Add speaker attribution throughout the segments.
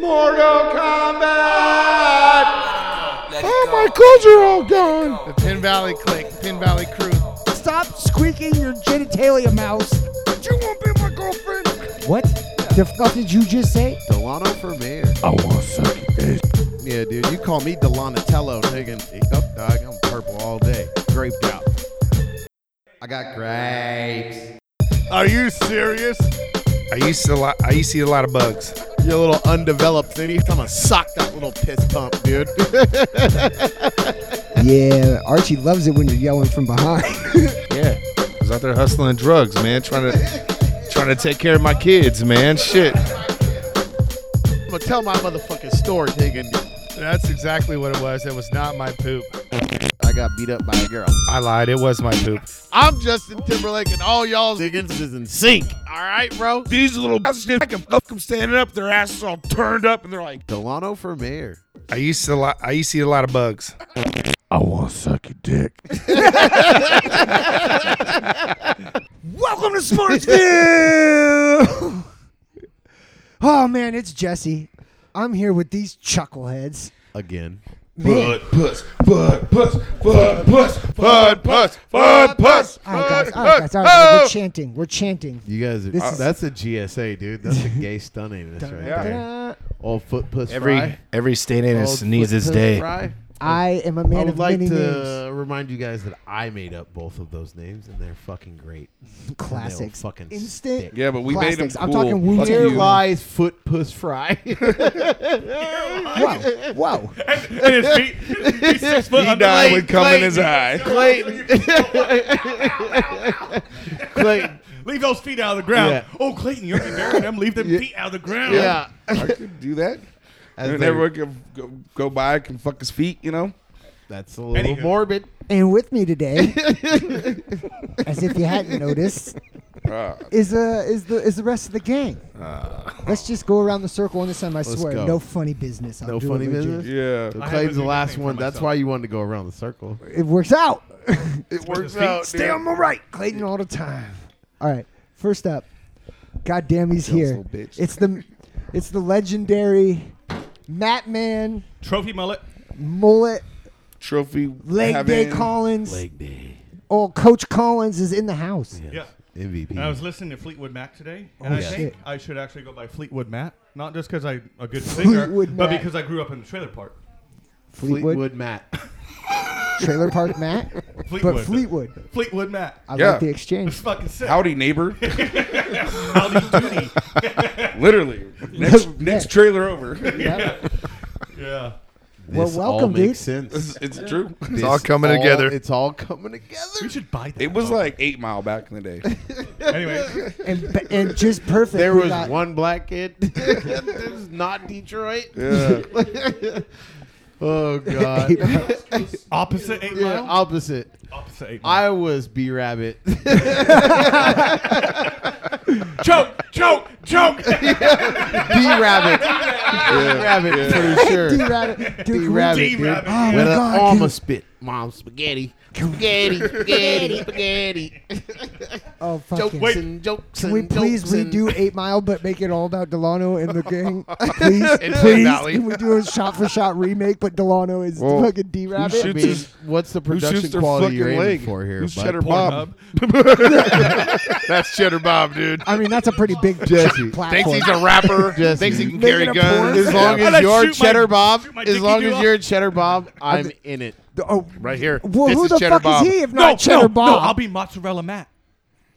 Speaker 1: Mortal Kombat!
Speaker 2: Let
Speaker 1: Oh,
Speaker 2: it
Speaker 1: my
Speaker 2: go.
Speaker 1: goods are all gone.
Speaker 3: The Pin Valley clique, Pin Valley crew.
Speaker 4: Stop squeaking your genitalia, mouse.
Speaker 1: But you won't be my girlfriend.
Speaker 4: What? The fuck did you just say?
Speaker 3: Delano for mayor.
Speaker 1: I want to suck your dick.
Speaker 3: Yeah, dude, you call me Delonatello, nigga. Up, dog, I'm purple all day. Graped out. I got grapes.
Speaker 1: Are you serious? I used to lot. I used to eat a lot of bugs.
Speaker 3: You little undeveloped thingy. I'm gonna sock that little piss pump, dude.
Speaker 4: Yeah, Archie loves it when you're yelling from behind.
Speaker 1: Yeah, I was out there hustling drugs, man, trying to trying to take care of my kids, man. Shit.
Speaker 3: I'm gonna tell my motherfucking story, nigga.
Speaker 5: That's exactly what it was. It was not my poop.
Speaker 3: I got beat up by a girl.
Speaker 5: I lied. It was my poop.
Speaker 3: I'm Justin Timberlake, and all y'all niggas is in sync. All right, bro.
Speaker 1: These little bastards, I can fuck them standing up. Their asses all turned up, and they're like,
Speaker 3: Delano for mayor.
Speaker 5: I used to lot. I used to eat a lot of bugs.
Speaker 1: "I want to suck your dick."
Speaker 4: Welcome to Sportsville. oh man, it's Jesse. I'm here with these chuckleheads.
Speaker 3: Again.
Speaker 1: Bud, puss, bud, puss, bud, puss, bud, puss, bud, puss.
Speaker 4: All right, guys. All right, guys. All right, we're chanting. We're chanting.
Speaker 3: You guys, are,
Speaker 4: This is-
Speaker 3: that's a GSA, dude. That's a gay stunningness right there. Old foot puss fry.
Speaker 2: every state
Speaker 3: Old
Speaker 2: anus needs
Speaker 3: foot
Speaker 2: its
Speaker 3: puss
Speaker 2: day.
Speaker 3: fry.
Speaker 4: I am a
Speaker 3: I
Speaker 4: man
Speaker 3: would
Speaker 4: of
Speaker 3: like
Speaker 4: many
Speaker 3: to
Speaker 4: names.
Speaker 3: remind you guys that I made up both of those names, and they're fucking great. And
Speaker 4: Classics.
Speaker 3: they'll fucking
Speaker 4: Instant.
Speaker 3: stick.
Speaker 1: Yeah, but we made them
Speaker 4: Plastics.
Speaker 1: cool.
Speaker 4: I'm talking wounded.
Speaker 3: Here
Speaker 1: Fuck you.
Speaker 3: lies foot puss fry.
Speaker 4: Whoa, whoa.
Speaker 2: his feet, he's six foot
Speaker 1: He
Speaker 2: under.
Speaker 1: died with cum in
Speaker 3: Clayton.
Speaker 1: his eye.
Speaker 3: Clayton. Clayton.
Speaker 2: Leave those feet out of the ground.
Speaker 3: Yeah.
Speaker 2: Oh, Clayton, you're burying them. Leave them feet out of the ground.
Speaker 3: Yeah.
Speaker 1: I could do that.
Speaker 3: As
Speaker 1: And
Speaker 3: they-
Speaker 1: everyone can go, go by, can fuck his feet, you know.
Speaker 3: that's a little
Speaker 2: Anywho.
Speaker 3: morbid.
Speaker 4: And with me today, as if you hadn't noticed,
Speaker 3: Ah.
Speaker 4: is uh is the is the rest of the gang. Let's just go around the circle on this time. I swear,
Speaker 3: go.
Speaker 4: no funny business. I'm
Speaker 3: No
Speaker 4: doing
Speaker 3: funny
Speaker 4: legit.
Speaker 3: business?
Speaker 1: Yeah,
Speaker 3: So
Speaker 2: I haven't
Speaker 3: Clayton's the
Speaker 2: been
Speaker 3: last
Speaker 2: thinking
Speaker 3: one.
Speaker 2: for
Speaker 3: That's
Speaker 2: myself.
Speaker 3: why you wanted to go around the circle.
Speaker 4: It works out.
Speaker 1: it
Speaker 2: With his
Speaker 1: works
Speaker 2: feet
Speaker 1: out.
Speaker 4: Stay
Speaker 1: dude.
Speaker 4: on my right, Clayton, all the time. All right, first up, goddamn, he's here.
Speaker 1: little bitch.
Speaker 4: It's the it's the legendary Matt Man
Speaker 2: Trophy mullet.
Speaker 4: mullet
Speaker 1: trophy.
Speaker 4: leg day
Speaker 1: having-
Speaker 4: Collins.
Speaker 3: Leg day.
Speaker 4: Oh, Coach Collins is in the house.
Speaker 2: Yeah.
Speaker 3: MVP.
Speaker 2: And I was listening to Fleetwood Mac today, and
Speaker 4: Oh,
Speaker 2: I
Speaker 4: shit.
Speaker 2: think I should actually go by Fleetwood Mac, not just because I'm a good singer,
Speaker 4: Fleetwood
Speaker 2: but
Speaker 4: Mac.
Speaker 2: because I grew up in the trailer park.
Speaker 4: Fleetwood,
Speaker 3: Fleetwood Matt.
Speaker 4: Trailer Park Matt,
Speaker 2: Fleetwood.
Speaker 4: but Fleetwood.
Speaker 2: Fleetwood Mac.
Speaker 4: I
Speaker 1: Yeah.
Speaker 4: like the exchange.
Speaker 2: It's fucking sick.
Speaker 1: Howdy, neighbor.
Speaker 2: Howdy doody.
Speaker 1: Literally. Next,
Speaker 4: Yeah.
Speaker 1: next trailer over.
Speaker 2: yeah.
Speaker 4: Well,
Speaker 3: This all
Speaker 4: welcome, dude.
Speaker 3: makes sense.
Speaker 1: It's, it's true.
Speaker 3: This
Speaker 5: all coming together.
Speaker 3: It's all coming together.
Speaker 2: We should buy that.
Speaker 1: It was like Eight Mile back in the day.
Speaker 2: anyway,
Speaker 4: and, and just perfect.
Speaker 3: There
Speaker 4: we
Speaker 3: was
Speaker 4: got-
Speaker 3: one black kid. this is not Detroit.
Speaker 1: Yeah.
Speaker 3: Oh god.
Speaker 4: Eight
Speaker 3: yeah,
Speaker 2: opposite eight mile.
Speaker 3: opposite.
Speaker 2: opposite eight mile.
Speaker 3: I was B Rabbit.
Speaker 2: choke, choke, choke.
Speaker 3: B Rabbit. B Rabbit for sure.
Speaker 4: D Rabbit. Dude,
Speaker 3: B
Speaker 4: can we-
Speaker 3: Rabbit.
Speaker 2: D
Speaker 3: dude.
Speaker 2: Rabbit.
Speaker 4: Oh my
Speaker 3: With an
Speaker 4: God,
Speaker 3: arm
Speaker 4: can-
Speaker 3: of spit. Mom spaghetti. Spaghetti, spaghetti, spaghetti.
Speaker 4: Oh,
Speaker 3: Jokes
Speaker 4: fucking.
Speaker 3: and jokes
Speaker 4: Can we
Speaker 3: and jokes
Speaker 4: please
Speaker 3: and-
Speaker 4: redo Eight Mile, but make it all about Delano and the gang? Please,
Speaker 3: Pin
Speaker 4: please.
Speaker 3: Valley.
Speaker 4: Can we do a shot-for-shot remake, but Delano is
Speaker 1: Well,
Speaker 4: fucking D
Speaker 1: who
Speaker 4: Rabbit?
Speaker 3: I
Speaker 1: shoots
Speaker 3: mean,
Speaker 1: his-
Speaker 3: what's the
Speaker 1: Who
Speaker 3: production
Speaker 1: shoots their
Speaker 3: quality
Speaker 1: fucking
Speaker 3: you're aiming
Speaker 1: leg?
Speaker 3: for here?
Speaker 1: Who's
Speaker 3: bud?
Speaker 1: Cheddar
Speaker 2: Pornhub.
Speaker 1: Bob?
Speaker 5: That's Cheddar Bob, dude.
Speaker 4: I mean, that's a pretty big
Speaker 3: Jesse.
Speaker 5: Thinks
Speaker 4: platform.
Speaker 5: he's a rapper.
Speaker 3: Jesse.
Speaker 5: Thinks he can
Speaker 4: Making
Speaker 5: carry
Speaker 4: a
Speaker 5: guns.
Speaker 4: porn?
Speaker 3: As long
Speaker 2: I'm
Speaker 3: as
Speaker 2: gonna
Speaker 3: you're
Speaker 2: shoot my-
Speaker 3: Cheddar Bob,
Speaker 2: shoot my
Speaker 3: as long
Speaker 2: dicky
Speaker 3: as
Speaker 2: doo
Speaker 3: you're Cheddar Bob, I'm in it.
Speaker 4: oh,
Speaker 5: right here.
Speaker 4: well,
Speaker 5: this
Speaker 4: who
Speaker 5: is
Speaker 4: the
Speaker 5: Cheddar
Speaker 4: fuck
Speaker 5: Bob.
Speaker 4: is he if
Speaker 2: No,
Speaker 4: not Cheddar
Speaker 2: no,
Speaker 4: Bob?
Speaker 2: no, I'll be mozzarella Mac.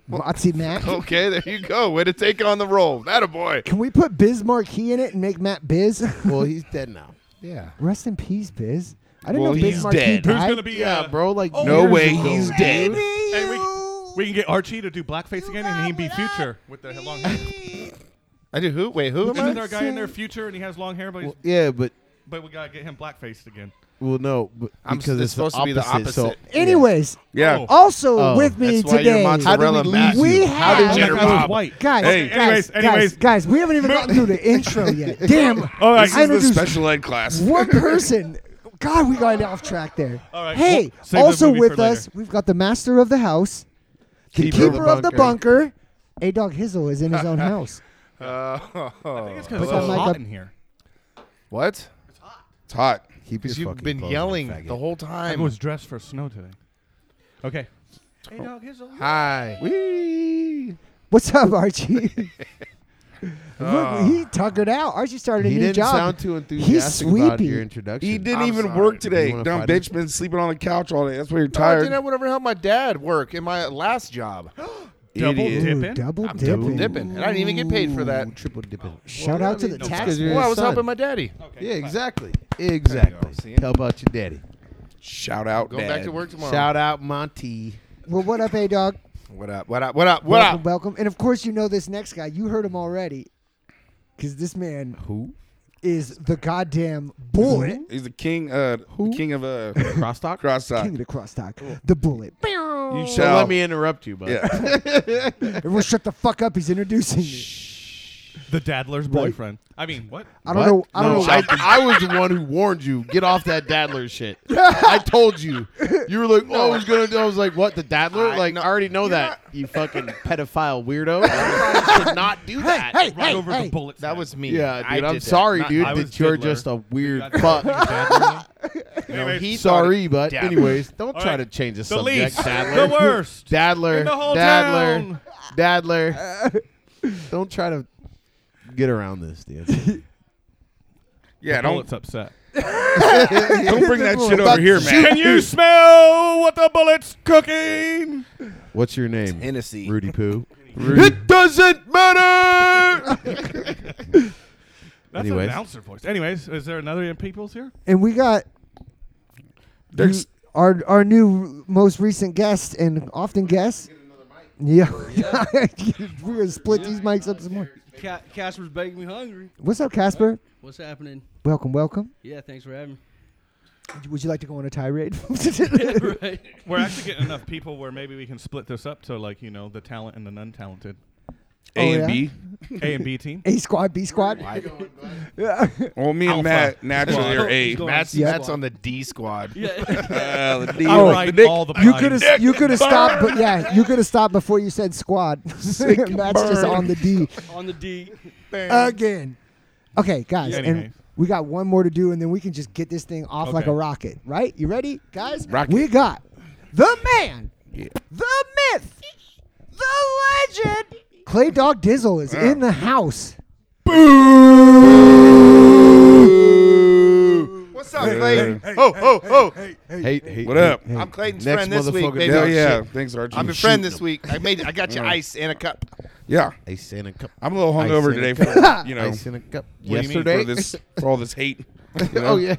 Speaker 4: Motsy Matt.
Speaker 5: Okay, there you go. Way to take on the role. That a boy.
Speaker 4: Can we put Biz Marquee in it and make Matt Biz?
Speaker 3: Well, he's dead now. Yeah.
Speaker 4: Rest in peace, Biz. I didn't
Speaker 1: Well,
Speaker 4: know Biz
Speaker 1: he's
Speaker 4: Marquee
Speaker 1: dead.
Speaker 4: died.
Speaker 2: Who's gonna be?
Speaker 3: Yeah,
Speaker 2: uh,
Speaker 3: bro. Like,
Speaker 2: oh,
Speaker 1: No
Speaker 3: years
Speaker 1: way,
Speaker 3: ago,
Speaker 1: he's
Speaker 3: dude.
Speaker 1: dead.
Speaker 2: Hey, we, we can get Archie to do blackface again, and he can be Future with the long hair.
Speaker 5: I do who? Wait, who am
Speaker 2: Isn't
Speaker 5: I?
Speaker 2: there a guy in there Future, and he has long hair, but he's,
Speaker 3: Well, yeah, but
Speaker 2: but we gotta get him blackfaced again.
Speaker 3: well, no, but
Speaker 5: I'm-
Speaker 3: because
Speaker 5: it's
Speaker 3: it's,
Speaker 5: supposed to be the
Speaker 3: So,
Speaker 5: opposite.
Speaker 4: Anyways,
Speaker 1: Yeah.
Speaker 2: Oh.
Speaker 4: also
Speaker 3: Oh,
Speaker 4: with me
Speaker 5: That's why you're
Speaker 4: today.
Speaker 5: mozzarella
Speaker 3: we
Speaker 5: Mac.
Speaker 3: lose
Speaker 4: We
Speaker 3: you?
Speaker 4: have
Speaker 5: How did
Speaker 2: Like
Speaker 5: Cheddar
Speaker 2: I was
Speaker 5: Bob?
Speaker 2: white.
Speaker 4: Guys,
Speaker 1: Hey.
Speaker 4: guys,
Speaker 2: Anyways,
Speaker 4: guys,
Speaker 2: anyways.
Speaker 4: guys, we haven't even gotten through the intro yet. Damn,
Speaker 2: All
Speaker 1: This
Speaker 2: right,
Speaker 4: I
Speaker 1: is the
Speaker 4: introduced
Speaker 1: special ed class.
Speaker 4: one person. God, we got off track there.
Speaker 2: All right,
Speaker 4: hey,
Speaker 2: we'll save the
Speaker 4: also
Speaker 2: movie
Speaker 4: with
Speaker 2: for
Speaker 4: us,
Speaker 2: later.
Speaker 4: we've got the master of the house, the keeper, of the bunker. A dog Hizzle is in his own house.
Speaker 2: I think it's because
Speaker 4: But
Speaker 2: it's
Speaker 4: I'm like
Speaker 2: hot
Speaker 4: a-
Speaker 2: in here.
Speaker 5: What? It's hot.
Speaker 3: Keep your
Speaker 5: Because you've
Speaker 3: fucking
Speaker 5: been
Speaker 3: clothes on,
Speaker 5: yelling
Speaker 3: faggot.
Speaker 5: the whole
Speaker 2: I
Speaker 5: time.
Speaker 2: was dressed for snow today. Okay. Hey, dog, here's a
Speaker 5: Hi.
Speaker 3: Whee!
Speaker 4: What's up, Archie? Look, he tuckered out. Archie started a
Speaker 3: He
Speaker 4: new
Speaker 3: didn't
Speaker 4: job.
Speaker 3: sound too enthusiastic about
Speaker 4: sleepy.
Speaker 3: your introduction.
Speaker 1: He didn't
Speaker 5: I'm
Speaker 1: even
Speaker 5: sorry.
Speaker 1: work
Speaker 3: You
Speaker 1: today.
Speaker 3: wanna
Speaker 1: Dumb
Speaker 3: fight him?
Speaker 1: bitch been sleeping on the couch all day. That's why you're
Speaker 5: No, I did
Speaker 1: tired.
Speaker 5: that whenever I helped my dad work in my last job.
Speaker 2: double
Speaker 4: Ooh,
Speaker 2: dipping.
Speaker 4: double
Speaker 5: I'm
Speaker 4: dipping.
Speaker 5: double dipping, and I didn't even get paid for that.
Speaker 3: Ooh, triple dipping.
Speaker 4: Shout
Speaker 3: Well,
Speaker 4: out
Speaker 3: I
Speaker 4: to
Speaker 3: mean,
Speaker 4: the
Speaker 3: no, it's 'cause
Speaker 4: tax
Speaker 3: you're
Speaker 5: Well, I was
Speaker 3: son.
Speaker 5: helping my daddy.
Speaker 3: Yeah, exactly. Exactly.
Speaker 5: see it?
Speaker 3: Tell about your daddy.
Speaker 1: Shout out,
Speaker 5: Going
Speaker 1: Dad.
Speaker 5: back to work tomorrow.
Speaker 3: Shout out Monty.
Speaker 4: Well, what up, A Dog?
Speaker 5: What up? What up? What up? What
Speaker 4: welcome,
Speaker 5: up?
Speaker 4: welcome. And of course, you know this next guy. You heard him already. Because this man
Speaker 3: Who?
Speaker 4: is the goddamn bullet.
Speaker 1: He's the king. Uh, the king of uh,
Speaker 2: Crosstalk?
Speaker 1: cross talk.
Speaker 4: King of the crosstalk. The bullet.
Speaker 1: You
Speaker 3: So
Speaker 1: shall.
Speaker 3: let me interrupt you, bud.
Speaker 1: yeah.
Speaker 4: Everyone shut the fuck up. He's introducing me.
Speaker 2: The Dadler's boyfriend. I mean, what?
Speaker 4: I don't know. I don't know.
Speaker 3: I, I was the one who warned you. Get off that Dadler shit. I told you. You were like, oh, I was gonna. do-" I was like, what? The Dadler?
Speaker 5: I-
Speaker 3: like,
Speaker 5: no,
Speaker 3: I already know
Speaker 5: you're
Speaker 3: that. You fucking pedophile weirdo. you should not do that.
Speaker 4: hey,
Speaker 2: Right
Speaker 4: hey,
Speaker 2: over
Speaker 4: hey.
Speaker 2: the bullet.
Speaker 5: That was me.
Speaker 3: Yeah,
Speaker 5: I
Speaker 3: dude. I'm
Speaker 5: did that.
Speaker 3: sorry,
Speaker 2: Not-
Speaker 3: dude.
Speaker 2: I was
Speaker 3: That you're
Speaker 2: Diddler.
Speaker 3: just a weird
Speaker 2: Dadler.
Speaker 3: fuck.
Speaker 2: Anyways,
Speaker 5: he thought
Speaker 3: Sorry, but
Speaker 5: Dadler.
Speaker 3: anyways, don't
Speaker 2: All
Speaker 3: try
Speaker 2: right.
Speaker 3: to change the,
Speaker 2: the
Speaker 3: subject.
Speaker 2: least.
Speaker 3: Dadler.
Speaker 2: The worst.
Speaker 3: Dadler.
Speaker 2: In the whole
Speaker 3: Dadler.
Speaker 2: town.
Speaker 3: Dadler. Don't try to get around this, dude.
Speaker 1: Yeah. Don't
Speaker 2: Bullet's upset.
Speaker 1: don't bring that shit
Speaker 3: About
Speaker 1: over here,
Speaker 3: shoot-
Speaker 1: man.
Speaker 2: Can you smell what the bullet's cooking?
Speaker 3: What's your name?
Speaker 1: Hennessy.
Speaker 3: Rudy Poo.
Speaker 1: It doesn't matter.
Speaker 2: That's
Speaker 3: Anyways.
Speaker 2: an announcer voice. Anyways, is there another in people's here?
Speaker 4: and we got
Speaker 1: There's-
Speaker 4: you- our our new most recent guest and often guest. Yeah, we're gonna split these mics up some more.
Speaker 6: Ca- Casper's making me hungry.
Speaker 4: What's up, Casper?
Speaker 6: What's happening?
Speaker 4: Welcome, welcome.
Speaker 6: Yeah, thanks for having me.
Speaker 4: Would you like to go on a tirade?
Speaker 6: right.
Speaker 2: We're actually getting enough people where maybe we can split this up to like you know the talent and the non-talented
Speaker 5: Oh,
Speaker 1: A and
Speaker 4: yeah?
Speaker 1: B.
Speaker 2: A and B team.
Speaker 4: a squad, B squad.
Speaker 1: Well, me and
Speaker 2: Alpha.
Speaker 1: Matt naturally are A.
Speaker 6: He's going
Speaker 5: Matt's,
Speaker 4: Yeah.
Speaker 5: Matt's on the D squad.
Speaker 6: Yeah.
Speaker 1: Uh, the D
Speaker 2: I
Speaker 1: or
Speaker 2: write
Speaker 1: the dick.
Speaker 2: all the
Speaker 4: You
Speaker 2: pie.
Speaker 4: could have you could have stopped, but yeah, you could have stopped before you said squad. That's just on the D
Speaker 6: On the D.
Speaker 4: again. Okay, guys,
Speaker 2: Anyway.
Speaker 4: and we got one more to do, and then we can just get this thing off like
Speaker 2: Okay.
Speaker 4: a rocket, right? You ready, guys?
Speaker 1: Rocket.
Speaker 4: We got the man, the myth, the legend. Clay Dog Dizzle is in the house.
Speaker 5: What's up, Clayton? oh, oh, oh.
Speaker 3: Hey, hey,
Speaker 1: What up?
Speaker 3: hey, hey.
Speaker 5: I'm Clayton's
Speaker 3: Next
Speaker 5: friend this week,
Speaker 3: motherfucker
Speaker 5: baby. Oh,
Speaker 1: Hell
Speaker 3: dog
Speaker 1: yeah.
Speaker 3: shit.
Speaker 1: Thanks, Archie.
Speaker 5: I'm your friend this week. I made. I got you ice and a cup.
Speaker 1: Yeah.
Speaker 3: Hey, Santa cup.
Speaker 1: I'm a little
Speaker 3: Ice
Speaker 1: hungover
Speaker 3: in a
Speaker 1: today for you know
Speaker 3: Ice in a cup.
Speaker 2: What do you mean?
Speaker 1: for
Speaker 3: Yesterday.
Speaker 1: this for all this hate. you know?
Speaker 3: oh yeah.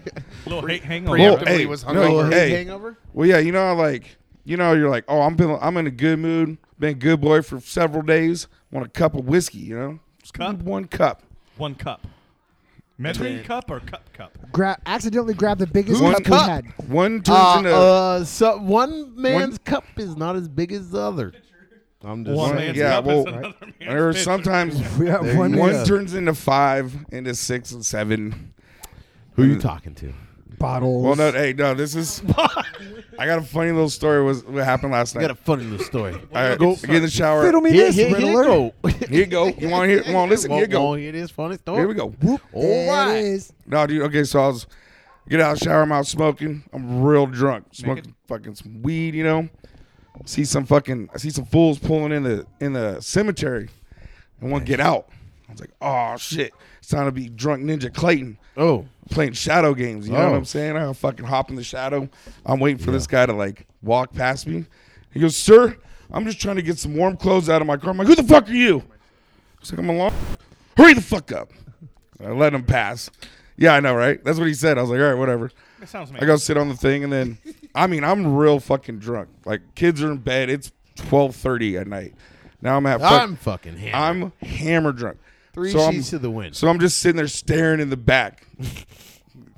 Speaker 2: little hate hangover.
Speaker 1: Well,
Speaker 5: Preemptively
Speaker 1: hey,
Speaker 5: was
Speaker 1: no,
Speaker 5: hungover.
Speaker 1: hey.
Speaker 3: hangover.
Speaker 1: Well, yeah, you know, I like, you know, you're like, oh, I'm been, I'm in a good mood, been a good boy for several days. Want a cup of whiskey, you know? Just give me
Speaker 2: Cup?
Speaker 1: one cup.
Speaker 2: One cup. Measuring cup or cup cup?
Speaker 4: Gra- accidentally grabbed the biggest
Speaker 1: One
Speaker 4: cup,
Speaker 1: cup.
Speaker 4: we had.
Speaker 1: One turns
Speaker 3: Uh,
Speaker 1: into
Speaker 3: uh, so one man's cup is not as big as the other. I'm just
Speaker 2: One
Speaker 3: saying.
Speaker 2: man's
Speaker 1: yeah,
Speaker 2: cup
Speaker 1: well,
Speaker 2: is another man's
Speaker 1: or
Speaker 2: bitch.
Speaker 1: sometimes
Speaker 4: We have
Speaker 3: There
Speaker 4: one
Speaker 3: you
Speaker 1: one
Speaker 3: go.
Speaker 1: turns into five, into six and seven.
Speaker 3: Who you talking to?
Speaker 4: bottle.
Speaker 1: Well, no, hey, no, this is. I got a funny little story. Was what happened last
Speaker 3: I
Speaker 1: night?
Speaker 3: got a funny little story.
Speaker 1: All right, get in the shower.
Speaker 4: Fiddle me
Speaker 3: Here,
Speaker 4: this,
Speaker 3: here, here
Speaker 4: Riddler.
Speaker 3: you go.
Speaker 1: Here you go. You want to hear? Want to listen? Here you go.
Speaker 3: Won't hear this funny story.
Speaker 1: Here we go.
Speaker 4: Whoop,
Speaker 3: All
Speaker 4: there
Speaker 3: right.
Speaker 4: it is.
Speaker 1: No, dude. Okay, so I was get out, of the shower, I'm out smoking. I'm real drunk, smoking fucking some weed, you know. See some fucking, I see some fools pulling in the in the cemetery, and want to get out. I was like, oh shit, it's time to be drunk ninja Clayton
Speaker 3: Oh,
Speaker 1: playing shadow games. You know
Speaker 3: Oh.
Speaker 1: what I'm saying? I fucking hop in the shadow. I'm waiting for this guy to like walk past me. He goes, sir, I'm just trying to get some warm clothes out of my car. I'm like, who the fuck are you? He's like, I'm along. Hurry the fuck up. I let him pass. Yeah, I know, right? That's what he said. I was like, all right, whatever.
Speaker 2: That sounds
Speaker 1: I
Speaker 2: amazing.
Speaker 1: go sit on the thing, and then, I mean, I'm real fucking drunk. Like, kids are in bed. It's 12:30 at night. Now I'm at. fuck-
Speaker 3: I'm fucking hammered.
Speaker 1: I'm hammer drunk.
Speaker 3: Three
Speaker 1: I'm-
Speaker 3: sheets to the wind.
Speaker 1: So I'm just sitting there staring in the back,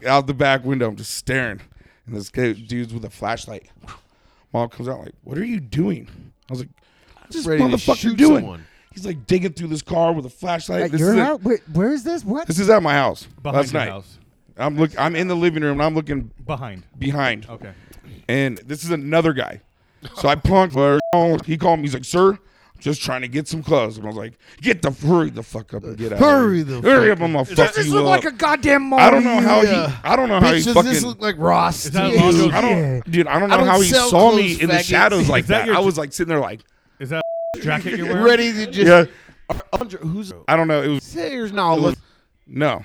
Speaker 1: out the back window. I'm just staring, and this kid, dude's with a flashlight. Mom comes out like, "What are you doing?" I was like, "What's this
Speaker 3: ready to
Speaker 1: motherfucker
Speaker 3: shoot
Speaker 1: doing?"
Speaker 3: someone.
Speaker 1: He's like digging through this car with a flashlight.
Speaker 4: At
Speaker 1: this,
Speaker 4: your
Speaker 1: is
Speaker 4: house?
Speaker 1: At,
Speaker 4: Wait, where is this? What?
Speaker 1: this is at my house
Speaker 2: Behind
Speaker 1: last
Speaker 2: your
Speaker 1: night.
Speaker 2: house.
Speaker 1: I'm look. I'm in the living room and I'm looking
Speaker 2: Behind.
Speaker 1: behind.
Speaker 2: Okay.
Speaker 1: And this is another guy. So I punked. her. He called me. He's like, "Sir, I'm just trying to get some clothes. And I was like, get the hurry the fuck up and get out.
Speaker 3: Hurry
Speaker 1: of here.
Speaker 3: the
Speaker 1: hurry
Speaker 3: fuck
Speaker 1: up, I'm gonna
Speaker 2: that-
Speaker 1: fuck
Speaker 3: Does this
Speaker 1: you
Speaker 3: look
Speaker 1: up.
Speaker 3: like a goddamn mall?
Speaker 1: I don't know how he.
Speaker 3: Yeah.
Speaker 1: I don't know how he
Speaker 3: Bitch, does
Speaker 1: fucking.
Speaker 3: this look like Ross? to
Speaker 2: Is that
Speaker 3: you?
Speaker 2: logo?
Speaker 1: I don't, dude. I don't know
Speaker 3: I don't
Speaker 1: how he
Speaker 3: sell
Speaker 1: saw
Speaker 3: clothes,
Speaker 1: me in the
Speaker 3: faggots.
Speaker 1: shadows like
Speaker 2: Is that
Speaker 1: that.
Speaker 2: your-
Speaker 1: I was like sitting there like,
Speaker 2: Is that jacket you're wearing?
Speaker 3: Ready to just
Speaker 1: yeah.
Speaker 3: Andre, who's
Speaker 1: I don't know. It was
Speaker 3: Sayers now? Look,
Speaker 1: no,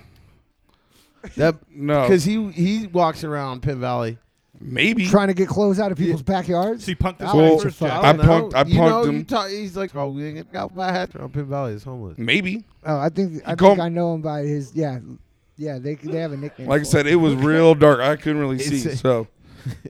Speaker 3: that
Speaker 1: no.
Speaker 3: because he he walks around Pit Valley.
Speaker 1: Maybe
Speaker 4: Trying to get clothes out of people's backyards.
Speaker 2: So you punked this
Speaker 1: Well,
Speaker 2: guy first,
Speaker 4: I
Speaker 2: Jack?
Speaker 1: I
Speaker 3: don't know.
Speaker 1: punked. I
Speaker 3: You know,
Speaker 1: punked
Speaker 3: you
Speaker 1: him.
Speaker 3: talk- he's like, oh, we ain't got my hat around Pit Valley. It's homeless.
Speaker 1: Maybe.
Speaker 4: Oh, I think I
Speaker 1: called-
Speaker 4: think I know him by his yeah, yeah. They they have a nickname.
Speaker 1: Like I
Speaker 4: for
Speaker 1: said, it was real dark. I couldn't really see.
Speaker 3: It's-
Speaker 1: So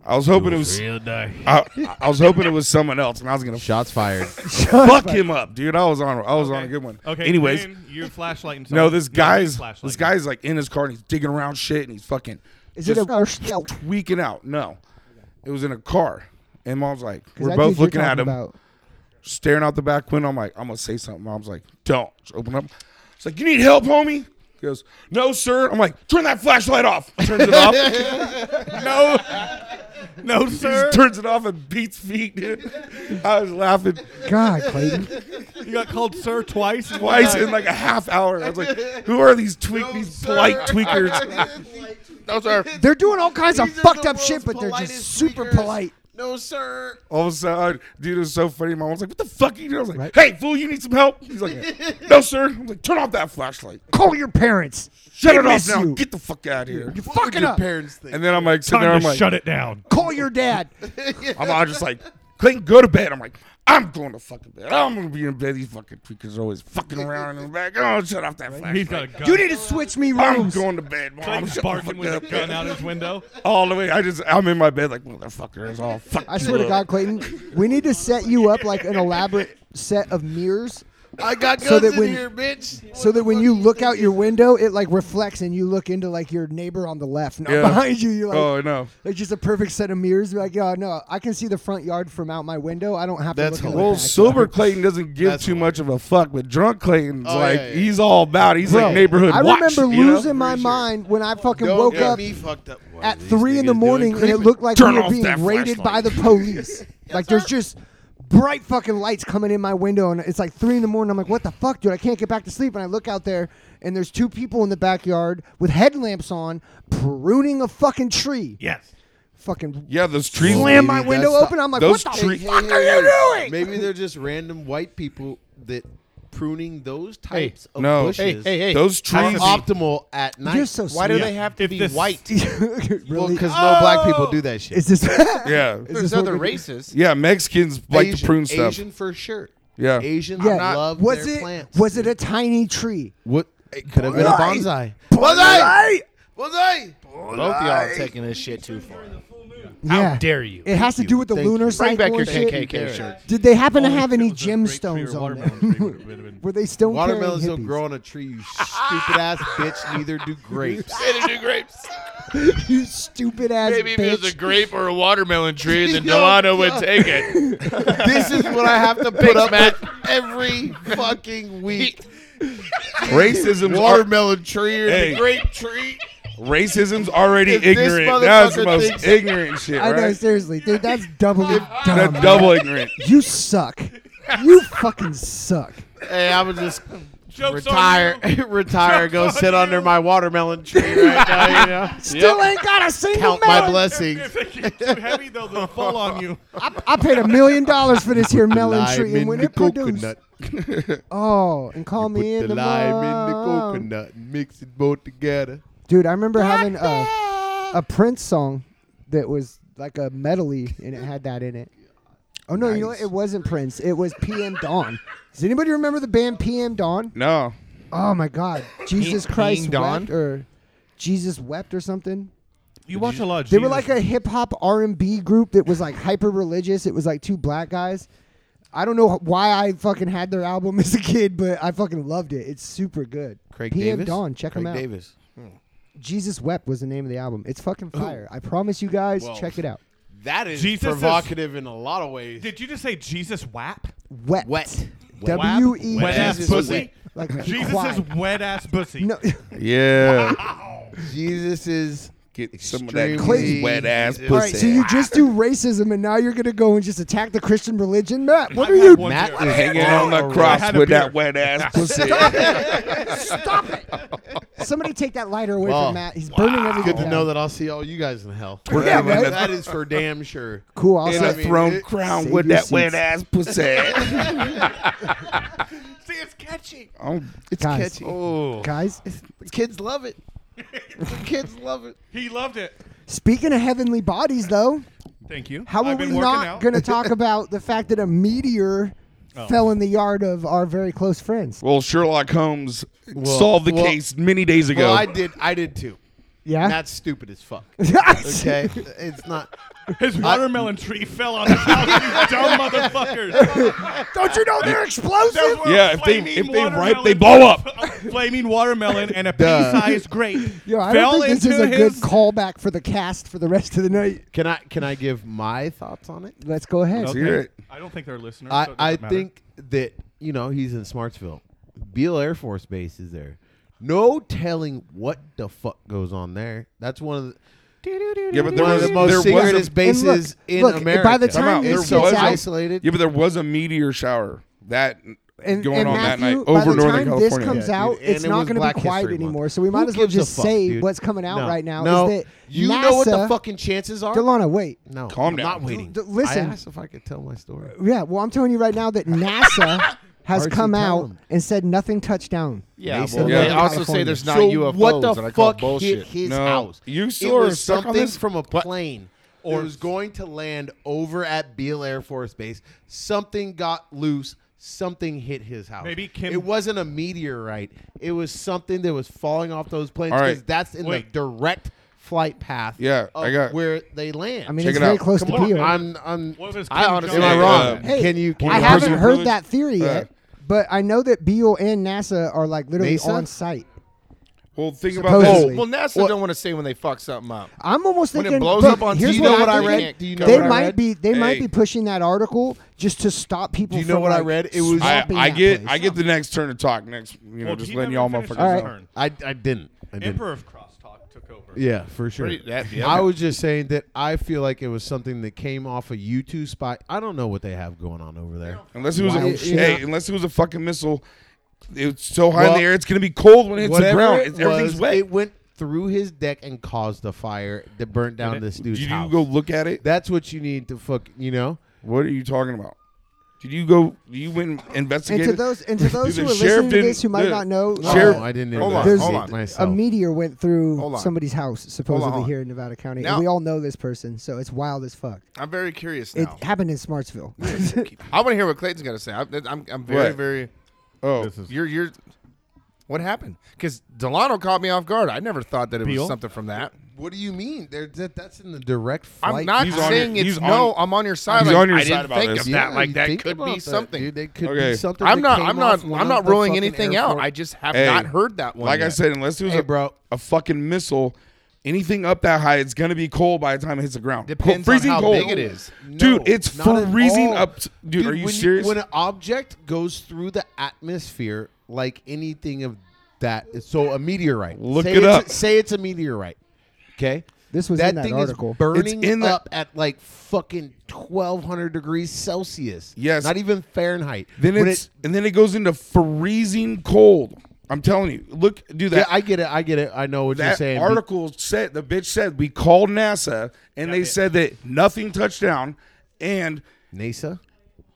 Speaker 1: I was hoping it was.
Speaker 2: Real day.
Speaker 1: I, I was hoping it was someone else, and I was gonna
Speaker 3: Shots fired.
Speaker 1: fuck him up, dude. I was on. I was on a good one.
Speaker 2: Okay.
Speaker 1: Anyways,
Speaker 2: Green, your flashlight. And
Speaker 1: no, this guy's
Speaker 2: flashlight.
Speaker 1: this guy's like in his car and he's digging around shit and he's fucking
Speaker 4: it. Is it
Speaker 1: just
Speaker 4: a because
Speaker 1: tweaking out. No, it was in a car, and mom's like, we're
Speaker 4: I
Speaker 1: both
Speaker 4: think you're
Speaker 1: looking at
Speaker 4: talking
Speaker 1: him,
Speaker 4: about-
Speaker 1: staring out the back window. I'm like, I'm gonna say something. Mom's like, don't. Just open up. It's like, you need help, homie. He goes, no, sir. I'm like, turn that flashlight off. Turns it off. no,
Speaker 2: No, sir.
Speaker 1: turns it off and beats feet, dude. I was laughing
Speaker 4: God, Clayton.
Speaker 2: You got called sir twice.
Speaker 1: twice in like a half hour. I was like, who are these tweak these polite tweakers?
Speaker 5: Those are
Speaker 4: They're doing all kinds of
Speaker 3: These are
Speaker 4: fucked
Speaker 3: the
Speaker 4: up
Speaker 3: world's
Speaker 4: shit, but they're just
Speaker 3: politest
Speaker 4: super
Speaker 3: speakers.
Speaker 4: polite.
Speaker 3: no, sir.
Speaker 1: All of a sudden, dude, it was so funny. My mom's like, what the fuck are you doing? I was like, hey, fool, you need some help? He's like, no, sir. I'm like, turn off that flashlight.
Speaker 4: Call your parents.
Speaker 1: Shut it
Speaker 4: They
Speaker 1: off
Speaker 4: miss
Speaker 1: now.
Speaker 4: you.
Speaker 1: Get the fuck out of here.
Speaker 4: You're fucking up.
Speaker 3: Parents think.
Speaker 1: And then I'm like sitting
Speaker 2: Time
Speaker 1: there, I'm
Speaker 2: to
Speaker 1: like,
Speaker 2: shut it down.
Speaker 4: Call your dad.
Speaker 1: I'm all just like, Clayton, go to bed. I'm like, I'm going to fucking bed. I'm gonna be in bed. These fucking tweakers are always fucking around in the back. Oh, shut off that flashlight.
Speaker 2: He's got a gun.
Speaker 4: You need to switch me
Speaker 1: I'm
Speaker 4: rooms.
Speaker 1: going to bed, mom.
Speaker 2: Clayton's
Speaker 1: Shut the
Speaker 2: barking with
Speaker 1: fuck
Speaker 2: a
Speaker 1: up.
Speaker 2: gun out his window.
Speaker 1: all the way. I just, I'm in my bed like motherfucker. It's all fucked.
Speaker 4: I swear to
Speaker 1: up.
Speaker 4: God, Clayton, we need to set you up like an elaborate set of mirrors
Speaker 3: I got guns
Speaker 4: So that
Speaker 3: in
Speaker 4: when-
Speaker 3: here, bitch.
Speaker 4: so that when you look out your window, it like reflects and you look into like your neighbor on the left, not
Speaker 1: Yeah.
Speaker 4: behind you. You're like,
Speaker 1: Oh no.
Speaker 4: like just a perfect set of mirrors. You're like, oh no, I can see the front yard from out my window. I don't have
Speaker 3: That's
Speaker 4: to look. in the
Speaker 1: Well,
Speaker 4: back."
Speaker 1: sober Clayton doesn't give
Speaker 3: That's
Speaker 1: too much of a fuck, but drunk Clayton's
Speaker 3: Oh,
Speaker 1: like
Speaker 3: yeah, yeah.
Speaker 1: he's all about. it. He's
Speaker 3: Bro,
Speaker 1: like neighborhood.
Speaker 4: I
Speaker 1: watch,
Speaker 4: remember
Speaker 1: you know?
Speaker 4: losing my mind when I fucking
Speaker 3: Don't
Speaker 4: woke
Speaker 3: get
Speaker 4: up
Speaker 3: me fucked up. What
Speaker 4: at
Speaker 3: are these
Speaker 4: three in the
Speaker 3: niggas doing?
Speaker 4: morning, and it
Speaker 3: Creeping.
Speaker 4: looked like
Speaker 1: Turn
Speaker 4: we
Speaker 1: off
Speaker 4: were being
Speaker 1: that
Speaker 4: raided by the police. like there's just bright fucking lights coming in my window, and it's like three in the morning. I'm like, what the fuck, dude? I can't get back to sleep. And I look out there, and there's two people in the backyard with headlamps on, pruning a fucking tree.
Speaker 2: Yes.
Speaker 4: Fucking
Speaker 1: Yeah, those trees.
Speaker 4: slam
Speaker 3: maybe
Speaker 4: my window
Speaker 3: that's
Speaker 4: open.
Speaker 3: not-
Speaker 4: I'm like,
Speaker 1: those
Speaker 4: what the
Speaker 1: tree-
Speaker 4: fuck are you doing?
Speaker 3: Maybe they're just random white people that pruning those types of
Speaker 1: no.
Speaker 3: bushes
Speaker 5: Hey, hey, hey.
Speaker 1: Those
Speaker 3: are
Speaker 1: trees.
Speaker 3: optimal at night.
Speaker 4: You're so
Speaker 5: Why do
Speaker 4: sweet.
Speaker 5: they have to
Speaker 2: If
Speaker 5: be
Speaker 2: this-
Speaker 5: white?
Speaker 3: Well,
Speaker 4: really?
Speaker 3: because no black
Speaker 4: Oh.
Speaker 3: people do that shit.
Speaker 4: is this?
Speaker 1: yeah,
Speaker 5: There's
Speaker 4: what
Speaker 5: other
Speaker 4: we do?
Speaker 5: races.
Speaker 1: yeah. Mexicans like to
Speaker 3: Asian-
Speaker 1: prune stuff.
Speaker 3: Asian for sure.
Speaker 1: Yeah.
Speaker 3: Asian
Speaker 4: Yeah,
Speaker 3: love
Speaker 4: was
Speaker 3: their
Speaker 4: it
Speaker 3: plants.
Speaker 4: was it a tiny tree?
Speaker 3: What? It could have been a bonsai.
Speaker 4: Bonsai.
Speaker 3: Bonsai. Bonsai.
Speaker 5: Both of y'all are taking this shit too far.
Speaker 4: Yeah.
Speaker 5: How dare you?
Speaker 4: It has to do with the
Speaker 3: Thank
Speaker 4: lunar
Speaker 3: you.
Speaker 4: cycle.
Speaker 5: Bring back your
Speaker 4: and shit.
Speaker 5: KKK shirt.
Speaker 4: Did they happen to
Speaker 2: Only
Speaker 4: have
Speaker 2: if
Speaker 4: any
Speaker 2: it was a grape tree or
Speaker 4: gemstones on
Speaker 2: watermelon
Speaker 4: them?
Speaker 2: tree would- would have been-
Speaker 4: Were they still
Speaker 3: Watermelons
Speaker 4: carrying
Speaker 3: don't
Speaker 4: hippies?
Speaker 3: grow on a tree, you stupid ass bitch. Neither do grapes.
Speaker 5: do grapes.
Speaker 4: you stupid ass
Speaker 5: Maybe if it was a
Speaker 4: bitch.
Speaker 5: grape or a watermelon tree, then
Speaker 3: Yo,
Speaker 5: Delano would
Speaker 3: God.
Speaker 5: take it.
Speaker 3: this is what I have to put up
Speaker 5: Matt.
Speaker 3: with every fucking week.
Speaker 1: Racism's ar-
Speaker 3: Watermelon tree or
Speaker 1: Hey.
Speaker 3: the grape tree.
Speaker 1: racism's already
Speaker 3: If this
Speaker 1: ignorant. That's the
Speaker 3: motherfucker
Speaker 1: most
Speaker 3: thinks-
Speaker 1: ignorant shit,
Speaker 4: I know,
Speaker 1: right?
Speaker 4: seriously, dude. That's doubly dumb.
Speaker 1: That's double ignorant.
Speaker 4: You suck. You fucking suck.
Speaker 3: Hey, I would just
Speaker 2: Joke's on
Speaker 3: retire,
Speaker 2: you.
Speaker 3: retire, go
Speaker 2: Joke's
Speaker 3: sit
Speaker 2: on
Speaker 3: under
Speaker 2: you.
Speaker 3: my watermelon tree right now. You know?
Speaker 4: Still ain't got a single
Speaker 3: Count
Speaker 4: melon.
Speaker 3: my blessings.
Speaker 2: If they get too heavy, though, they'll fall on you.
Speaker 4: I paid a million dollars for this here melon
Speaker 3: Lime
Speaker 4: tree, and
Speaker 3: in
Speaker 4: when
Speaker 3: the
Speaker 4: it produced,
Speaker 3: coconut.
Speaker 4: oh, and call
Speaker 3: Put
Speaker 4: me in
Speaker 3: the
Speaker 4: the
Speaker 3: lime in the
Speaker 4: morning.
Speaker 3: coconut. and Mix it both together.
Speaker 4: Dude, I remember having a, a Prince song that was like a medley and it had that in it. Oh no, you know what? It wasn't Prince. It was PM Dawn. Does anybody remember the band PM Dawn?
Speaker 1: No.
Speaker 4: Oh my God, Jesus
Speaker 5: P-
Speaker 4: Christ
Speaker 5: Peeing Dawn?
Speaker 4: wept or Jesus wept or something.
Speaker 2: You watch a lot of
Speaker 4: They were like a hip hop R and B group that was like hyper religious. It was like two black guys. I don't know why I fucking had their album as a kid, but I fucking loved it. It's super good.
Speaker 3: Craig
Speaker 4: PM
Speaker 3: Davis.
Speaker 4: Dawn, check
Speaker 3: Craig
Speaker 4: them out.
Speaker 3: Davis.
Speaker 4: Jesus Wept was the name of the album. It's fucking fire. I promise you guys,
Speaker 3: Whoa.
Speaker 4: check it out.
Speaker 3: That is
Speaker 2: Jesus is-
Speaker 3: provocative in a lot of ways.
Speaker 2: Did you just say Jesus WAP?
Speaker 4: Wet.
Speaker 3: Wet.
Speaker 4: W E
Speaker 2: Wet ass
Speaker 3: Jesus
Speaker 2: pussy.
Speaker 3: wet.
Speaker 4: Like
Speaker 2: Jesus
Speaker 4: why?
Speaker 2: is wet ass pussy.
Speaker 4: no.
Speaker 1: Yeah.
Speaker 3: Jesus is
Speaker 1: get some of that
Speaker 3: Extremely
Speaker 1: wet ass
Speaker 3: easy.
Speaker 1: pussy.
Speaker 4: All right, so you just do racism, and now you're gonna go and just attack the Christian religion, Matt? What
Speaker 2: I've
Speaker 4: are
Speaker 2: had
Speaker 4: you?
Speaker 2: one
Speaker 3: Matt
Speaker 2: beer.
Speaker 3: is
Speaker 1: hanging on the
Speaker 3: Alright.
Speaker 1: cross
Speaker 2: I had a
Speaker 1: with that
Speaker 2: beer.
Speaker 1: wet ass pussy.
Speaker 4: Stop it! Somebody take that lighter away
Speaker 3: Wow.
Speaker 4: from Matt. He's burning everything.
Speaker 3: Good to
Speaker 4: down.
Speaker 3: know that I'll see all you guys in hell.
Speaker 4: Yeah, right?
Speaker 3: That is for damn sure.
Speaker 4: Cool.
Speaker 1: In a
Speaker 4: I'll
Speaker 3: mean,
Speaker 1: throne
Speaker 3: it-
Speaker 1: crown
Speaker 4: save
Speaker 1: with
Speaker 4: your
Speaker 1: that wet
Speaker 4: seats.
Speaker 1: ass pussy.
Speaker 3: See, it's catchy.
Speaker 1: I'm-
Speaker 4: it's guys,
Speaker 3: Oh,
Speaker 4: guys.
Speaker 3: kids love it. kids love it.
Speaker 2: He loved it.
Speaker 4: Speaking of heavenly bodies, though,
Speaker 2: Thank you.
Speaker 4: how
Speaker 2: I've
Speaker 4: are we
Speaker 2: been working
Speaker 4: not
Speaker 2: out. Oh.
Speaker 4: gonna talk about the fact that a meteor fell in the yard of our very close friends?
Speaker 1: well, Sherlock Holmes
Speaker 3: Well,
Speaker 1: solved the
Speaker 3: well-
Speaker 1: case many days ago.
Speaker 3: Well, I did. I did too.
Speaker 4: Yeah.
Speaker 3: And That's stupid as fuck. Okay, it's not.
Speaker 2: His watermelon tree fell on his house. you dumb motherfuckers.
Speaker 4: Don't you know they're
Speaker 2: Those
Speaker 4: explosive?
Speaker 2: were
Speaker 1: Yeah, if they-
Speaker 2: flaming
Speaker 1: if they ripe,
Speaker 2: watermelon-
Speaker 1: they blow up.
Speaker 2: a flaming watermelon and a
Speaker 3: Duh.
Speaker 2: pea-sized grape
Speaker 4: Yo, I
Speaker 2: fell
Speaker 4: don't think this
Speaker 2: into
Speaker 4: is a good
Speaker 2: his.
Speaker 4: callback for the cast for the rest of the night.
Speaker 3: Can I? Can I give my thoughts on it?
Speaker 4: Let's go ahead.
Speaker 1: Let's hear it.
Speaker 2: I don't think they're listeners. so
Speaker 3: I,
Speaker 2: it doesn't
Speaker 3: I
Speaker 2: matter.
Speaker 3: think that you know he's in Smartsville. Beale Air Force Base is there. No telling what the fuck goes on there. That's one of the.
Speaker 1: Yeah, but there
Speaker 3: one
Speaker 1: was,
Speaker 3: of the most
Speaker 1: there was a-
Speaker 3: secretest bases
Speaker 4: And
Speaker 3: in
Speaker 4: look- look,
Speaker 3: America.
Speaker 4: by the
Speaker 1: Time
Speaker 4: time
Speaker 1: out,
Speaker 4: this
Speaker 1: there
Speaker 4: gets
Speaker 3: so
Speaker 1: was
Speaker 4: out-
Speaker 3: isolated.
Speaker 1: Yeah, but there was a meteor shower that
Speaker 4: and,
Speaker 1: going
Speaker 4: and
Speaker 1: on
Speaker 4: Matthew,
Speaker 1: that night
Speaker 4: by
Speaker 1: over
Speaker 4: the
Speaker 1: Northern
Speaker 4: time
Speaker 1: California.
Speaker 4: This comes
Speaker 3: Yeah,
Speaker 4: out,
Speaker 3: dude,
Speaker 4: it's
Speaker 3: and it
Speaker 4: not
Speaker 3: was
Speaker 4: going to
Speaker 3: Black
Speaker 4: be quiet
Speaker 3: History Month.
Speaker 4: anymore. So we might
Speaker 3: Who
Speaker 4: as well
Speaker 3: gives a
Speaker 4: just
Speaker 3: fuck,
Speaker 4: say
Speaker 3: dude?
Speaker 4: what's coming out
Speaker 3: No,
Speaker 4: right now
Speaker 3: no.
Speaker 4: is that
Speaker 3: you
Speaker 4: NASA,
Speaker 3: know what the fucking chances are.
Speaker 4: Delana, wait.
Speaker 3: no,
Speaker 1: Calm
Speaker 3: I'm
Speaker 1: down.
Speaker 3: Not waiting.
Speaker 4: D- listen.
Speaker 3: I asked if I could tell my story.
Speaker 4: Yeah, well, I'm telling you right now that NASA has
Speaker 3: Archie,
Speaker 4: come
Speaker 3: tell
Speaker 4: out
Speaker 3: him.
Speaker 4: and said nothing touched down.
Speaker 5: Yeah,
Speaker 3: Mason,
Speaker 5: well,
Speaker 1: Yeah.
Speaker 5: they also
Speaker 4: California.
Speaker 5: say there's not
Speaker 3: so
Speaker 5: UFOs,
Speaker 3: what the
Speaker 5: and I call
Speaker 3: fuck
Speaker 5: bullshit.
Speaker 3: hit his
Speaker 1: No,
Speaker 3: house?
Speaker 1: you
Speaker 3: it
Speaker 1: saw her
Speaker 3: was
Speaker 1: suck on
Speaker 3: something
Speaker 1: this?
Speaker 3: from a plane, or it was going to land over at Beale Air Force Base. Something got loose. Something hit his house.
Speaker 2: Maybe Kim-
Speaker 3: It wasn't a meteorite. It was something that was falling off those planes
Speaker 1: All right.
Speaker 3: because that's in
Speaker 2: Wait.
Speaker 3: the direct flight path.
Speaker 1: Yeah,
Speaker 3: of
Speaker 1: I got-
Speaker 3: where they land.
Speaker 4: I mean,
Speaker 1: Check
Speaker 4: it's
Speaker 1: it
Speaker 4: very
Speaker 1: out.
Speaker 4: close
Speaker 2: Come
Speaker 4: to
Speaker 2: on,
Speaker 4: Peel.
Speaker 3: I'm. I'm.
Speaker 2: What was
Speaker 3: I
Speaker 2: Kim
Speaker 3: honestly. Am
Speaker 2: Jong-un?
Speaker 3: I wrong?
Speaker 1: Uh,
Speaker 4: Hey,
Speaker 3: can you? Can
Speaker 4: I
Speaker 3: you
Speaker 4: haven't
Speaker 1: personal
Speaker 4: heard
Speaker 1: privilege?
Speaker 4: that theory yet, but I know that Beal and NASA are like literally
Speaker 3: Mesa?
Speaker 4: on site.
Speaker 1: Well, think about this.
Speaker 4: Supposedly.
Speaker 5: Oh, Well, NASA don't want to say when they fuck something up.
Speaker 4: I'm almost
Speaker 5: When it
Speaker 4: thinking.
Speaker 5: blows
Speaker 4: look,
Speaker 5: up on
Speaker 4: here's
Speaker 5: TV,
Speaker 4: what
Speaker 5: you know what I
Speaker 4: think.
Speaker 5: read? Do you know
Speaker 4: they
Speaker 5: what I
Speaker 4: might
Speaker 5: read?
Speaker 4: be they might
Speaker 1: Hey.
Speaker 4: be pushing that article just to stop people.
Speaker 3: Do you know
Speaker 4: from,
Speaker 3: what I
Speaker 4: like,
Speaker 3: read? It was-
Speaker 1: I,
Speaker 4: swamping
Speaker 1: I
Speaker 4: that
Speaker 1: get
Speaker 4: place.
Speaker 1: I get the next turn to talk next. You know,
Speaker 2: Well,
Speaker 1: just
Speaker 2: he
Speaker 1: letting
Speaker 2: never
Speaker 1: y'all
Speaker 2: finished his
Speaker 1: motherfuckers.
Speaker 4: All right.
Speaker 1: know.
Speaker 2: turn.
Speaker 3: I. I didn't. I didn't.
Speaker 2: Emperor of Crosstalk took over.
Speaker 3: Yeah, for sure.
Speaker 5: Pretty- that- yeah.
Speaker 3: I was just saying that I feel like it was something that came off a U2 spot. I don't know what they have going on over there.
Speaker 1: Unless it was
Speaker 4: Wow.
Speaker 1: a
Speaker 4: Yeah.
Speaker 1: hey, unless it was a fucking missile. It's so high in
Speaker 3: Well,
Speaker 1: the air, it's gonna be cold when it hits the
Speaker 3: Whatever
Speaker 1: ground.
Speaker 3: it
Speaker 1: It's, everything's
Speaker 3: was,
Speaker 1: wet.
Speaker 3: It went through his deck and caused the fire that burnt down this
Speaker 1: Did
Speaker 3: dude's
Speaker 1: you
Speaker 3: house.
Speaker 1: go look at it?
Speaker 3: That's what you need to fuck. You know.
Speaker 1: What are you talking about? Did you go? You went and
Speaker 4: And
Speaker 1: investigated.
Speaker 4: to those and to those
Speaker 1: the
Speaker 4: who are
Speaker 1: sheriff
Speaker 4: listening to this
Speaker 1: didn't-
Speaker 4: who might
Speaker 1: the
Speaker 4: not know,
Speaker 1: No,
Speaker 3: No,
Speaker 1: Sheriff-
Speaker 4: uh,
Speaker 3: Oh, I didn't.
Speaker 5: Hold on,
Speaker 3: investigate
Speaker 4: hold on. a
Speaker 3: Myself.
Speaker 4: meteor went through
Speaker 5: Hold on.
Speaker 4: somebody's house supposedly
Speaker 5: hold on.
Speaker 4: here in Nevada County,
Speaker 5: Now-
Speaker 4: and we all know this person, so it's wild as fuck.
Speaker 5: I'm very curious
Speaker 4: It
Speaker 5: now.
Speaker 4: happened in Smartsville.
Speaker 5: I want to hear what Clayton's got to say. I, I'm, I'm very,
Speaker 1: What?
Speaker 5: very.
Speaker 1: oh,
Speaker 5: You're, you're. What happened? Because Delano caught me off guard. I never thought that it
Speaker 2: Beal?
Speaker 5: was something from that.
Speaker 3: What do you mean? There, that, that's in the direct flight.
Speaker 5: I'm not
Speaker 1: He's on
Speaker 5: saying
Speaker 1: your-
Speaker 5: it's
Speaker 1: he's
Speaker 5: no.
Speaker 1: on-
Speaker 5: I'm on your side.
Speaker 1: he's
Speaker 5: like,
Speaker 1: on your
Speaker 5: I
Speaker 1: side
Speaker 5: didn't
Speaker 1: about
Speaker 5: think
Speaker 1: this.
Speaker 5: of
Speaker 3: Yeah,
Speaker 5: that. Like
Speaker 3: you
Speaker 5: that
Speaker 3: think
Speaker 5: could
Speaker 3: about
Speaker 5: be
Speaker 3: that,
Speaker 5: something.
Speaker 3: Dude, That could
Speaker 1: Okay.
Speaker 3: be something.
Speaker 5: I'm
Speaker 3: that
Speaker 5: not.
Speaker 3: came
Speaker 5: I'm not.
Speaker 3: off one
Speaker 5: I'm
Speaker 3: of
Speaker 5: not
Speaker 3: the
Speaker 5: ruling
Speaker 3: fucking
Speaker 5: anything out.
Speaker 3: airport.
Speaker 5: I just have
Speaker 1: Hey,
Speaker 5: not heard that one.
Speaker 1: like I
Speaker 5: yet.
Speaker 1: said, unless it was
Speaker 3: Hey,
Speaker 1: a,
Speaker 3: bro.
Speaker 1: a fucking missile, anything up that high, it's gonna be cold by the time it hits the ground.
Speaker 5: Depends
Speaker 1: Co- freezing
Speaker 5: on how
Speaker 1: cold.
Speaker 5: big it is.
Speaker 1: dude.
Speaker 3: No,
Speaker 1: It's
Speaker 3: not at
Speaker 1: freezing
Speaker 3: all.
Speaker 1: up. Dude, are you
Speaker 3: when
Speaker 1: serious?
Speaker 3: when an object goes through the atmosphere, like anything of that, so a meteorite.
Speaker 1: Look
Speaker 3: say
Speaker 1: it
Speaker 3: it's-
Speaker 1: up.
Speaker 3: say it's a meteorite. Okay.
Speaker 4: This was
Speaker 3: that
Speaker 4: in that
Speaker 3: thing
Speaker 4: article.
Speaker 3: is
Speaker 4: It's
Speaker 3: burning
Speaker 1: in the-
Speaker 3: up at like fucking twelve hundred degrees Celsius.
Speaker 1: Yes.
Speaker 3: not even Fahrenheit.
Speaker 1: then
Speaker 3: When
Speaker 1: it's
Speaker 3: it-
Speaker 1: and then it goes into freezing cold. I'm telling you, look, do that.
Speaker 3: yeah, I get it. I get it. I know what you're
Speaker 1: that
Speaker 3: saying.
Speaker 1: article said the bitch said we called NASA and they said that nothing touched down, and
Speaker 3: NASA.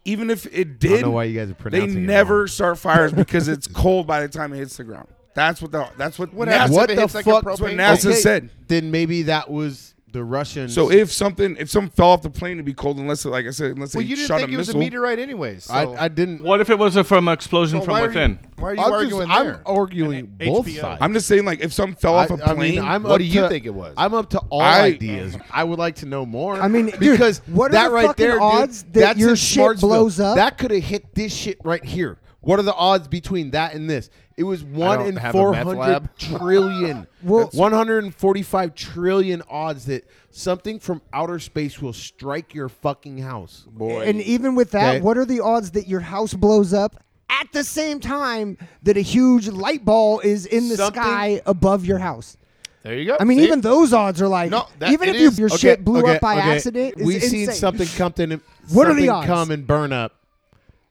Speaker 1: even if it did,
Speaker 3: know why you guys are
Speaker 1: they
Speaker 3: pronouncing it
Speaker 1: never
Speaker 3: wrong.
Speaker 1: start fires because it's cold by the time it hits the ground. That's what the that's what
Speaker 5: What
Speaker 1: NASA
Speaker 5: happened?
Speaker 3: What
Speaker 5: if it
Speaker 3: the
Speaker 5: hits, like, a
Speaker 3: fuck?
Speaker 5: propane
Speaker 1: That's what NASA tank. said.
Speaker 3: Then maybe that was the Russians.
Speaker 1: So if something, if something fell off the plane, it'd be cold unless, it, like I said, unless
Speaker 5: well,
Speaker 1: they
Speaker 5: you didn't
Speaker 1: shot
Speaker 5: think
Speaker 1: a
Speaker 5: it was
Speaker 1: missile.
Speaker 5: a meteorite, anyways. So.
Speaker 3: I, I didn't.
Speaker 2: What if it was a, from explosion
Speaker 5: So
Speaker 2: from
Speaker 5: why
Speaker 2: within?
Speaker 5: Are you, why are
Speaker 3: I'm
Speaker 5: you
Speaker 3: just-
Speaker 5: arguing
Speaker 3: I'm
Speaker 5: there?
Speaker 3: arguing
Speaker 4: uh,
Speaker 2: H-
Speaker 3: both
Speaker 2: HBO.
Speaker 3: sides.
Speaker 1: I'm just saying, like if something fell off a plane,
Speaker 5: What
Speaker 3: up
Speaker 5: do you
Speaker 3: to-
Speaker 5: think it was?
Speaker 3: I'm up to all
Speaker 1: I-
Speaker 3: ideas. I would like to know more.
Speaker 4: I mean, dude,
Speaker 3: because
Speaker 4: what are
Speaker 3: that
Speaker 4: the
Speaker 3: right
Speaker 4: fucking
Speaker 3: there, dude,
Speaker 4: odds that
Speaker 3: that's
Speaker 4: your
Speaker 3: in
Speaker 4: shit
Speaker 3: Smartsville.
Speaker 4: blows up?
Speaker 3: That could have hit this shit right here. What are the odds between that and this? It was one
Speaker 5: don't
Speaker 3: in
Speaker 5: have a
Speaker 3: four
Speaker 5: meth
Speaker 3: hundred
Speaker 5: lab.
Speaker 3: trillion.
Speaker 4: Well-
Speaker 3: one hundred and forty-five trillion odds that something from outer space will strike your fucking house.
Speaker 1: boy,
Speaker 4: And even with that,
Speaker 3: Okay.
Speaker 4: what are the odds that your house blows up at the same time that a huge light ball is in the
Speaker 3: Something-
Speaker 4: sky above your house?
Speaker 5: There you go.
Speaker 4: I mean,
Speaker 5: See?
Speaker 4: even those odds are like,
Speaker 5: No, that-
Speaker 4: even
Speaker 5: it
Speaker 4: if you,
Speaker 5: is.
Speaker 4: your
Speaker 5: Okay,
Speaker 4: shit blew
Speaker 5: okay,
Speaker 4: up by
Speaker 5: okay.
Speaker 4: accident, it's
Speaker 3: we seen
Speaker 4: insane.
Speaker 3: something come to
Speaker 4: What are
Speaker 3: something
Speaker 4: the odds?
Speaker 3: come and burn up.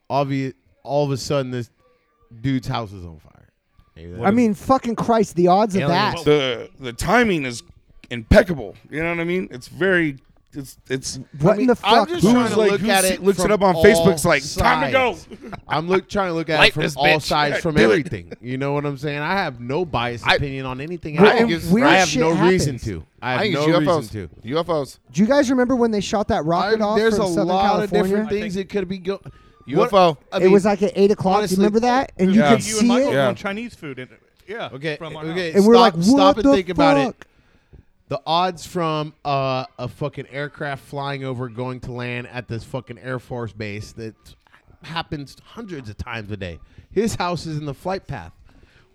Speaker 3: Obvious, all of a sudden, this dude's house is on fire. Maybe that-
Speaker 4: I mean, fucking Christ, the odds of
Speaker 3: Aliens.
Speaker 4: that.
Speaker 1: the the timing is impeccable. You know what I mean? It's very it's it's
Speaker 4: what in the
Speaker 5: I'm
Speaker 4: fuck?
Speaker 5: just
Speaker 1: Who's
Speaker 5: trying to
Speaker 1: like-
Speaker 5: look
Speaker 1: who
Speaker 5: at
Speaker 1: se-
Speaker 5: it.
Speaker 1: looks it
Speaker 5: from
Speaker 1: up on
Speaker 5: all
Speaker 1: Facebook's like, "Time to go."
Speaker 5: sides. I'm look trying to look at Light
Speaker 3: Light
Speaker 5: Like
Speaker 3: from
Speaker 5: this
Speaker 3: all
Speaker 5: bitch.
Speaker 3: sides, from
Speaker 1: Do it.
Speaker 3: everything. You know what I'm saying? I have no biased
Speaker 5: I-
Speaker 3: opinion on anything.
Speaker 5: Well,
Speaker 3: I, don't
Speaker 5: and
Speaker 3: give-
Speaker 5: weird
Speaker 3: I have
Speaker 4: shit
Speaker 3: no reason
Speaker 4: happens.
Speaker 3: to. I have
Speaker 5: I think
Speaker 3: no
Speaker 5: it's UFOs.
Speaker 3: reason to.
Speaker 5: UFOs.
Speaker 4: Do you guys remember when they shot that rocket
Speaker 3: I-
Speaker 4: off
Speaker 3: there's
Speaker 4: from
Speaker 3: a
Speaker 4: Southern
Speaker 3: lot
Speaker 4: California?
Speaker 3: of different things that could be going.
Speaker 5: UFO.
Speaker 4: it was like at eight o'clock.
Speaker 3: honestly-
Speaker 4: Do you remember that? And you
Speaker 1: Yeah.
Speaker 4: could
Speaker 2: you
Speaker 4: see
Speaker 2: and Michael
Speaker 4: it.
Speaker 1: Yeah.
Speaker 2: on Chinese food. And, yeah.
Speaker 3: Okay.
Speaker 2: From our
Speaker 3: okay.
Speaker 2: house.
Speaker 4: And we're
Speaker 3: stop,
Speaker 4: like, what
Speaker 3: stop and
Speaker 4: the
Speaker 3: think about it.
Speaker 4: fuck?
Speaker 3: The odds from uh, a fucking aircraft flying over, going to land at this fucking Air Force base that happens hundreds of times a day. His house is in the flight path.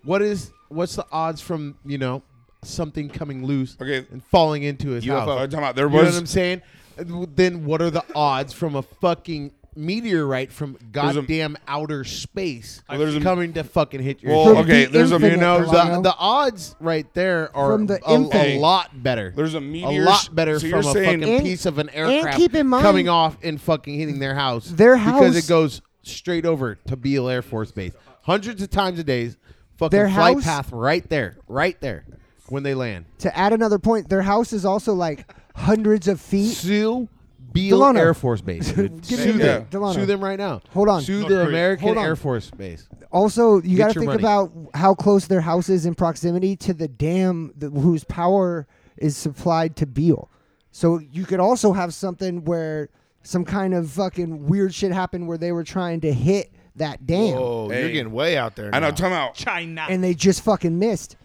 Speaker 3: What is? What's the odds from you know something coming loose
Speaker 1: Okay.
Speaker 3: and falling into his
Speaker 5: UFO.
Speaker 3: house?
Speaker 1: I'm talking about there
Speaker 3: You know what
Speaker 1: was
Speaker 3: I'm saying? Then what are the odds from a fucking meteorite from
Speaker 1: There's a-
Speaker 3: goddamn outer space
Speaker 1: Well, there's a-
Speaker 3: coming to fucking hit your
Speaker 1: Well,
Speaker 3: shit?
Speaker 4: From
Speaker 1: okay,
Speaker 4: the
Speaker 1: there's a-
Speaker 4: infinite,
Speaker 3: You know the,
Speaker 4: Delano.
Speaker 3: the odds right there are
Speaker 4: From the
Speaker 3: a, a
Speaker 4: infinite.
Speaker 3: lot better.
Speaker 1: There's a meteor
Speaker 3: a
Speaker 1: sh-
Speaker 3: lot better
Speaker 1: so
Speaker 3: from
Speaker 1: you're
Speaker 3: a
Speaker 1: saying-
Speaker 3: fucking
Speaker 4: And-
Speaker 3: piece of an aircraft
Speaker 4: keep in mind-
Speaker 3: coming off and fucking hitting their house.
Speaker 4: Their
Speaker 3: because
Speaker 4: house-
Speaker 3: it goes straight over to Beale Air Force Base hundreds of times a day. Fucking
Speaker 4: Their
Speaker 3: flight
Speaker 4: house-
Speaker 3: path right there, right there when they land.
Speaker 4: To add another point, their house is also like hundreds of feet.
Speaker 3: Sue Beale
Speaker 4: Delano.
Speaker 3: Air Force Base. dude.
Speaker 4: Give
Speaker 3: Sue
Speaker 4: me a
Speaker 1: minute,
Speaker 3: them.
Speaker 4: Delano.
Speaker 3: Sue them right now.
Speaker 4: Hold on.
Speaker 3: Sue
Speaker 2: North
Speaker 3: the
Speaker 2: Korea.
Speaker 3: American
Speaker 4: Hold on.
Speaker 3: Air Force Base.
Speaker 4: Also, you got to
Speaker 3: your
Speaker 4: think
Speaker 3: money.
Speaker 4: about how close their house is in proximity to the dam th- whose power is supplied to Beale. So you could also have something where some kind of fucking weird shit happened where they were trying to hit that dam
Speaker 5: Oh,
Speaker 1: Hey.
Speaker 5: you're getting way out there.
Speaker 1: I know
Speaker 5: now.
Speaker 1: time out.
Speaker 2: China.
Speaker 4: and they just fucking missed.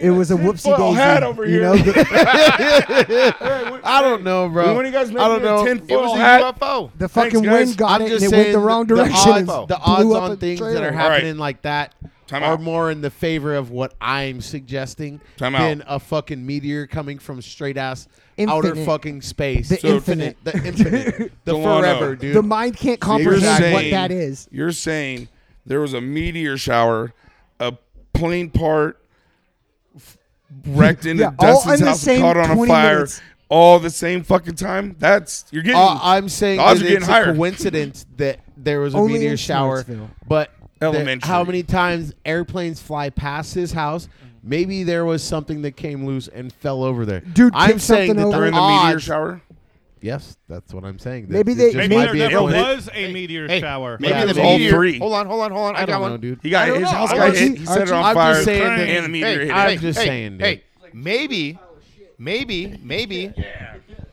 Speaker 4: it was a whoopsie
Speaker 1: tinfoil
Speaker 4: daisy.
Speaker 1: hat over
Speaker 4: you
Speaker 1: here.
Speaker 4: know, the,
Speaker 3: I don't know, bro.
Speaker 1: When you guys
Speaker 3: I don't
Speaker 1: making a
Speaker 3: know.
Speaker 1: tin
Speaker 5: It was
Speaker 1: foil
Speaker 5: a
Speaker 1: hat?
Speaker 5: UFO.
Speaker 4: the
Speaker 1: Thanks,
Speaker 4: fucking
Speaker 1: guys.
Speaker 4: wind got
Speaker 3: I'm
Speaker 4: it
Speaker 3: just
Speaker 4: and it
Speaker 3: saying
Speaker 4: went the wrong
Speaker 3: the
Speaker 4: direction. and
Speaker 3: odds, the odds
Speaker 4: blew up
Speaker 3: on
Speaker 4: a
Speaker 3: things that
Speaker 4: trailer.
Speaker 3: are
Speaker 1: right.
Speaker 3: happening like that
Speaker 1: Time
Speaker 3: are
Speaker 1: out.
Speaker 3: more in the favor of what I'm suggesting
Speaker 1: Time
Speaker 3: than
Speaker 1: out.
Speaker 3: a fucking meteor coming from straight ass outer
Speaker 4: Infinite.
Speaker 3: fucking space.
Speaker 4: The So- infinite.
Speaker 3: the infinite, the
Speaker 1: Delano.
Speaker 3: forever, dude.
Speaker 4: The mind can't
Speaker 1: You're
Speaker 4: comprehend
Speaker 1: saying,
Speaker 4: what that is.
Speaker 1: You're saying there was a meteor shower, a plane part f- wrecked into
Speaker 4: Yeah, all
Speaker 1: Dustin's
Speaker 4: in the
Speaker 1: house,
Speaker 4: same
Speaker 1: and caught on
Speaker 4: 20
Speaker 1: fire,
Speaker 4: minutes.
Speaker 1: all the same fucking time. That's you're getting.
Speaker 3: Uh, I'm saying
Speaker 1: the odds
Speaker 3: that
Speaker 1: are getting
Speaker 3: it's
Speaker 1: higher.
Speaker 3: a coincidence that there was a
Speaker 4: Only
Speaker 3: meteor
Speaker 4: in
Speaker 3: shower,
Speaker 4: Schwartzville.
Speaker 3: but the-
Speaker 1: Elementary.
Speaker 3: how many times airplanes fly past his house? Maybe there was something that came loose and fell over there.
Speaker 4: Dude,
Speaker 3: I'm
Speaker 4: kick
Speaker 3: saying
Speaker 4: something
Speaker 3: that
Speaker 4: over.
Speaker 1: during the meteor
Speaker 3: odds-
Speaker 1: shower.
Speaker 3: Yes, that's what I'm saying. That
Speaker 4: Maybe
Speaker 3: it
Speaker 4: they-
Speaker 3: just
Speaker 2: Maybe
Speaker 3: might
Speaker 2: there
Speaker 3: be a
Speaker 2: never
Speaker 3: coincidence.
Speaker 2: was a meteor shower.
Speaker 5: Maybe
Speaker 3: Yeah,
Speaker 5: the
Speaker 3: it was all
Speaker 5: meteor-
Speaker 1: three.
Speaker 5: Hold on, hold on, hold on. I,
Speaker 3: I
Speaker 5: got
Speaker 3: don't
Speaker 5: one,
Speaker 3: know, dude.
Speaker 1: He got
Speaker 5: I don't
Speaker 1: his
Speaker 5: know.
Speaker 1: house
Speaker 5: I
Speaker 1: got
Speaker 5: don't
Speaker 1: hit. He
Speaker 4: see-
Speaker 1: set it
Speaker 4: I
Speaker 1: on
Speaker 3: I'm
Speaker 1: fire,
Speaker 3: just saying that-
Speaker 1: and the meteor
Speaker 5: Hey,
Speaker 1: hit.
Speaker 3: I'm
Speaker 1: it.
Speaker 5: hey,
Speaker 3: just
Speaker 5: hey,
Speaker 3: saying, dude.
Speaker 5: Hey, maybe, maybe, maybe,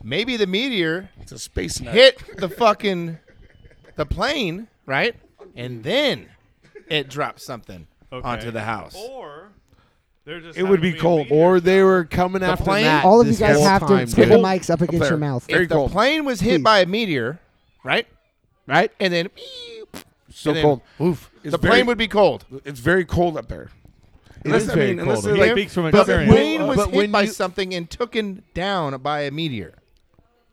Speaker 5: maybe the meteor
Speaker 1: It's a space nut.
Speaker 5: hit the fucking the plane, right? And then it dropped something
Speaker 2: Okay.
Speaker 5: onto the house.
Speaker 2: Or they're just
Speaker 1: It would
Speaker 2: happened
Speaker 1: be
Speaker 2: to a
Speaker 1: cold.
Speaker 2: meteor
Speaker 3: Or they were coming after
Speaker 5: plane-
Speaker 3: that.
Speaker 4: All of you
Speaker 3: this
Speaker 4: guys
Speaker 3: whole
Speaker 4: have
Speaker 3: time,
Speaker 4: to put
Speaker 3: dude.
Speaker 4: the mics up against
Speaker 1: there.
Speaker 4: your mouth.
Speaker 1: Very
Speaker 5: if the
Speaker 1: cold.
Speaker 5: plane was hit
Speaker 3: Hmm.
Speaker 4: Please.
Speaker 5: by a meteor, right?
Speaker 3: right?
Speaker 5: And then
Speaker 1: so
Speaker 5: and then-
Speaker 1: cold.
Speaker 3: Oof.
Speaker 1: It's
Speaker 5: the
Speaker 1: very-
Speaker 5: plane would be cold.
Speaker 1: It's very cold up there.
Speaker 3: It is
Speaker 1: I
Speaker 3: very
Speaker 1: mean, unless
Speaker 3: cold.
Speaker 1: they're
Speaker 2: He
Speaker 1: like-
Speaker 2: speaks from
Speaker 5: But the
Speaker 2: experience.
Speaker 5: plane was
Speaker 3: But
Speaker 5: hit
Speaker 3: when
Speaker 5: by
Speaker 3: you-
Speaker 5: something and taken down by a meteor.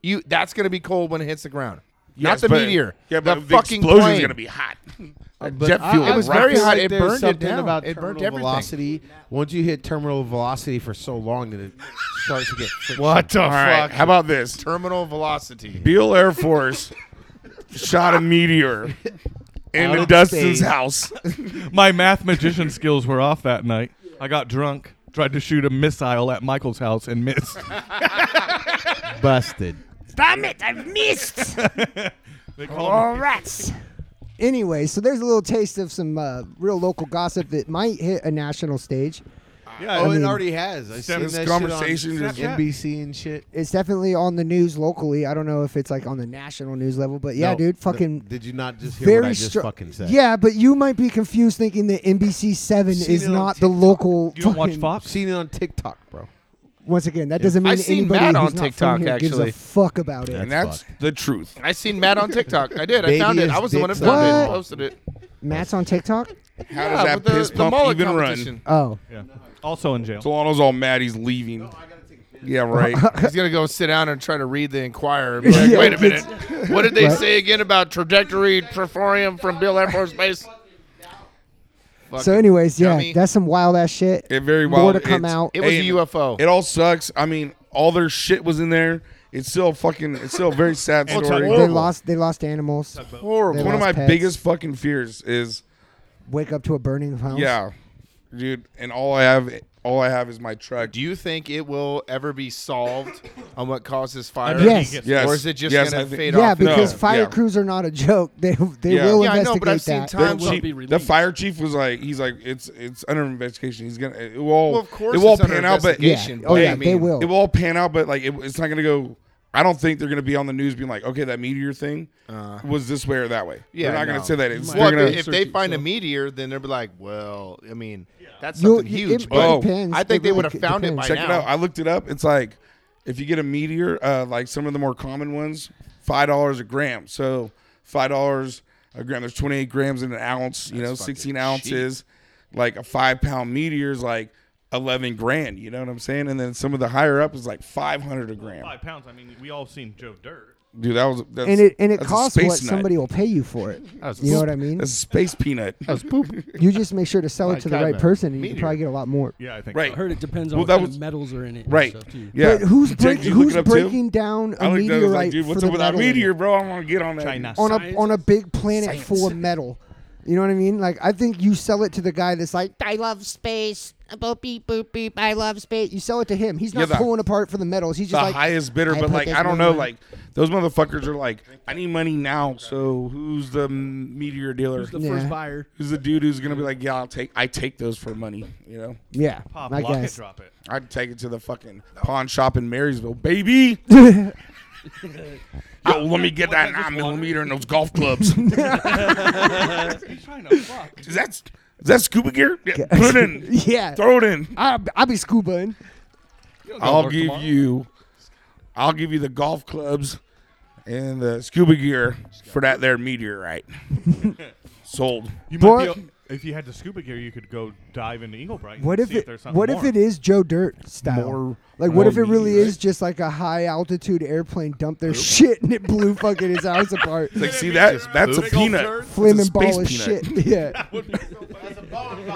Speaker 5: You that's gonna be cold when it hits the ground.
Speaker 1: Yes,
Speaker 5: Not the
Speaker 1: but-
Speaker 5: meteor.
Speaker 1: Yeah,
Speaker 5: the,
Speaker 1: but the,
Speaker 5: fucking
Speaker 1: explosion's
Speaker 5: plane.
Speaker 1: gonna be hot.
Speaker 3: But
Speaker 1: jet
Speaker 3: I-
Speaker 1: fuel.
Speaker 3: I
Speaker 5: It was
Speaker 1: rockets.
Speaker 5: very
Speaker 3: feel
Speaker 5: hot.
Speaker 3: like
Speaker 5: It
Speaker 3: there's
Speaker 5: burned it
Speaker 3: something
Speaker 5: down.
Speaker 3: About
Speaker 5: It
Speaker 3: terminal
Speaker 5: burned everything.
Speaker 3: velocity. Once you hit terminal velocity for so long that it starts to get friction.
Speaker 5: What the
Speaker 1: All right. How about this?
Speaker 5: Terminal velocity.
Speaker 1: Beale Air Force shot a meteor
Speaker 3: Out
Speaker 1: into
Speaker 3: of
Speaker 1: Dustin's
Speaker 3: space.
Speaker 1: house.
Speaker 2: My math magician skills were off that night. I got drunk, tried to shoot a missile at Michael's house and missed.
Speaker 3: busted.
Speaker 2: They called me.
Speaker 4: Anyway, so there's a little taste of some uh, real local gossip that might hit a national stage.
Speaker 2: Yeah,
Speaker 3: Oh,
Speaker 2: I
Speaker 3: it
Speaker 2: mean,
Speaker 3: already has. I seen
Speaker 2: Stem-
Speaker 3: that shit on
Speaker 1: conversation is-
Speaker 3: NBC and shit.
Speaker 4: It's definitely on the news locally. I don't know if it's like on the national news level, but yeah,
Speaker 3: No,
Speaker 4: dude,
Speaker 3: no,
Speaker 4: fucking
Speaker 3: did you not just hear what I
Speaker 4: very
Speaker 3: just
Speaker 4: strong.
Speaker 3: fucking said?
Speaker 4: Yeah, but you might be confused thinking that NBC Seven
Speaker 3: Seen
Speaker 4: is
Speaker 3: it on
Speaker 4: not the
Speaker 3: TikTok.
Speaker 4: local.
Speaker 2: you don't watch
Speaker 4: fucking-
Speaker 2: Fox?
Speaker 3: Seen it on TikTok, bro.
Speaker 4: Once again, that doesn't mean
Speaker 5: I've seen
Speaker 4: anybody
Speaker 5: Matt
Speaker 4: who's
Speaker 5: on
Speaker 4: not from
Speaker 5: TikTok,
Speaker 4: here gives a
Speaker 5: actually.
Speaker 4: fuck about it.
Speaker 1: and that's the truth.
Speaker 5: I seen Matt on TikTok. I did. I
Speaker 3: Baby
Speaker 5: found it. I
Speaker 3: is
Speaker 5: was the one that
Speaker 3: dick
Speaker 5: found it. and
Speaker 4: What?
Speaker 5: Posted it.
Speaker 4: Matt's on TikTok.
Speaker 1: How
Speaker 5: Yeah,
Speaker 1: does that
Speaker 5: with the,
Speaker 1: piss
Speaker 5: the
Speaker 1: pump
Speaker 5: mullet
Speaker 1: even
Speaker 5: competition.
Speaker 1: run?
Speaker 4: Oh,
Speaker 2: Yeah. Also in jail.
Speaker 1: Solano's all mad. He's leaving. yeah, right.
Speaker 5: He's gonna go sit down and try to read the Inquirer. And be like,
Speaker 4: Yeah,
Speaker 5: Wait a minute.
Speaker 4: it's-
Speaker 5: What did they
Speaker 4: Right.
Speaker 5: say again about trajectory perforium from Bill Air Force Base?
Speaker 4: So,
Speaker 5: Fucking
Speaker 4: anyways, yeah,
Speaker 5: dummy.
Speaker 4: that's some wild ass shit.
Speaker 1: It very
Speaker 4: More
Speaker 1: wild.
Speaker 4: to come
Speaker 1: It's-
Speaker 4: out.
Speaker 5: It was
Speaker 1: Hey,
Speaker 5: a UFO.
Speaker 1: It all sucks. I mean, all their shit was in there. It's still fucking. It's still a very sad
Speaker 5: Well, it's
Speaker 1: story.
Speaker 5: horrible.
Speaker 4: They lost. They lost animals.
Speaker 5: horrible.
Speaker 4: They
Speaker 1: One of my
Speaker 4: lost pets.
Speaker 1: biggest fucking fears is
Speaker 4: Wake up to a burning house.
Speaker 1: yeah, dude. And all I have, all I have is my truck.
Speaker 5: Uh, Do you think it will ever be solved on what causes fire?
Speaker 4: Yes.
Speaker 1: Yes.
Speaker 5: Or is it just
Speaker 1: Yes, I
Speaker 5: gonna
Speaker 1: think-
Speaker 5: fade
Speaker 4: Yeah,
Speaker 5: off? and
Speaker 4: because
Speaker 1: No,
Speaker 4: fire
Speaker 1: yeah.
Speaker 4: crews are not a joke. They they
Speaker 1: Yeah.
Speaker 4: will
Speaker 5: Yeah, I know,
Speaker 4: investigate
Speaker 5: but I've seen
Speaker 4: that.
Speaker 5: times-
Speaker 1: The
Speaker 5: will
Speaker 1: chief-
Speaker 6: be
Speaker 1: the
Speaker 6: released.
Speaker 1: fire chief was like, he's like, it's it's under investigation. He's gonna, it will, all-
Speaker 5: Well, of course
Speaker 1: it will all
Speaker 5: it's under
Speaker 1: pan out, but
Speaker 5: investigation.
Speaker 4: yeah.
Speaker 5: Asian,
Speaker 4: Oh
Speaker 5: but
Speaker 4: yeah,
Speaker 5: I
Speaker 4: they
Speaker 5: mean-
Speaker 4: will.
Speaker 1: it will all pan out. But like, it, it's not gonna go. I don't think they're gonna be on the news being like, okay, that meteor thing was this way or that way.
Speaker 5: Uh. Yeah,
Speaker 1: they're not
Speaker 5: no.
Speaker 1: gonna say that. It's
Speaker 5: Well,
Speaker 1: they're
Speaker 5: if-
Speaker 1: gonna,
Speaker 5: if they
Speaker 6: Research
Speaker 5: find a
Speaker 6: itself.
Speaker 5: meteor, then they'll be like, "Well, I mean, that's
Speaker 4: You'll-
Speaker 5: something
Speaker 4: it-
Speaker 5: huge."
Speaker 4: it
Speaker 5: but
Speaker 4: depends.
Speaker 5: I
Speaker 4: It
Speaker 5: think they
Speaker 4: really
Speaker 5: would have
Speaker 4: c-
Speaker 5: found it by
Speaker 4: depends.
Speaker 1: check it
Speaker 5: now.
Speaker 1: out. I looked it up. It's like if you get a meteor, uh, like some of the more common ones, five dollars a gram. So five dollars a gram. There's 28 grams in an ounce. You know,
Speaker 5: fucking
Speaker 1: 16 ounces. Like a five pound meteor is like 11 grand. You know what I'm saying? And then some of the higher up is like 500 a gram.
Speaker 2: Five pounds. I mean, we all seen Joe Dirt.
Speaker 1: Dude, that was that's,
Speaker 4: and it and it
Speaker 1: that's a
Speaker 4: costs
Speaker 1: space
Speaker 4: what
Speaker 1: nut.
Speaker 4: somebody will pay you for it.
Speaker 5: was-
Speaker 4: You know what I mean?
Speaker 1: That's a space peanut.
Speaker 4: You just make sure to sell it to the
Speaker 5: God,
Speaker 4: right
Speaker 5: man.
Speaker 4: person, and you
Speaker 5: Meteor.
Speaker 4: can probably get a lot more.
Speaker 2: Yeah, I think.
Speaker 1: Right.
Speaker 2: so.
Speaker 6: I heard it depends on
Speaker 1: Well,
Speaker 6: what
Speaker 1: that
Speaker 6: kind
Speaker 1: was-
Speaker 6: of metals are in it. and
Speaker 1: Right.
Speaker 6: stuff, too.
Speaker 1: Yeah.
Speaker 4: But who's
Speaker 1: Jake,
Speaker 4: break,
Speaker 1: you look
Speaker 4: who's
Speaker 1: it up too?
Speaker 4: breaking down a
Speaker 1: I looked at it, I
Speaker 4: meteorite
Speaker 1: was like, dude, what's
Speaker 4: for the
Speaker 1: up with that
Speaker 4: metal in it?
Speaker 1: meteor, bro? I want to get on that.
Speaker 2: China.
Speaker 4: on a
Speaker 6: Science
Speaker 4: on a
Speaker 6: is-
Speaker 4: big planet full of metal? You know what I mean? Like I think you sell it to the guy that's like, I love space. Boop beep boop beep. I love space. You sell it to him. He's not
Speaker 1: Yeah, the-
Speaker 4: pulling apart for the metals. He's just
Speaker 1: the
Speaker 4: like
Speaker 1: highest bidder,
Speaker 4: I
Speaker 1: but
Speaker 4: put
Speaker 1: like
Speaker 4: this
Speaker 1: I don't
Speaker 4: one
Speaker 1: know,
Speaker 4: on.
Speaker 1: like those motherfuckers are like, I need money now. So who's the m- meteor dealer? Who's
Speaker 6: The
Speaker 1: the,
Speaker 6: first
Speaker 4: Yeah.
Speaker 6: buyer.
Speaker 1: dude who's gonna be like, yeah, I'll take, I take those for money. You know,
Speaker 4: yeah.
Speaker 2: Pop,
Speaker 4: I
Speaker 2: lock it,
Speaker 4: guess.
Speaker 2: drop it.
Speaker 1: I'd take it to the fucking pawn shop in Marysville, baby. Yo, let me get that nine millimeter and those golf clubs. is
Speaker 2: He's trying to fuck.
Speaker 1: that is that scuba gear? Yeah, put it in,
Speaker 4: yeah.
Speaker 1: throw it in.
Speaker 4: I I'll be scubaing.
Speaker 1: I'll give you, I'll give you the golf clubs and the scuba gear for that there meteorite. Sold.
Speaker 2: You
Speaker 4: Boy-
Speaker 2: might be a- if you had the scuba gear, you could go dive into Eaglebright.
Speaker 4: What
Speaker 2: and
Speaker 4: if
Speaker 2: see
Speaker 4: it
Speaker 2: there's something
Speaker 4: What if
Speaker 2: more.
Speaker 4: it is Joe Dirt style?
Speaker 1: More-
Speaker 4: like, what
Speaker 1: more
Speaker 4: if it really
Speaker 1: meat,
Speaker 4: is just like a high altitude airplane dumped their shit and it blew fucking his house apart?
Speaker 1: Like, see that? That's a
Speaker 2: Big old
Speaker 1: peanut.
Speaker 2: turd.
Speaker 4: Flim
Speaker 1: It's
Speaker 4: and
Speaker 1: a
Speaker 4: ball of
Speaker 1: space peanut.
Speaker 4: shit. Yeah.
Speaker 1: Boom, boom.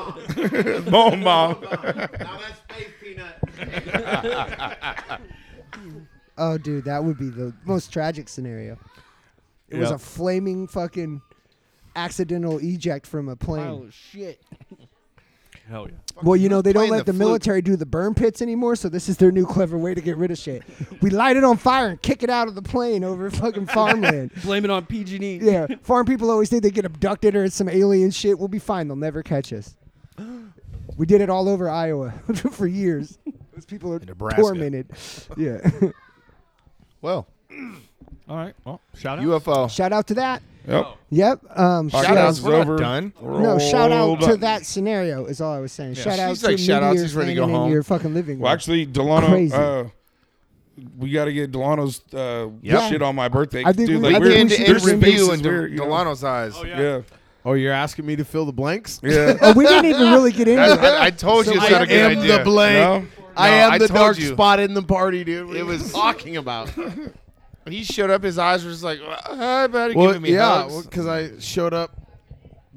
Speaker 3: Now that's space peanut.
Speaker 4: Oh, dude, that would be the most tragic scenario. It was
Speaker 2: Yeah.
Speaker 4: a flaming fucking accidental eject from a
Speaker 6: Pile
Speaker 4: plane.
Speaker 6: of shit.
Speaker 2: Hell yeah.
Speaker 4: Well, you know, they don't
Speaker 5: playing
Speaker 4: let
Speaker 5: the
Speaker 4: the,
Speaker 5: flute.
Speaker 4: military do the burn pits anymore, so this is their new clever way to get rid of shit. we light it on fire and kick it out of the plane over fucking farmland.
Speaker 6: Blame it on PG&E.
Speaker 4: Yeah, farm people always think they get abducted or it's some alien shit. We'll be fine. They'll never catch us. We did it all over Iowa for years. Those people are
Speaker 5: Nebraska.
Speaker 4: tormented. Yeah.
Speaker 5: Well,
Speaker 2: All right. Well, shout out.
Speaker 5: UFO.
Speaker 4: shout out to that.
Speaker 1: Yep.
Speaker 4: Yep. Um, shout
Speaker 5: Shout outs.
Speaker 4: out.
Speaker 1: is
Speaker 5: We're not
Speaker 1: over.
Speaker 5: done.
Speaker 4: No, shout out
Speaker 1: Roll
Speaker 4: to
Speaker 1: up.
Speaker 4: that scenario is all I was saying. Shout out
Speaker 5: She's
Speaker 4: to
Speaker 5: like, shout outs,
Speaker 4: meteors
Speaker 5: he's ready to go
Speaker 4: landing in
Speaker 5: home.
Speaker 4: your fucking living room.
Speaker 1: Well, actually, Delano,
Speaker 4: Crazy.
Speaker 1: uh, we got to get Delano's uh,
Speaker 5: Yep.
Speaker 1: shit on my birthday.
Speaker 4: I think
Speaker 1: Dude,
Speaker 4: we-
Speaker 1: like,
Speaker 4: I
Speaker 5: Like
Speaker 1: we're,
Speaker 4: think
Speaker 5: end
Speaker 4: we
Speaker 5: to
Speaker 4: should
Speaker 5: end
Speaker 1: there's spaces
Speaker 5: review in
Speaker 1: where, you know,
Speaker 5: Delano's eyes.
Speaker 2: Oh, yeah.
Speaker 1: Yeah.
Speaker 3: Oh, you're asking me to fill the blanks?
Speaker 1: Yeah.
Speaker 4: oh, we didn't even really get into it.
Speaker 5: I, I told you it's
Speaker 3: I
Speaker 5: not a good
Speaker 3: am the
Speaker 5: idea.
Speaker 3: blank.
Speaker 1: No?
Speaker 3: I
Speaker 5: No,
Speaker 3: am
Speaker 5: I
Speaker 3: the
Speaker 5: told
Speaker 3: dark
Speaker 5: you.
Speaker 3: spot in the party, dude. What
Speaker 5: It
Speaker 3: are you
Speaker 5: was-
Speaker 3: talking about.
Speaker 5: he showed up. His eyes were just like, "I better
Speaker 3: well,
Speaker 5: give me
Speaker 3: yeah,
Speaker 5: hugs."
Speaker 3: because I showed up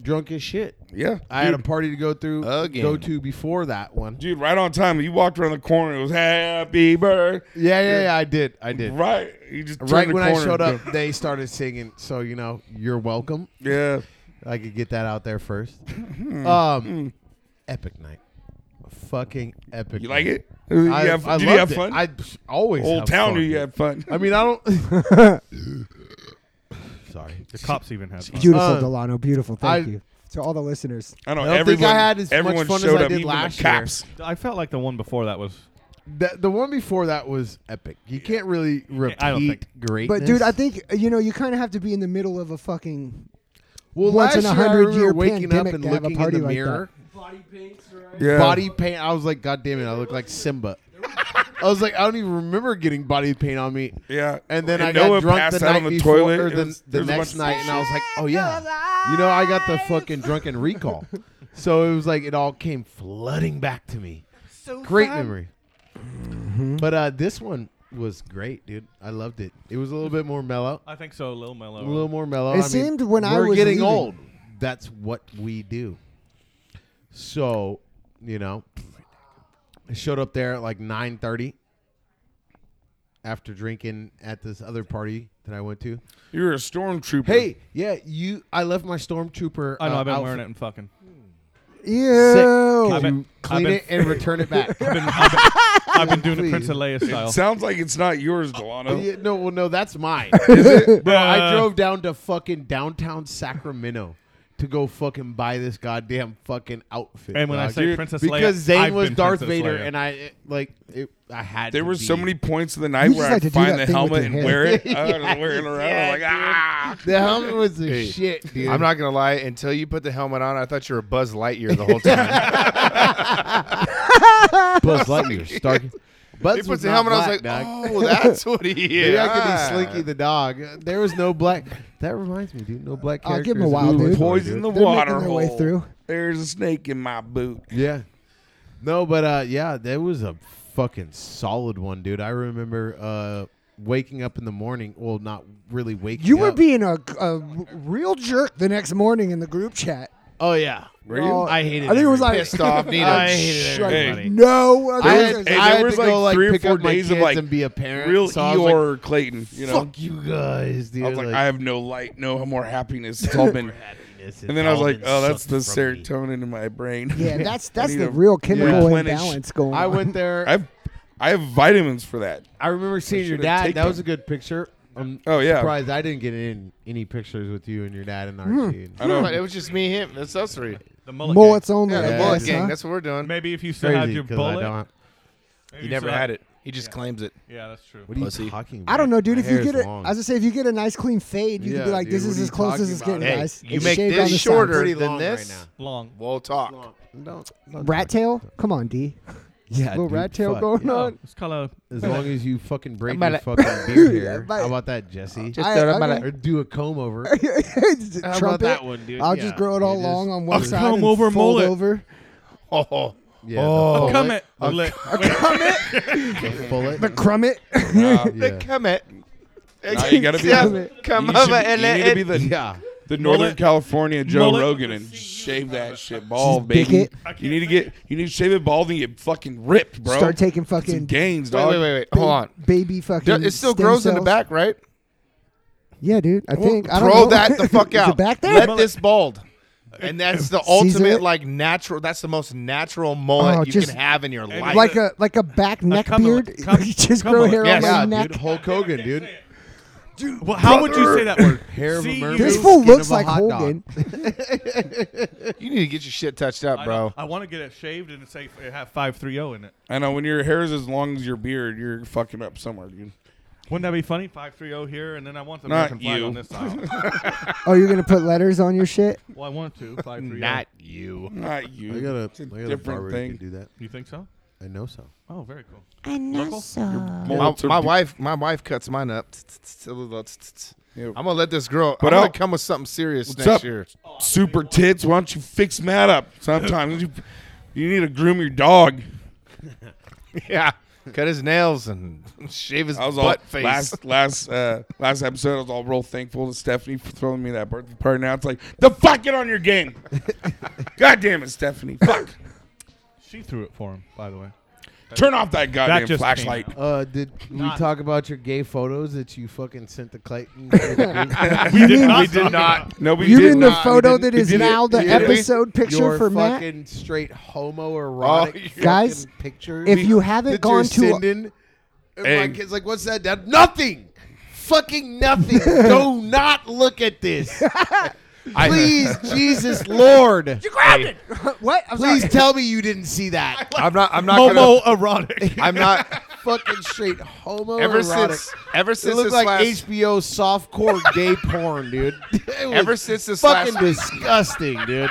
Speaker 3: drunk as shit.
Speaker 1: yeah.
Speaker 3: I had a party to go through,
Speaker 5: Again.
Speaker 3: go to before that one.
Speaker 1: Dude, right on time. You walked around the corner. It was happy birthday.
Speaker 3: Yeah, yeah, yeah. I did, I did. Right,
Speaker 1: Right. You just turned the
Speaker 3: when
Speaker 1: corner.
Speaker 3: I showed up, they started singing. So you know, you're welcome.
Speaker 1: Yeah.
Speaker 3: I could get that out there first.
Speaker 1: Hmm.
Speaker 3: um, epic night, fucking epic.
Speaker 1: You like
Speaker 3: night.
Speaker 1: it? Did
Speaker 3: I,
Speaker 1: you have,
Speaker 3: I
Speaker 1: did you
Speaker 3: loved
Speaker 1: have
Speaker 3: it.
Speaker 1: fun?
Speaker 3: I psh, always
Speaker 1: Old
Speaker 3: have
Speaker 1: town,
Speaker 3: Fun.
Speaker 1: do you have fun?
Speaker 3: I mean, I don't. Sorry.
Speaker 2: The cops even have. fun.
Speaker 4: Beautiful,
Speaker 3: Uh,
Speaker 4: Delano. Beautiful. Thank
Speaker 3: I-
Speaker 4: you to all the listeners.
Speaker 1: I know
Speaker 3: I don't think
Speaker 1: everyone.
Speaker 3: I had as much
Speaker 1: everyone
Speaker 3: fun as
Speaker 1: showed
Speaker 3: I
Speaker 1: up,
Speaker 3: did
Speaker 1: even
Speaker 3: last
Speaker 1: the
Speaker 3: year.
Speaker 1: cops.
Speaker 2: I felt like the one before that was.
Speaker 3: The, the one before that was epic. You can't really repeat
Speaker 2: I don't think-
Speaker 3: greatness.
Speaker 4: But dude, I think you know you kind of have to be in the middle of a fucking
Speaker 3: well,
Speaker 4: once
Speaker 3: last
Speaker 4: in
Speaker 3: year
Speaker 4: a
Speaker 3: I
Speaker 4: hundred
Speaker 3: remember
Speaker 4: year
Speaker 3: waking up
Speaker 4: pandemic
Speaker 3: and
Speaker 4: to have a
Speaker 3: looking
Speaker 4: party
Speaker 3: in the
Speaker 4: like
Speaker 3: mirror,
Speaker 6: Body paints, right?
Speaker 1: Yeah.
Speaker 3: body paint. I was like, God damn it, I look like Simba. I was like, I don't even remember getting body paint on me.
Speaker 1: Yeah.
Speaker 3: And then I got
Speaker 1: Noah
Speaker 3: drunk
Speaker 1: passed
Speaker 3: the
Speaker 1: out
Speaker 3: night
Speaker 1: on the
Speaker 3: before,
Speaker 1: toilet.
Speaker 3: or
Speaker 1: It
Speaker 3: the,
Speaker 1: was-
Speaker 3: the
Speaker 1: there's a bunch
Speaker 3: next
Speaker 1: of-
Speaker 3: night, and I was like, "Oh yeah, you know, I got the fucking drunken recall." So it was like it all came flooding back to me. great memory.
Speaker 4: Mm-hmm.
Speaker 3: But uh, this one was great, dude. I loved it. It was a little bit more mellow,
Speaker 2: I think so. Lil Mellow.
Speaker 3: a little more mellow.
Speaker 4: It
Speaker 3: I mean,
Speaker 4: seemed when I
Speaker 3: we're
Speaker 4: was
Speaker 3: getting
Speaker 4: leaving-
Speaker 3: old. That's what we do. So, you know, I showed up there at like 9:30 after drinking at this other party that I went to.
Speaker 1: You're a stormtrooper.
Speaker 3: Hey, yeah, you I left my stormtrooper
Speaker 2: I know.
Speaker 3: uh,
Speaker 2: I've been
Speaker 3: outfit-
Speaker 2: wearing it and fucking.
Speaker 4: Ew.
Speaker 2: I've been,
Speaker 3: Clean
Speaker 2: I've been,
Speaker 3: it and return it back.
Speaker 2: I've been, I've been- I've been doing it
Speaker 3: Please.
Speaker 2: Prince of Leia style.
Speaker 1: Sounds like it's not yours, Delano.
Speaker 3: Oh, Yeah, no, well, no, that's mine.
Speaker 2: Bro,
Speaker 3: I drove down to fucking downtown Sacramento to go fucking buy this goddamn fucking outfit.
Speaker 2: And when I
Speaker 3: dog.
Speaker 2: say Princess Leia,
Speaker 3: because Zayn
Speaker 2: I've
Speaker 3: was
Speaker 2: been
Speaker 3: Darth
Speaker 2: Princess
Speaker 3: Vader,
Speaker 2: Leia.
Speaker 3: and I it, like it, I had.
Speaker 1: There
Speaker 3: to
Speaker 1: were
Speaker 3: be.
Speaker 1: so many points of the night
Speaker 4: You
Speaker 1: where
Speaker 4: just like
Speaker 1: I'd
Speaker 4: to do
Speaker 1: find
Speaker 4: that
Speaker 1: the
Speaker 4: thing with
Speaker 1: helmet
Speaker 4: your
Speaker 1: and
Speaker 4: hand.
Speaker 1: wear it. I was wearing it around. I was like, ah.
Speaker 3: The helmet was the
Speaker 5: Hey,
Speaker 3: shit, dude.
Speaker 5: I'm not gonna lie. Until you put the helmet on, I thought you were Buzz Lightyear the whole time.
Speaker 3: Buzz Lightyear, Stark. Buzz
Speaker 5: he
Speaker 3: was
Speaker 5: puts the
Speaker 3: not
Speaker 5: helmet on. I was like,
Speaker 3: black, dog.
Speaker 5: oh, that's what he is.
Speaker 3: Maybe I could be Slinky the dog. There was no black. That reminds me, dude. No black
Speaker 4: I'll
Speaker 3: characters.
Speaker 4: give him a while,
Speaker 3: in
Speaker 4: dude.
Speaker 3: Toy Story,
Speaker 1: Poison the
Speaker 4: They're
Speaker 1: water
Speaker 4: making their
Speaker 1: hole.
Speaker 4: way through.
Speaker 1: There's a snake in my boot.
Speaker 3: Yeah. No, but uh yeah, that was a fucking solid one, dude. I remember uh waking up in the morning, well not really waking
Speaker 4: You
Speaker 3: up.
Speaker 4: were being a, a real jerk the next morning in the group chat.
Speaker 3: Oh yeah. Were
Speaker 4: you? Oh,
Speaker 3: I hated
Speaker 4: I think it was like
Speaker 5: pissed off, Nina.
Speaker 3: I hated
Speaker 4: like,
Speaker 1: everybody.
Speaker 4: no other
Speaker 3: I
Speaker 1: There
Speaker 3: had,
Speaker 1: was-
Speaker 4: reason.
Speaker 1: hey,
Speaker 3: I
Speaker 1: there
Speaker 3: had
Speaker 1: was
Speaker 3: to go,
Speaker 1: like three or
Speaker 3: pick
Speaker 1: four
Speaker 3: up my
Speaker 1: days of,
Speaker 3: kids
Speaker 1: like,
Speaker 3: and be a parent.
Speaker 1: Real
Speaker 3: so I was like,
Speaker 1: Eeyore Clayton, you know?
Speaker 3: Fuck you guys, dude.
Speaker 1: I was like, I have no light, no more happiness. It's all been. And then I was like, oh, that's the serotonin in my brain.
Speaker 4: Yeah, that's that's
Speaker 1: need
Speaker 4: the
Speaker 1: a-
Speaker 4: real
Speaker 1: yeah.
Speaker 4: chemical
Speaker 1: Replenish.
Speaker 4: imbalance going.
Speaker 3: I
Speaker 4: on.
Speaker 3: went there. I,
Speaker 1: I've, I have vitamins for that.
Speaker 3: remember seeing your
Speaker 1: should've
Speaker 3: dad. That
Speaker 1: taken-
Speaker 3: was a good picture. I'm
Speaker 1: Oh, yeah.
Speaker 3: surprised I didn't get in any pictures with you and your dad and Archie.
Speaker 1: Hmm. I know.
Speaker 5: But it was just me, him. That's us three.
Speaker 2: the mullet
Speaker 4: Mullets only.
Speaker 5: Yeah,
Speaker 4: I
Speaker 5: the
Speaker 3: Yeah,
Speaker 5: bullet
Speaker 4: guess,
Speaker 5: gang.
Speaker 4: huh?
Speaker 5: That's what we're doing.
Speaker 2: gang. Maybe if you still had
Speaker 3: Crazy
Speaker 2: your
Speaker 3: 'cause I
Speaker 2: bullet,
Speaker 3: don't.
Speaker 5: He never had it. He just claims it.
Speaker 2: Yeah, that's true.
Speaker 3: What are you
Speaker 5: Pussy.
Speaker 3: talking about?
Speaker 4: I don't know, dude.
Speaker 3: My
Speaker 4: if you
Speaker 3: hair is
Speaker 4: get it,
Speaker 3: long.
Speaker 4: as I say, if you get a nice clean fade, you
Speaker 3: Yeah,
Speaker 4: can be like,
Speaker 3: dude,
Speaker 4: "This
Speaker 3: what
Speaker 4: is
Speaker 3: are
Speaker 4: as
Speaker 3: you
Speaker 4: close as
Speaker 3: talking
Speaker 4: it's
Speaker 3: about?
Speaker 4: getting,
Speaker 5: Hey,
Speaker 4: guys."
Speaker 5: you
Speaker 4: It's
Speaker 5: make
Speaker 4: shaved on
Speaker 5: this
Speaker 4: the sides.
Speaker 5: shorter
Speaker 3: Pretty
Speaker 5: than
Speaker 3: long right
Speaker 5: this.
Speaker 3: now.
Speaker 2: Long.
Speaker 5: We'll talk.
Speaker 3: Don't,
Speaker 4: Rat tail? Come on, D.
Speaker 3: yeah,
Speaker 4: Little
Speaker 3: dude,
Speaker 4: rat tail
Speaker 3: fuck.
Speaker 4: going
Speaker 2: No,
Speaker 4: on.
Speaker 2: Oh, it's color.
Speaker 3: As long as you fucking break
Speaker 5: About
Speaker 3: your
Speaker 5: it.
Speaker 3: fucking beard here.
Speaker 4: About it.
Speaker 3: How about that, Jesse?
Speaker 5: Just
Speaker 4: I-
Speaker 5: throw it
Speaker 4: I
Speaker 5: about
Speaker 4: mean-
Speaker 5: it.
Speaker 3: or do a comb over.
Speaker 4: How
Speaker 5: about that one, dude?
Speaker 4: I'll
Speaker 5: Yeah.
Speaker 4: just grow it all
Speaker 3: You
Speaker 4: long
Speaker 3: just-
Speaker 4: on one
Speaker 2: A
Speaker 4: side
Speaker 2: comb
Speaker 4: and
Speaker 2: over
Speaker 4: fold
Speaker 2: mullet.
Speaker 4: over.
Speaker 5: Oh,
Speaker 3: Yeah,
Speaker 5: Oh.
Speaker 3: the
Speaker 2: Come
Speaker 3: fillet-
Speaker 2: it. Let- wait,
Speaker 3: the fillet.
Speaker 4: The crummet.
Speaker 5: the
Speaker 3: Yeah.
Speaker 5: comet.
Speaker 1: Nah, you gotta be-
Speaker 5: Come
Speaker 1: you should
Speaker 5: over
Speaker 1: be-
Speaker 5: and
Speaker 1: you
Speaker 5: let
Speaker 1: need to
Speaker 5: it.
Speaker 1: be the,
Speaker 3: yeah.
Speaker 1: the Northern
Speaker 2: Mullet.
Speaker 1: California Joe
Speaker 2: Mullet.
Speaker 1: Rogan and shave that shit
Speaker 4: Just
Speaker 1: bald,
Speaker 4: dick
Speaker 1: baby.
Speaker 4: it.
Speaker 1: You need to get you need to shave it bald and get fucking ripped, bro.
Speaker 4: Start taking
Speaker 1: Get some
Speaker 4: fucking
Speaker 1: gains,
Speaker 5: Wait,
Speaker 1: dog.
Speaker 5: wait, wait, wait.
Speaker 4: big
Speaker 5: Hold on.
Speaker 4: baby fucking.
Speaker 5: It still
Speaker 4: stem
Speaker 5: grows in the
Speaker 4: cells.
Speaker 5: back, right?
Speaker 4: Yeah, dude. I think. I don't
Speaker 5: Throw
Speaker 4: know.
Speaker 5: that the fuck
Speaker 4: Is it
Speaker 5: out.
Speaker 4: back there?
Speaker 5: Let this bald. And that's the ultimate,
Speaker 4: it?
Speaker 5: like natural. That's the most natural mullet
Speaker 4: Oh,
Speaker 5: you
Speaker 4: just-
Speaker 5: can have in your life.
Speaker 4: like a like a back neck
Speaker 2: come on,
Speaker 4: beard.
Speaker 2: come-
Speaker 4: just
Speaker 2: come
Speaker 4: grow
Speaker 2: on.
Speaker 4: hair
Speaker 5: Yes.
Speaker 4: on my
Speaker 5: Yeah,
Speaker 4: neck.
Speaker 3: Dude, Hulk Hogan, dude.
Speaker 2: well, how would you say that word?
Speaker 3: Hair of a
Speaker 2: See, you-
Speaker 3: mermaid.
Speaker 4: This
Speaker 3: Dude,
Speaker 4: fool
Speaker 3: skin of
Speaker 4: looks
Speaker 3: a
Speaker 4: like
Speaker 3: hot dog.
Speaker 4: Hogan.
Speaker 5: you need to get your shit touched up,
Speaker 2: I
Speaker 5: bro.
Speaker 2: know. I, want to get it shaved and say it have five three zero in it.
Speaker 1: I know when your hair is as long as your beard, you're fucking up somewhere, dude.
Speaker 2: Wouldn't that be funny? Five three zero here, and then I want the
Speaker 1: Not
Speaker 2: American flag
Speaker 1: you.
Speaker 2: on this side.
Speaker 4: Oh, you're gonna put letters on your shit?
Speaker 2: well, I want to five three oh. zero.
Speaker 5: Not you.
Speaker 1: Not you.
Speaker 3: I got a,
Speaker 1: it's a
Speaker 3: I got a barber
Speaker 1: different
Speaker 3: who
Speaker 1: thing.
Speaker 3: can do that.
Speaker 2: You think so?
Speaker 3: I know so.
Speaker 2: Oh, very cool.
Speaker 5: My,
Speaker 1: Mullets are
Speaker 5: my
Speaker 1: be-
Speaker 5: wife, my wife cuts mine up. I'm
Speaker 1: Yeah.
Speaker 5: gonna let this grow.
Speaker 1: But
Speaker 5: I'm gonna
Speaker 1: I'll-
Speaker 5: come with something serious
Speaker 1: What's
Speaker 5: next
Speaker 1: up?
Speaker 5: year.
Speaker 1: super tits. Why don't you fix that up? Sometimes you you need to groom your dog.
Speaker 5: Yeah, cut his nails and shave his
Speaker 1: I was all
Speaker 5: butt face.
Speaker 1: last last uh, last episode. I was all real thankful to Stephanie for throwing me that birthday party. Now it's like the fuck it on your game. God damn it, Stephanie. Fuck.
Speaker 2: She threw it for him, by the way.
Speaker 1: Turn off that goddamn
Speaker 2: just came
Speaker 1: flashlight.
Speaker 2: out.
Speaker 3: Uh, did we
Speaker 2: Not-
Speaker 3: talk about your gay photos that you fucking sent to Clayton?
Speaker 2: We did
Speaker 4: mean-
Speaker 2: not.
Speaker 4: We
Speaker 2: did not.
Speaker 1: No, we
Speaker 4: You
Speaker 1: did
Speaker 4: mean the
Speaker 1: not.
Speaker 4: photo
Speaker 1: We didn't-
Speaker 4: that is
Speaker 1: we didn't-
Speaker 4: now the
Speaker 1: we didn't.
Speaker 4: episode picture
Speaker 3: your
Speaker 4: for Matt?
Speaker 3: fucking straight homoerotic
Speaker 5: Oh, you-
Speaker 3: fucking
Speaker 4: Guys,
Speaker 3: pictures
Speaker 4: if you haven't
Speaker 3: that
Speaker 4: gone
Speaker 3: you're
Speaker 4: to-
Speaker 3: sending, and
Speaker 1: Hey.
Speaker 3: my kid's like, "What's that, Dad? Nothing, fucking nothing. Do not look at this, please, Jesus Lord.
Speaker 4: What? I'm
Speaker 3: Please
Speaker 4: sorry.
Speaker 3: tell me you didn't see that.
Speaker 5: I'm not. I'm not. Gonna,
Speaker 2: Homo erotic.
Speaker 5: I'm not.
Speaker 3: fucking straight homoerotic.
Speaker 5: Ever since. Ever
Speaker 3: It
Speaker 5: since
Speaker 3: looked
Speaker 5: this
Speaker 3: like
Speaker 5: last.
Speaker 3: HBO softcore gay porn, dude. It was
Speaker 5: Ever since this
Speaker 3: fucking
Speaker 5: last-
Speaker 3: disgusting, dude.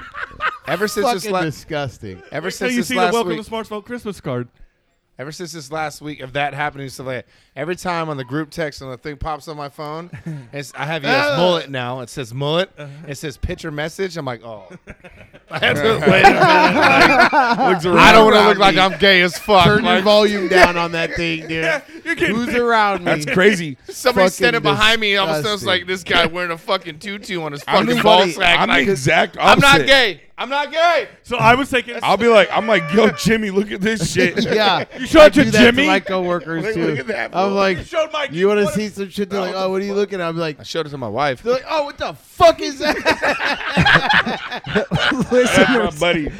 Speaker 5: ever since
Speaker 3: fucking
Speaker 5: this last.
Speaker 3: disgusting.
Speaker 5: Ever
Speaker 2: So
Speaker 5: since
Speaker 2: you
Speaker 5: this
Speaker 2: see the
Speaker 5: last
Speaker 2: welcome
Speaker 5: week.
Speaker 2: to Smartsville Christmas card.
Speaker 5: Ever since this last week of that happening, stuff like that, every time on the group text and the thing pops on my phone, it's, I have you as mullet now. It says mullet. It says picture message. I'm like, oh, Uh-huh. I, have to- wait a minute.
Speaker 1: Looks around.
Speaker 5: I don't want to look like I'm gay as fuck.
Speaker 3: Turn your
Speaker 5: Like,
Speaker 3: volume down on that thing, dude.
Speaker 2: You're getting
Speaker 3: Who's around me?
Speaker 1: That's crazy.
Speaker 5: somebody
Speaker 3: fucking
Speaker 5: standing behind me, all of a sudden it's
Speaker 3: disgusting.
Speaker 5: like this guy wearing a fucking tutu on his
Speaker 1: I'm
Speaker 5: fucking
Speaker 1: the-
Speaker 5: ball sack.
Speaker 1: I'm
Speaker 5: like,
Speaker 1: the exact
Speaker 5: I'm
Speaker 1: opposite.
Speaker 5: not gay. I'm not gay.
Speaker 2: So I was thinking,
Speaker 1: I'll be like, I'm like, yo, Jimmy, look at this shit.
Speaker 3: Yeah,
Speaker 2: You showed
Speaker 3: I
Speaker 2: it to
Speaker 3: do that
Speaker 2: Jimmy?
Speaker 3: my coworkers
Speaker 1: Like,
Speaker 3: too.
Speaker 1: look at that
Speaker 3: I'm
Speaker 1: fool.
Speaker 3: like,
Speaker 2: You showed my-
Speaker 3: you want to
Speaker 2: what a-
Speaker 3: see some shit? They're like, oh, what are you looking at? I'm like,
Speaker 5: I showed it to my wife.
Speaker 3: they're like, oh, what the fuck is that?
Speaker 1: My
Speaker 4: listeners,
Speaker 1: buddy.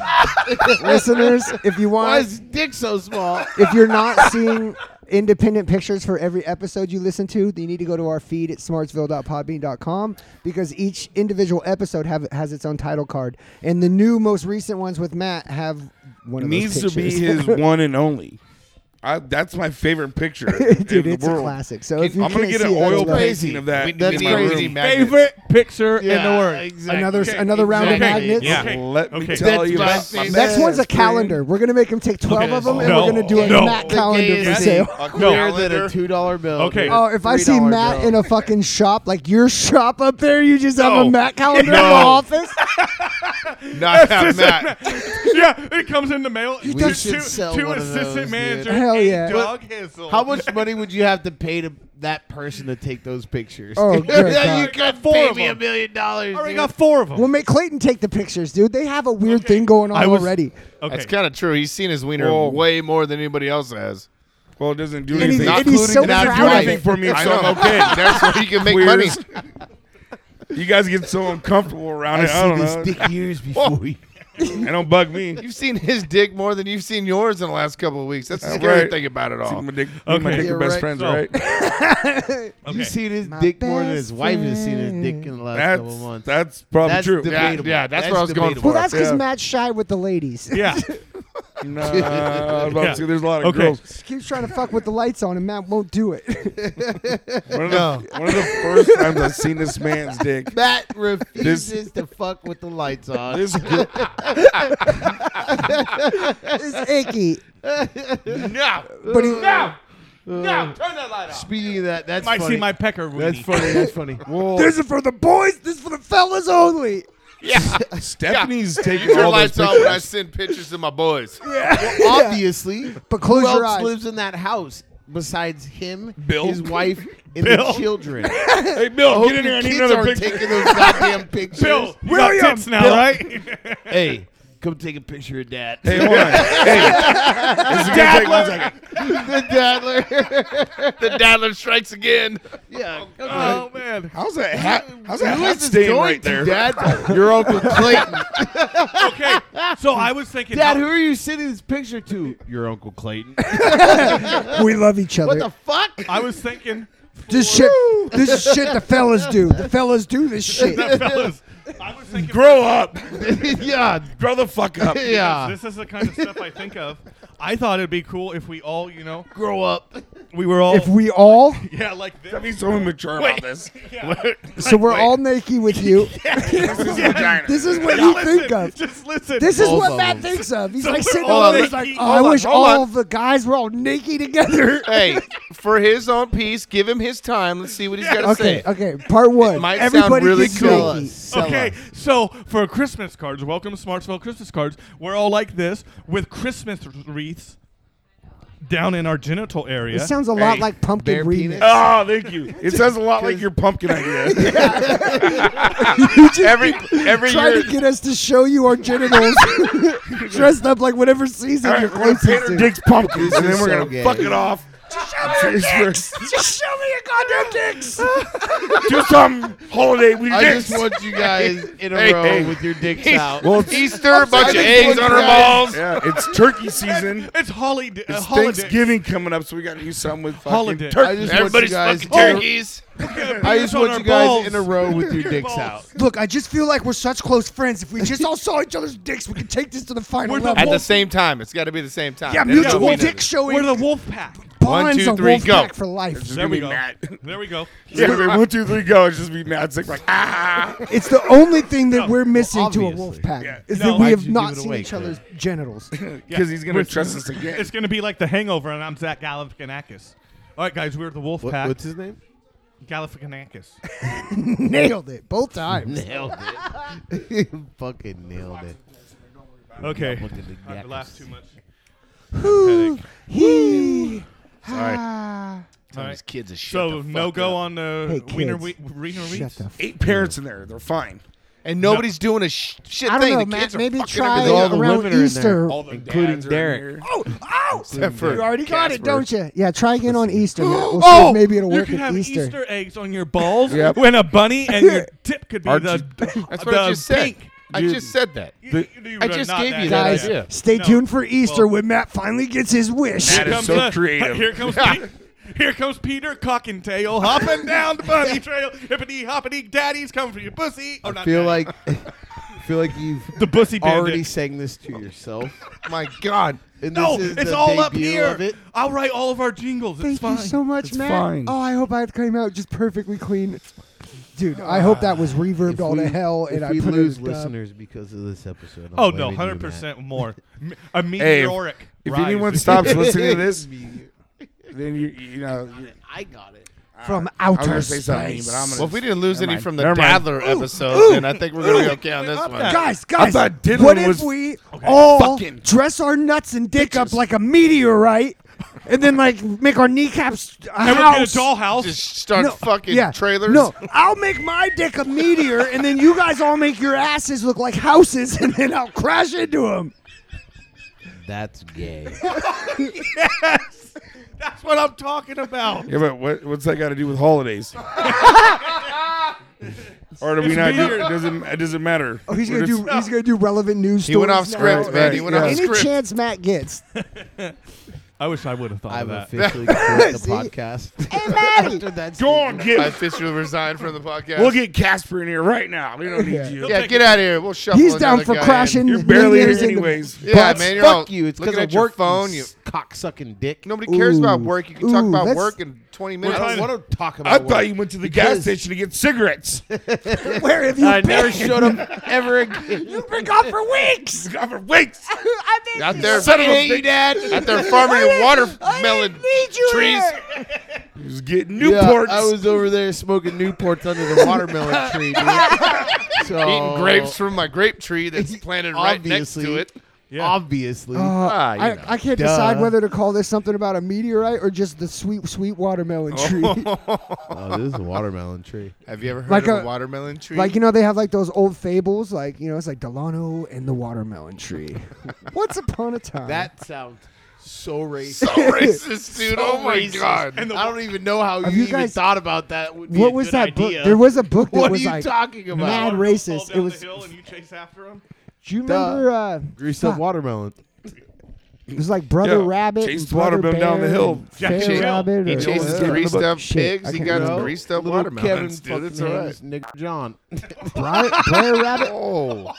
Speaker 4: listeners, if you
Speaker 3: Why
Speaker 4: want,
Speaker 3: is his dick so small?
Speaker 4: if you're not seeing independent pictures for every episode you listen to, then you need to go to our feed at smartsville.podbean.com because each individual episode have, has its own title card, and the new most recent ones with Matt have one of
Speaker 1: needs to
Speaker 4: those
Speaker 1: be
Speaker 4: pictures.
Speaker 1: his one and only. I, that's my favorite picture. in
Speaker 4: Dude,
Speaker 1: the
Speaker 4: it's
Speaker 1: world.
Speaker 4: a classic. So if you
Speaker 1: I'm gonna
Speaker 4: can't
Speaker 1: get
Speaker 4: see
Speaker 1: an
Speaker 4: it, that's
Speaker 1: oil
Speaker 4: why.
Speaker 3: crazy.
Speaker 1: painting of that.
Speaker 5: We-
Speaker 3: That's
Speaker 5: we need
Speaker 3: crazy.
Speaker 5: room magnets.
Speaker 2: favorite picture in the world.
Speaker 5: Exactly.
Speaker 4: Another another round
Speaker 5: Okay.
Speaker 4: of magnets.
Speaker 2: Yeah.
Speaker 1: Let me
Speaker 2: Okay.
Speaker 1: tell
Speaker 5: That's
Speaker 1: you
Speaker 5: my
Speaker 1: about my
Speaker 5: favorite.
Speaker 4: Next one's a
Speaker 1: best
Speaker 4: calendar. We're gonna make him take twelve
Speaker 2: Okay.
Speaker 4: of them, and
Speaker 2: No.
Speaker 4: we're gonna do a
Speaker 2: No.
Speaker 4: Matt calendar for
Speaker 3: Yes.
Speaker 4: sale.
Speaker 5: A
Speaker 3: Bigger than a
Speaker 5: calendar.
Speaker 3: two dollar bill.
Speaker 2: Okay.
Speaker 3: dude.
Speaker 4: Oh, if I see
Speaker 3: $3
Speaker 4: Matt
Speaker 3: bill.
Speaker 4: in a fucking shop, like your shop up there, you just have
Speaker 2: No.
Speaker 4: a Matt calendar in
Speaker 2: No.
Speaker 4: the office.
Speaker 5: Not that Matt.
Speaker 2: yeah, it comes in the mail. You
Speaker 3: We should sell
Speaker 2: two
Speaker 3: one of
Speaker 2: assistant
Speaker 3: those, dude.
Speaker 2: managers.
Speaker 4: Hell
Speaker 2: and
Speaker 4: yeah.
Speaker 2: Dog Hansel.
Speaker 3: How much money would you have to pay to that person to take those pictures?
Speaker 4: Oh,
Speaker 3: dude?
Speaker 4: good
Speaker 3: Yeah, you
Speaker 4: God.
Speaker 3: could
Speaker 2: Four
Speaker 3: pay
Speaker 2: of
Speaker 3: me a
Speaker 2: them.
Speaker 3: million dollars.
Speaker 2: I already
Speaker 3: dude.
Speaker 2: got four of them.
Speaker 4: We'll make Clayton take the pictures, dude. They have a weird thing going on
Speaker 2: I was-
Speaker 4: already.
Speaker 2: okay.
Speaker 5: That's kind of true. He's seen his wiener
Speaker 1: Whoa.
Speaker 5: way more than anybody else has.
Speaker 1: Well, it doesn't do
Speaker 4: And he's-
Speaker 1: anything.
Speaker 4: and
Speaker 1: It
Speaker 4: he's so
Speaker 1: doesn't do
Speaker 4: proud.
Speaker 1: anything for me, so
Speaker 5: I know.
Speaker 1: I'm okay.
Speaker 5: That's where he can make
Speaker 1: Weird.
Speaker 5: money.
Speaker 1: You guys get so uncomfortable around
Speaker 3: I've
Speaker 1: it. I
Speaker 3: seen
Speaker 1: don't
Speaker 3: this
Speaker 1: know.
Speaker 3: dick years before. you-
Speaker 1: It don't bug me.
Speaker 5: You've seen his dick more than you've seen yours in the last couple of weeks. That's the
Speaker 1: All
Speaker 5: scary
Speaker 1: right.
Speaker 5: thing about it all.
Speaker 1: My dick, me and my
Speaker 2: Okay.
Speaker 1: dick
Speaker 3: You're
Speaker 1: are best
Speaker 3: right.
Speaker 1: friends,
Speaker 2: So-
Speaker 1: right?
Speaker 3: You've
Speaker 2: okay.
Speaker 3: seen his
Speaker 4: My
Speaker 3: dick more than
Speaker 4: best
Speaker 3: his wife has seen his dick in the last couple
Speaker 1: That's
Speaker 3: months.
Speaker 1: that's probably
Speaker 3: That's
Speaker 1: true.
Speaker 3: the-
Speaker 5: Yeah,
Speaker 3: Debatable.
Speaker 5: yeah, that's,
Speaker 3: That's
Speaker 5: what I was going
Speaker 3: debatable.
Speaker 5: for.
Speaker 4: Well, that's because
Speaker 1: Yeah.
Speaker 4: Matt's shy with the ladies.
Speaker 2: yeah.
Speaker 1: Nah, I was about to
Speaker 2: Yeah.
Speaker 1: say, there's a lot of
Speaker 2: Okay.
Speaker 1: girls.
Speaker 4: Just keeps trying to fuck with the lights on, and Matt won't do it.
Speaker 1: One of, the, one of the first times I've seen this man's dick.
Speaker 3: Matt refuses to fuck with the lights on.
Speaker 1: This girl,
Speaker 4: it's icky.
Speaker 5: No,
Speaker 4: But he,
Speaker 5: no, turn that light off.
Speaker 3: Speaking of that, that's
Speaker 2: might
Speaker 3: funny.
Speaker 2: see my pecker. weenie.
Speaker 3: that's funny. That's funny.
Speaker 1: well,
Speaker 4: this is for the boys. This is for the fellas only.
Speaker 1: Stephanie's taking
Speaker 5: Your
Speaker 1: all those
Speaker 5: lights off when I
Speaker 1: pictures.
Speaker 5: send pictures to my boys.
Speaker 3: Obviously,
Speaker 4: But close
Speaker 3: who
Speaker 4: your
Speaker 3: else
Speaker 4: eyes.
Speaker 3: lives in that house besides him,
Speaker 1: Bill?
Speaker 3: his wife, and the
Speaker 2: Bill?
Speaker 3: children?
Speaker 1: Hey, Bill,
Speaker 3: Hope
Speaker 1: get in here.
Speaker 3: your
Speaker 1: I need
Speaker 3: kids
Speaker 1: another
Speaker 3: aren't
Speaker 1: picture.
Speaker 3: taking those goddamn pictures.
Speaker 2: Bill, you got
Speaker 1: William,
Speaker 2: tits now,
Speaker 1: Bill.
Speaker 2: right?
Speaker 3: hey, come take a picture of Dad.
Speaker 1: Hey, hold on. Hey, this is gonna take one second.
Speaker 3: the Dadler.
Speaker 5: The Dadler strikes again.
Speaker 3: yeah. Come
Speaker 2: oh man.
Speaker 1: How's that hat? How's that
Speaker 3: Who is
Speaker 1: hat
Speaker 3: this
Speaker 1: staying
Speaker 3: going
Speaker 1: right
Speaker 3: to,
Speaker 1: there?
Speaker 3: Dad? Your Uncle Clayton.
Speaker 2: Okay. So I was thinking.
Speaker 3: Dad, who are you sending this picture to? Your Uncle Clayton.
Speaker 4: We love each other.
Speaker 3: what the fuck?
Speaker 2: I was thinking.
Speaker 4: this shit. This is shit the fellas do. The fellas do this shit.
Speaker 2: fellas, I was thinking.
Speaker 1: Grow up.
Speaker 3: yeah.
Speaker 1: Grow the fuck up.
Speaker 3: Yeah.
Speaker 2: This is the kind of stuff I think of. I thought it'd be cool if we all, you know,
Speaker 3: Grow up.
Speaker 2: we were all,
Speaker 4: If we all,
Speaker 2: yeah, like this.
Speaker 1: Stephanie's so immature about this.
Speaker 2: Yeah.
Speaker 4: so we're all naked with you.
Speaker 1: Vagina.
Speaker 4: This is what
Speaker 2: Now
Speaker 4: you
Speaker 2: listen,
Speaker 4: think of.
Speaker 2: Just listen.
Speaker 4: This is
Speaker 3: Both
Speaker 4: what
Speaker 3: of
Speaker 4: Matt
Speaker 3: them.
Speaker 4: thinks of. He's
Speaker 2: So
Speaker 4: like
Speaker 2: we're
Speaker 4: sitting
Speaker 2: all
Speaker 4: over. He's like,
Speaker 2: naked.
Speaker 4: oh, I
Speaker 5: Hold on,
Speaker 4: wish
Speaker 5: hold
Speaker 4: all
Speaker 5: on.
Speaker 4: the guys were all naked together.
Speaker 5: Hey, for his own peace, give him his time. Let's see what he's got to
Speaker 4: okay,
Speaker 5: say.
Speaker 4: okay. Part one.
Speaker 5: might sound
Speaker 4: Everybody
Speaker 5: really
Speaker 4: gets
Speaker 5: cool.
Speaker 4: naked.
Speaker 2: okay, so for Christmas cards, welcome to Smartsville Christmas cards. We're all like this with Christmas wreaths down in our genital area. Ah,
Speaker 4: It sounds a lot
Speaker 5: Hey,
Speaker 4: like pumpkin
Speaker 3: bare
Speaker 4: remix.
Speaker 3: penis.
Speaker 1: Oh, thank you. It sounds a lot like your pumpkin idea.
Speaker 5: Every every
Speaker 4: Try
Speaker 5: year,
Speaker 4: to get us to show you our genitals dressed up like whatever season
Speaker 1: All right,
Speaker 4: you're
Speaker 1: we're gonna
Speaker 4: closest
Speaker 1: paint her
Speaker 4: to.
Speaker 1: dicks pumpkins, and
Speaker 3: is
Speaker 1: then we're
Speaker 3: so
Speaker 1: gonna
Speaker 3: gay.
Speaker 1: fuck it off. Just
Speaker 4: Just show me your goddamn dicks.
Speaker 1: do some holiday we
Speaker 3: I
Speaker 1: dicks.
Speaker 3: just want you guys in a
Speaker 5: Hey,
Speaker 3: row
Speaker 5: hey.
Speaker 3: with your dicks
Speaker 5: Hey.
Speaker 3: out.
Speaker 1: Well, it's,
Speaker 5: Easter, a bunch of
Speaker 3: think
Speaker 5: eggs
Speaker 3: one
Speaker 5: on her
Speaker 3: guy-
Speaker 5: balls.
Speaker 1: yeah, it's turkey season.
Speaker 2: it's holly- uh,
Speaker 1: It's
Speaker 2: holiday.
Speaker 1: Thanksgiving coming up, so we gotta do something with fucking
Speaker 2: Holiday.
Speaker 3: I
Speaker 1: turkey.
Speaker 3: just
Speaker 5: Everybody's
Speaker 3: want you
Speaker 5: fucking
Speaker 3: guys. in a-
Speaker 5: turkeys.
Speaker 3: I just
Speaker 2: on
Speaker 3: want
Speaker 2: our
Speaker 3: you guys
Speaker 2: balls.
Speaker 3: in a row with your
Speaker 2: Your
Speaker 3: dicks
Speaker 2: balls.
Speaker 3: out.
Speaker 4: Look, I just feel like we're such close friends. If we just all saw each other's dicks, we could take this to the final
Speaker 2: We're the
Speaker 4: level.
Speaker 5: At the same time, it's got to be the same time.
Speaker 4: yeah,
Speaker 5: There's no
Speaker 4: mutual
Speaker 5: winner.
Speaker 4: dick showing.
Speaker 2: We're the wolf pack.
Speaker 4: bonds
Speaker 5: two,
Speaker 4: a
Speaker 5: three,
Speaker 4: wolf
Speaker 5: go.
Speaker 4: pack for life.
Speaker 1: Just
Speaker 2: There
Speaker 1: gonna
Speaker 2: we
Speaker 1: be
Speaker 2: go.
Speaker 1: mad.
Speaker 2: There we go.
Speaker 1: It's gonna be one, two, three, go. It's just be mad. It's like, like ah.
Speaker 4: It's the only thing that we're missing to a
Speaker 3: obviously.
Speaker 4: wolf pack
Speaker 1: Yeah.
Speaker 4: is
Speaker 2: No,
Speaker 4: that we
Speaker 2: why'd
Speaker 4: have
Speaker 3: you
Speaker 4: not
Speaker 3: give it
Speaker 4: seen
Speaker 3: away,
Speaker 4: each other's genitals.
Speaker 1: Because he's gonna
Speaker 2: With-
Speaker 1: trust us again.
Speaker 2: It's going to be like The Hangover, and I'm Zach Galifianakis. All right, guys, we're the Wolf
Speaker 3: What,
Speaker 2: Pack.
Speaker 3: what's his name?
Speaker 2: Galifianakis.
Speaker 4: Nailed it both times.
Speaker 3: Nailed it. Fucking nailed it.
Speaker 2: Okay.
Speaker 3: Look at the
Speaker 2: I
Speaker 3: yakkas.
Speaker 2: laughed too much.
Speaker 4: Hee.
Speaker 5: Sorry.
Speaker 4: Ah.
Speaker 2: All right.
Speaker 5: These kids are shit.
Speaker 2: So
Speaker 5: the
Speaker 2: no
Speaker 5: fuck
Speaker 2: go
Speaker 5: up.
Speaker 2: on the
Speaker 4: Hey,
Speaker 2: wiener
Speaker 4: kids,
Speaker 2: we- wiener
Speaker 4: Shut
Speaker 2: wreaths?
Speaker 4: the f-
Speaker 1: Eight parents in there. They're fine.
Speaker 5: and nobody's doing a sh- shit
Speaker 4: I don't
Speaker 5: thing.
Speaker 4: know,
Speaker 5: the
Speaker 4: Matt,
Speaker 5: kids are
Speaker 4: maybe
Speaker 5: fucking
Speaker 4: try
Speaker 5: everything.
Speaker 3: all the
Speaker 4: around
Speaker 3: women are in
Speaker 4: Easter.
Speaker 3: there.
Speaker 1: All the
Speaker 5: Including
Speaker 1: dads are in
Speaker 5: Derek.
Speaker 1: here.
Speaker 4: Oh, oh!
Speaker 5: Except for
Speaker 4: You already got it,
Speaker 5: Casper.
Speaker 4: don't you? Yeah, try again on Easter. Matt. We'll see
Speaker 2: oh,
Speaker 4: if maybe it'll
Speaker 2: you
Speaker 4: work
Speaker 2: could
Speaker 4: at
Speaker 2: have
Speaker 4: Easter.
Speaker 2: Easter. eggs on your balls
Speaker 1: Yep.
Speaker 2: when a bunny and your tip could be
Speaker 1: Aren't
Speaker 2: the,
Speaker 1: you-
Speaker 5: That's what I
Speaker 2: the
Speaker 5: just said.
Speaker 2: pink.
Speaker 5: I
Speaker 1: Dude.
Speaker 5: just said that.
Speaker 2: You-
Speaker 1: The-
Speaker 2: you- you
Speaker 5: I
Speaker 2: were
Speaker 5: just
Speaker 2: not
Speaker 5: gave you that
Speaker 4: Guys,
Speaker 5: idea. Yeah.
Speaker 4: stay
Speaker 2: No.
Speaker 4: tuned for Easter
Speaker 2: Well-
Speaker 4: when Matt finally gets his wish.
Speaker 1: Matt
Speaker 2: Here
Speaker 1: is
Speaker 2: comes
Speaker 1: so
Speaker 2: the-
Speaker 1: creative.
Speaker 2: Here comes, Pe- here comes Peter Cockentail hopping down the bunny trail. Hippity hoppity, daddy's coming for your pussy. Oh,
Speaker 3: I
Speaker 2: not
Speaker 3: feel
Speaker 2: daddy.
Speaker 3: like I feel like you've
Speaker 2: the pussy bandit.
Speaker 3: already sang this to yourself.
Speaker 5: My God.
Speaker 3: And
Speaker 2: no,
Speaker 3: this is
Speaker 2: it's
Speaker 3: the
Speaker 2: all up
Speaker 3: debut
Speaker 2: here.
Speaker 3: Of it.
Speaker 2: I'll write all of our jingles.
Speaker 4: Thank
Speaker 2: it's fine.
Speaker 4: you so much,
Speaker 1: It's
Speaker 4: Matt.
Speaker 1: fine.
Speaker 4: Oh, I hope I came out just perfectly clean. Dude, I hope that was reverbed
Speaker 3: If
Speaker 4: all to
Speaker 3: we-
Speaker 4: hell
Speaker 3: if
Speaker 4: and I
Speaker 3: we
Speaker 4: put
Speaker 3: lose
Speaker 4: it up.
Speaker 3: listeners because of this episode. I'm
Speaker 2: oh no,
Speaker 3: blaming you,
Speaker 2: hundred percent more. M- A
Speaker 1: Hey, if-
Speaker 2: meteoric.
Speaker 1: If
Speaker 2: rise.
Speaker 1: anyone stops listening to this, then you you know you-
Speaker 3: Matt. I got it.
Speaker 4: From
Speaker 1: I was
Speaker 4: outer
Speaker 1: gonna say something,
Speaker 4: space.
Speaker 1: but I'm gonna.
Speaker 5: Well, if we didn't lose
Speaker 1: Never
Speaker 5: any
Speaker 1: mind.
Speaker 5: from the
Speaker 1: Never mind.
Speaker 5: Dadler episode, then I think we're going to be okay on this
Speaker 2: Up
Speaker 5: one.
Speaker 2: that.
Speaker 4: Guys, guys,
Speaker 1: thought Dylan
Speaker 4: what if
Speaker 1: was-
Speaker 4: we all
Speaker 1: Fucking
Speaker 4: dress our nuts and dick up like a meteorite, and then like make our kneecaps a
Speaker 2: I would
Speaker 4: house?
Speaker 2: get a dollhouse.
Speaker 5: Just start fucking
Speaker 4: yeah,
Speaker 5: trailers.
Speaker 4: No, I'll make my dick a meteor, and then you guys all make your asses look like houses, and then I'll crash into them.
Speaker 3: That's gay.
Speaker 2: yes, that's what I'm talking about.
Speaker 1: Yeah, but what, what's that got to do with holidays? or do we
Speaker 2: It's
Speaker 1: not? Do,
Speaker 2: weird.
Speaker 1: it doesn't. It doesn't matter.
Speaker 4: Oh, he's
Speaker 1: We're
Speaker 4: gonna do.
Speaker 1: just-
Speaker 4: He's gonna do relevant news.
Speaker 5: He went
Speaker 4: stories
Speaker 5: off
Speaker 4: now.
Speaker 5: script, man. He
Speaker 1: Right,
Speaker 5: went
Speaker 1: yeah.
Speaker 5: off
Speaker 4: Any
Speaker 5: script.
Speaker 4: chance Matt gets?
Speaker 2: I wish I would have thought
Speaker 3: I've
Speaker 2: of that.
Speaker 3: officially quit the
Speaker 4: See?
Speaker 3: podcast.
Speaker 4: Hey, Matty.
Speaker 3: After that
Speaker 1: Go on,
Speaker 5: I
Speaker 1: get.
Speaker 5: officially resign from the podcast.
Speaker 1: We'll get Casper in here right now. We don't need you.
Speaker 5: yeah, get out of here. We'll shuffle
Speaker 4: He's down
Speaker 5: another
Speaker 4: for
Speaker 5: guy in.
Speaker 4: crashing.
Speaker 1: You're barely
Speaker 4: meteors
Speaker 1: here
Speaker 4: into-
Speaker 1: anyways.
Speaker 5: Yeah,
Speaker 3: Butts,
Speaker 5: man, you're
Speaker 3: fuck
Speaker 5: all
Speaker 3: you. It's
Speaker 5: looking
Speaker 3: because
Speaker 5: at
Speaker 3: of
Speaker 5: your
Speaker 3: work.
Speaker 5: phone,
Speaker 3: You
Speaker 5: you-
Speaker 3: cock sucking dick.
Speaker 5: Nobody cares about
Speaker 4: Ooh.
Speaker 5: work. You can talk
Speaker 4: Ooh,
Speaker 5: about
Speaker 4: that's-
Speaker 5: work in 20 minutes.
Speaker 3: I
Speaker 1: trying
Speaker 3: don't want to talk
Speaker 1: I
Speaker 3: about.
Speaker 1: thought
Speaker 3: work.
Speaker 1: you went to the gas
Speaker 3: Because-
Speaker 1: station to get cigarettes.
Speaker 4: Where have you
Speaker 3: I
Speaker 4: been?
Speaker 3: never showed up ever again.
Speaker 4: You've been gone for weeks.
Speaker 1: God, for weeks.
Speaker 4: I miss
Speaker 5: Out
Speaker 4: you.
Speaker 5: there,
Speaker 1: Son of a
Speaker 5: Hey,
Speaker 1: bitch.
Speaker 5: Dad. Out there
Speaker 4: I
Speaker 5: farming
Speaker 4: didn't-
Speaker 5: your
Speaker 4: I
Speaker 5: watermelon
Speaker 4: didn't need you
Speaker 5: trees.
Speaker 4: here.
Speaker 1: He was getting
Speaker 3: Yeah,
Speaker 1: Newports.
Speaker 3: I was over there smoking Newports under the watermelon tree, dude. So,
Speaker 5: Eating grapes from my grape tree that's planted right next
Speaker 3: Obviously.
Speaker 5: to it.
Speaker 2: Yeah.
Speaker 3: Obviously.
Speaker 4: Uh,
Speaker 5: Ah, you
Speaker 4: I,
Speaker 5: know.
Speaker 4: I can't
Speaker 3: Duh.
Speaker 4: decide whether to call this something about a meteorite or just the sweet, sweet watermelon tree.
Speaker 3: oh, this is a watermelon tree.
Speaker 5: Have you ever heard
Speaker 4: Like
Speaker 5: of a,
Speaker 4: a-
Speaker 5: watermelon tree?
Speaker 4: like, you know, they have like those old fables, like, you know, it's like Delano and the watermelon tree. Once upon a time.
Speaker 3: That sounds so racist.
Speaker 5: so racist, dude. oh my
Speaker 3: racist.
Speaker 5: god.
Speaker 2: And the-
Speaker 3: I don't even know how you,
Speaker 4: you
Speaker 3: even
Speaker 4: guys-
Speaker 3: thought about that. Would be a
Speaker 4: what was
Speaker 3: good
Speaker 4: that
Speaker 3: idea.
Speaker 4: book? There was a book that
Speaker 3: What are
Speaker 4: was
Speaker 3: you
Speaker 4: like,
Speaker 3: talking about?
Speaker 4: mad
Speaker 2: Watermelon
Speaker 4: racist.
Speaker 2: fall
Speaker 4: It
Speaker 2: down
Speaker 4: was-
Speaker 2: The hill and you chase after him.
Speaker 4: do you remember? Uh,
Speaker 3: Greased
Speaker 4: fuck,
Speaker 3: up watermelon.
Speaker 4: It was like Brother
Speaker 1: Yeah,
Speaker 4: Rabbit.
Speaker 1: chased
Speaker 4: and Brother
Speaker 1: watermelon down the
Speaker 4: Bear
Speaker 1: hill.
Speaker 4: and
Speaker 2: Jack
Speaker 4: Fair
Speaker 5: Chase-
Speaker 4: Rabbit.
Speaker 5: He
Speaker 4: or-
Speaker 5: chases
Speaker 1: Yeah.
Speaker 5: greased up
Speaker 4: Shit,
Speaker 5: pigs.
Speaker 4: I
Speaker 5: He
Speaker 4: can't
Speaker 5: got
Speaker 4: remember.
Speaker 5: his greased up
Speaker 3: Little
Speaker 5: watermelons,
Speaker 3: Kevin
Speaker 5: dude. It's
Speaker 3: fucking
Speaker 5: all right.
Speaker 3: Hams, nigga John.
Speaker 4: Briar, Brother Rabbit.
Speaker 5: Oh,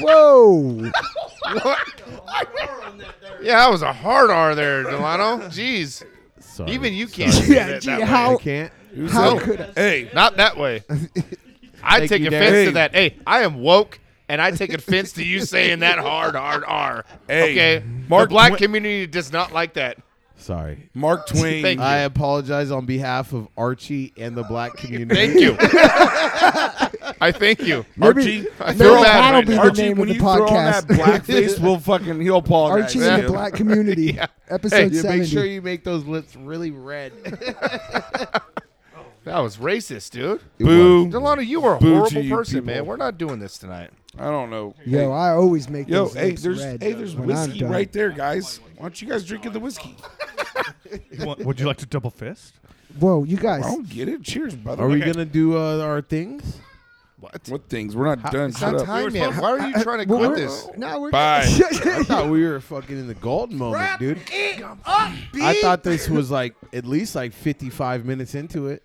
Speaker 4: Whoa.
Speaker 5: yeah, that was a hard R there, Delano. Jeez,
Speaker 3: Sorry.
Speaker 5: even you can't.
Speaker 4: Sorry.
Speaker 5: say
Speaker 4: Yeah,
Speaker 5: that
Speaker 4: gee,
Speaker 5: that way.
Speaker 4: how-
Speaker 3: I can't.
Speaker 4: How
Speaker 5: woke.
Speaker 4: could I?
Speaker 1: hey,
Speaker 5: Not that way. I
Speaker 3: Thank
Speaker 5: take
Speaker 3: you,
Speaker 5: offense
Speaker 1: Dave.
Speaker 5: to that. Hey, I am woke, and I take offense to you saying that hard, hard R.
Speaker 1: Hey,
Speaker 5: okay,
Speaker 1: Mark
Speaker 5: the black
Speaker 1: Twi-
Speaker 5: community does not like that.
Speaker 3: Sorry.
Speaker 1: Mark Twain.
Speaker 5: Thank you.
Speaker 3: I apologize on behalf of Archie and the black community.
Speaker 5: Thank you. I thank you.
Speaker 1: Archie, I
Speaker 5: maybe
Speaker 1: feel
Speaker 5: that'll
Speaker 1: bad
Speaker 5: be the
Speaker 1: Archie,
Speaker 4: name
Speaker 1: when
Speaker 4: of the
Speaker 1: you throw on that
Speaker 4: podcast.
Speaker 1: blackface, we'll fucking he'll apologize.
Speaker 4: Archie
Speaker 1: to
Speaker 4: in
Speaker 1: you.
Speaker 4: the black community, episode
Speaker 5: Hey,
Speaker 3: Yeah,
Speaker 4: 70.
Speaker 3: make sure you make those lips really red.
Speaker 5: That was racist, dude.
Speaker 1: Boo.
Speaker 5: Delano, you are a
Speaker 1: Boo to
Speaker 5: horrible
Speaker 1: you
Speaker 5: person,
Speaker 1: people.
Speaker 5: man. We're not doing this tonight.
Speaker 1: I don't know.
Speaker 4: Yo, I always make
Speaker 1: Yo,
Speaker 4: those
Speaker 1: hey,
Speaker 4: lips
Speaker 1: there's
Speaker 4: red
Speaker 1: hey, there's
Speaker 4: when I'm
Speaker 1: whiskey
Speaker 4: done.
Speaker 1: right there, guys. Why don't you guys drink the whiskey?
Speaker 2: What- Would you like to double fist?
Speaker 4: Whoa, you guys.
Speaker 1: I don't get it. Cheers, brother.
Speaker 3: Are we
Speaker 1: Okay.
Speaker 3: gonna do uh, our things?
Speaker 5: What?
Speaker 1: What things? We're not done.
Speaker 5: It's
Speaker 1: Shut
Speaker 5: not
Speaker 1: up.
Speaker 2: We
Speaker 5: time
Speaker 2: were
Speaker 5: yet.
Speaker 2: supposed-
Speaker 5: Why are you trying to
Speaker 4: Well,
Speaker 5: quit
Speaker 4: we're-
Speaker 5: this?
Speaker 4: No, we're
Speaker 1: Bye.
Speaker 3: I thought we were fucking in the golden moment, dude. I thought this was like at least like 55 minutes into it.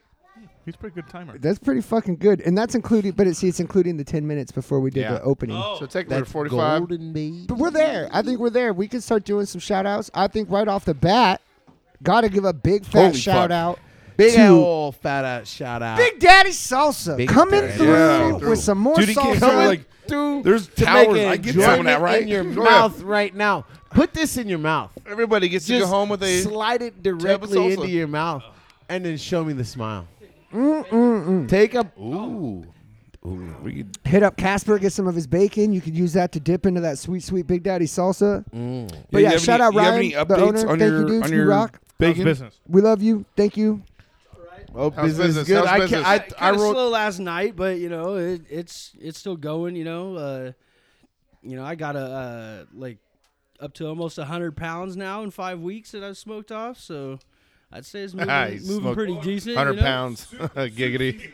Speaker 2: He's a pretty good timer.
Speaker 4: That's pretty fucking good, and that's including. But it, see, it's including the ten minutes before we did
Speaker 5: Yeah.
Speaker 4: the opening.
Speaker 5: So take number
Speaker 3: That's
Speaker 5: 45.
Speaker 3: golden, baby.
Speaker 4: But we're there. I think we're there. We can start doing some shout outs. I think right off the bat, gotta give a big fat
Speaker 1: Holy
Speaker 4: shout
Speaker 1: fuck.
Speaker 4: out.
Speaker 3: Big
Speaker 4: to-
Speaker 3: old fat ass shout out.
Speaker 4: Big Daddy Salsa
Speaker 3: Big
Speaker 4: coming
Speaker 3: Daddy
Speaker 4: through
Speaker 1: Yeah.
Speaker 4: with some more
Speaker 1: Dude, he
Speaker 4: salsa.
Speaker 1: can't feel like
Speaker 3: through
Speaker 1: there's
Speaker 3: to
Speaker 1: towers.
Speaker 3: make an
Speaker 1: I get some of
Speaker 3: enjoyment
Speaker 1: that, right?
Speaker 3: in your
Speaker 5: Sure.
Speaker 3: mouth right now. Put this in your mouth.
Speaker 5: Everybody gets to
Speaker 3: Just
Speaker 5: go home with a.
Speaker 3: slide it
Speaker 5: tab of
Speaker 3: directly
Speaker 5: salsa.
Speaker 3: into your mouth, and then show me the smile. Take a ooh.
Speaker 1: We could-
Speaker 4: Hit up Casper, get some of his bacon. You could use that to dip into that sweet, sweet Big Daddy salsa. But
Speaker 1: Mm. you
Speaker 4: yeah,
Speaker 1: have
Speaker 4: shout
Speaker 1: any-
Speaker 4: out
Speaker 1: you have
Speaker 4: Ryan,
Speaker 1: any
Speaker 4: the
Speaker 1: updates
Speaker 4: owner.
Speaker 1: on
Speaker 4: Thank
Speaker 1: your-
Speaker 4: you, dudes.
Speaker 1: on
Speaker 4: You
Speaker 1: your
Speaker 4: rock.
Speaker 2: How's
Speaker 1: Bacon.
Speaker 2: business.
Speaker 4: We love you. Thank you.
Speaker 3: Oh,
Speaker 5: How's
Speaker 3: business is
Speaker 5: business?
Speaker 3: good.
Speaker 5: How's
Speaker 3: I
Speaker 5: business?
Speaker 3: can't. I,
Speaker 5: Kinda
Speaker 3: I
Speaker 6: Kind of
Speaker 3: wrote.
Speaker 6: slow last night, but you know it, it's it's still going. You know, uh, you know I got a uh, like up to almost hundred pounds now in five weeks that I've smoked off. So I'd say it's moving,
Speaker 5: Nice.
Speaker 6: moving
Speaker 5: Smoked
Speaker 6: pretty decent. you
Speaker 5: Hundred
Speaker 6: know?
Speaker 5: pounds, giggity.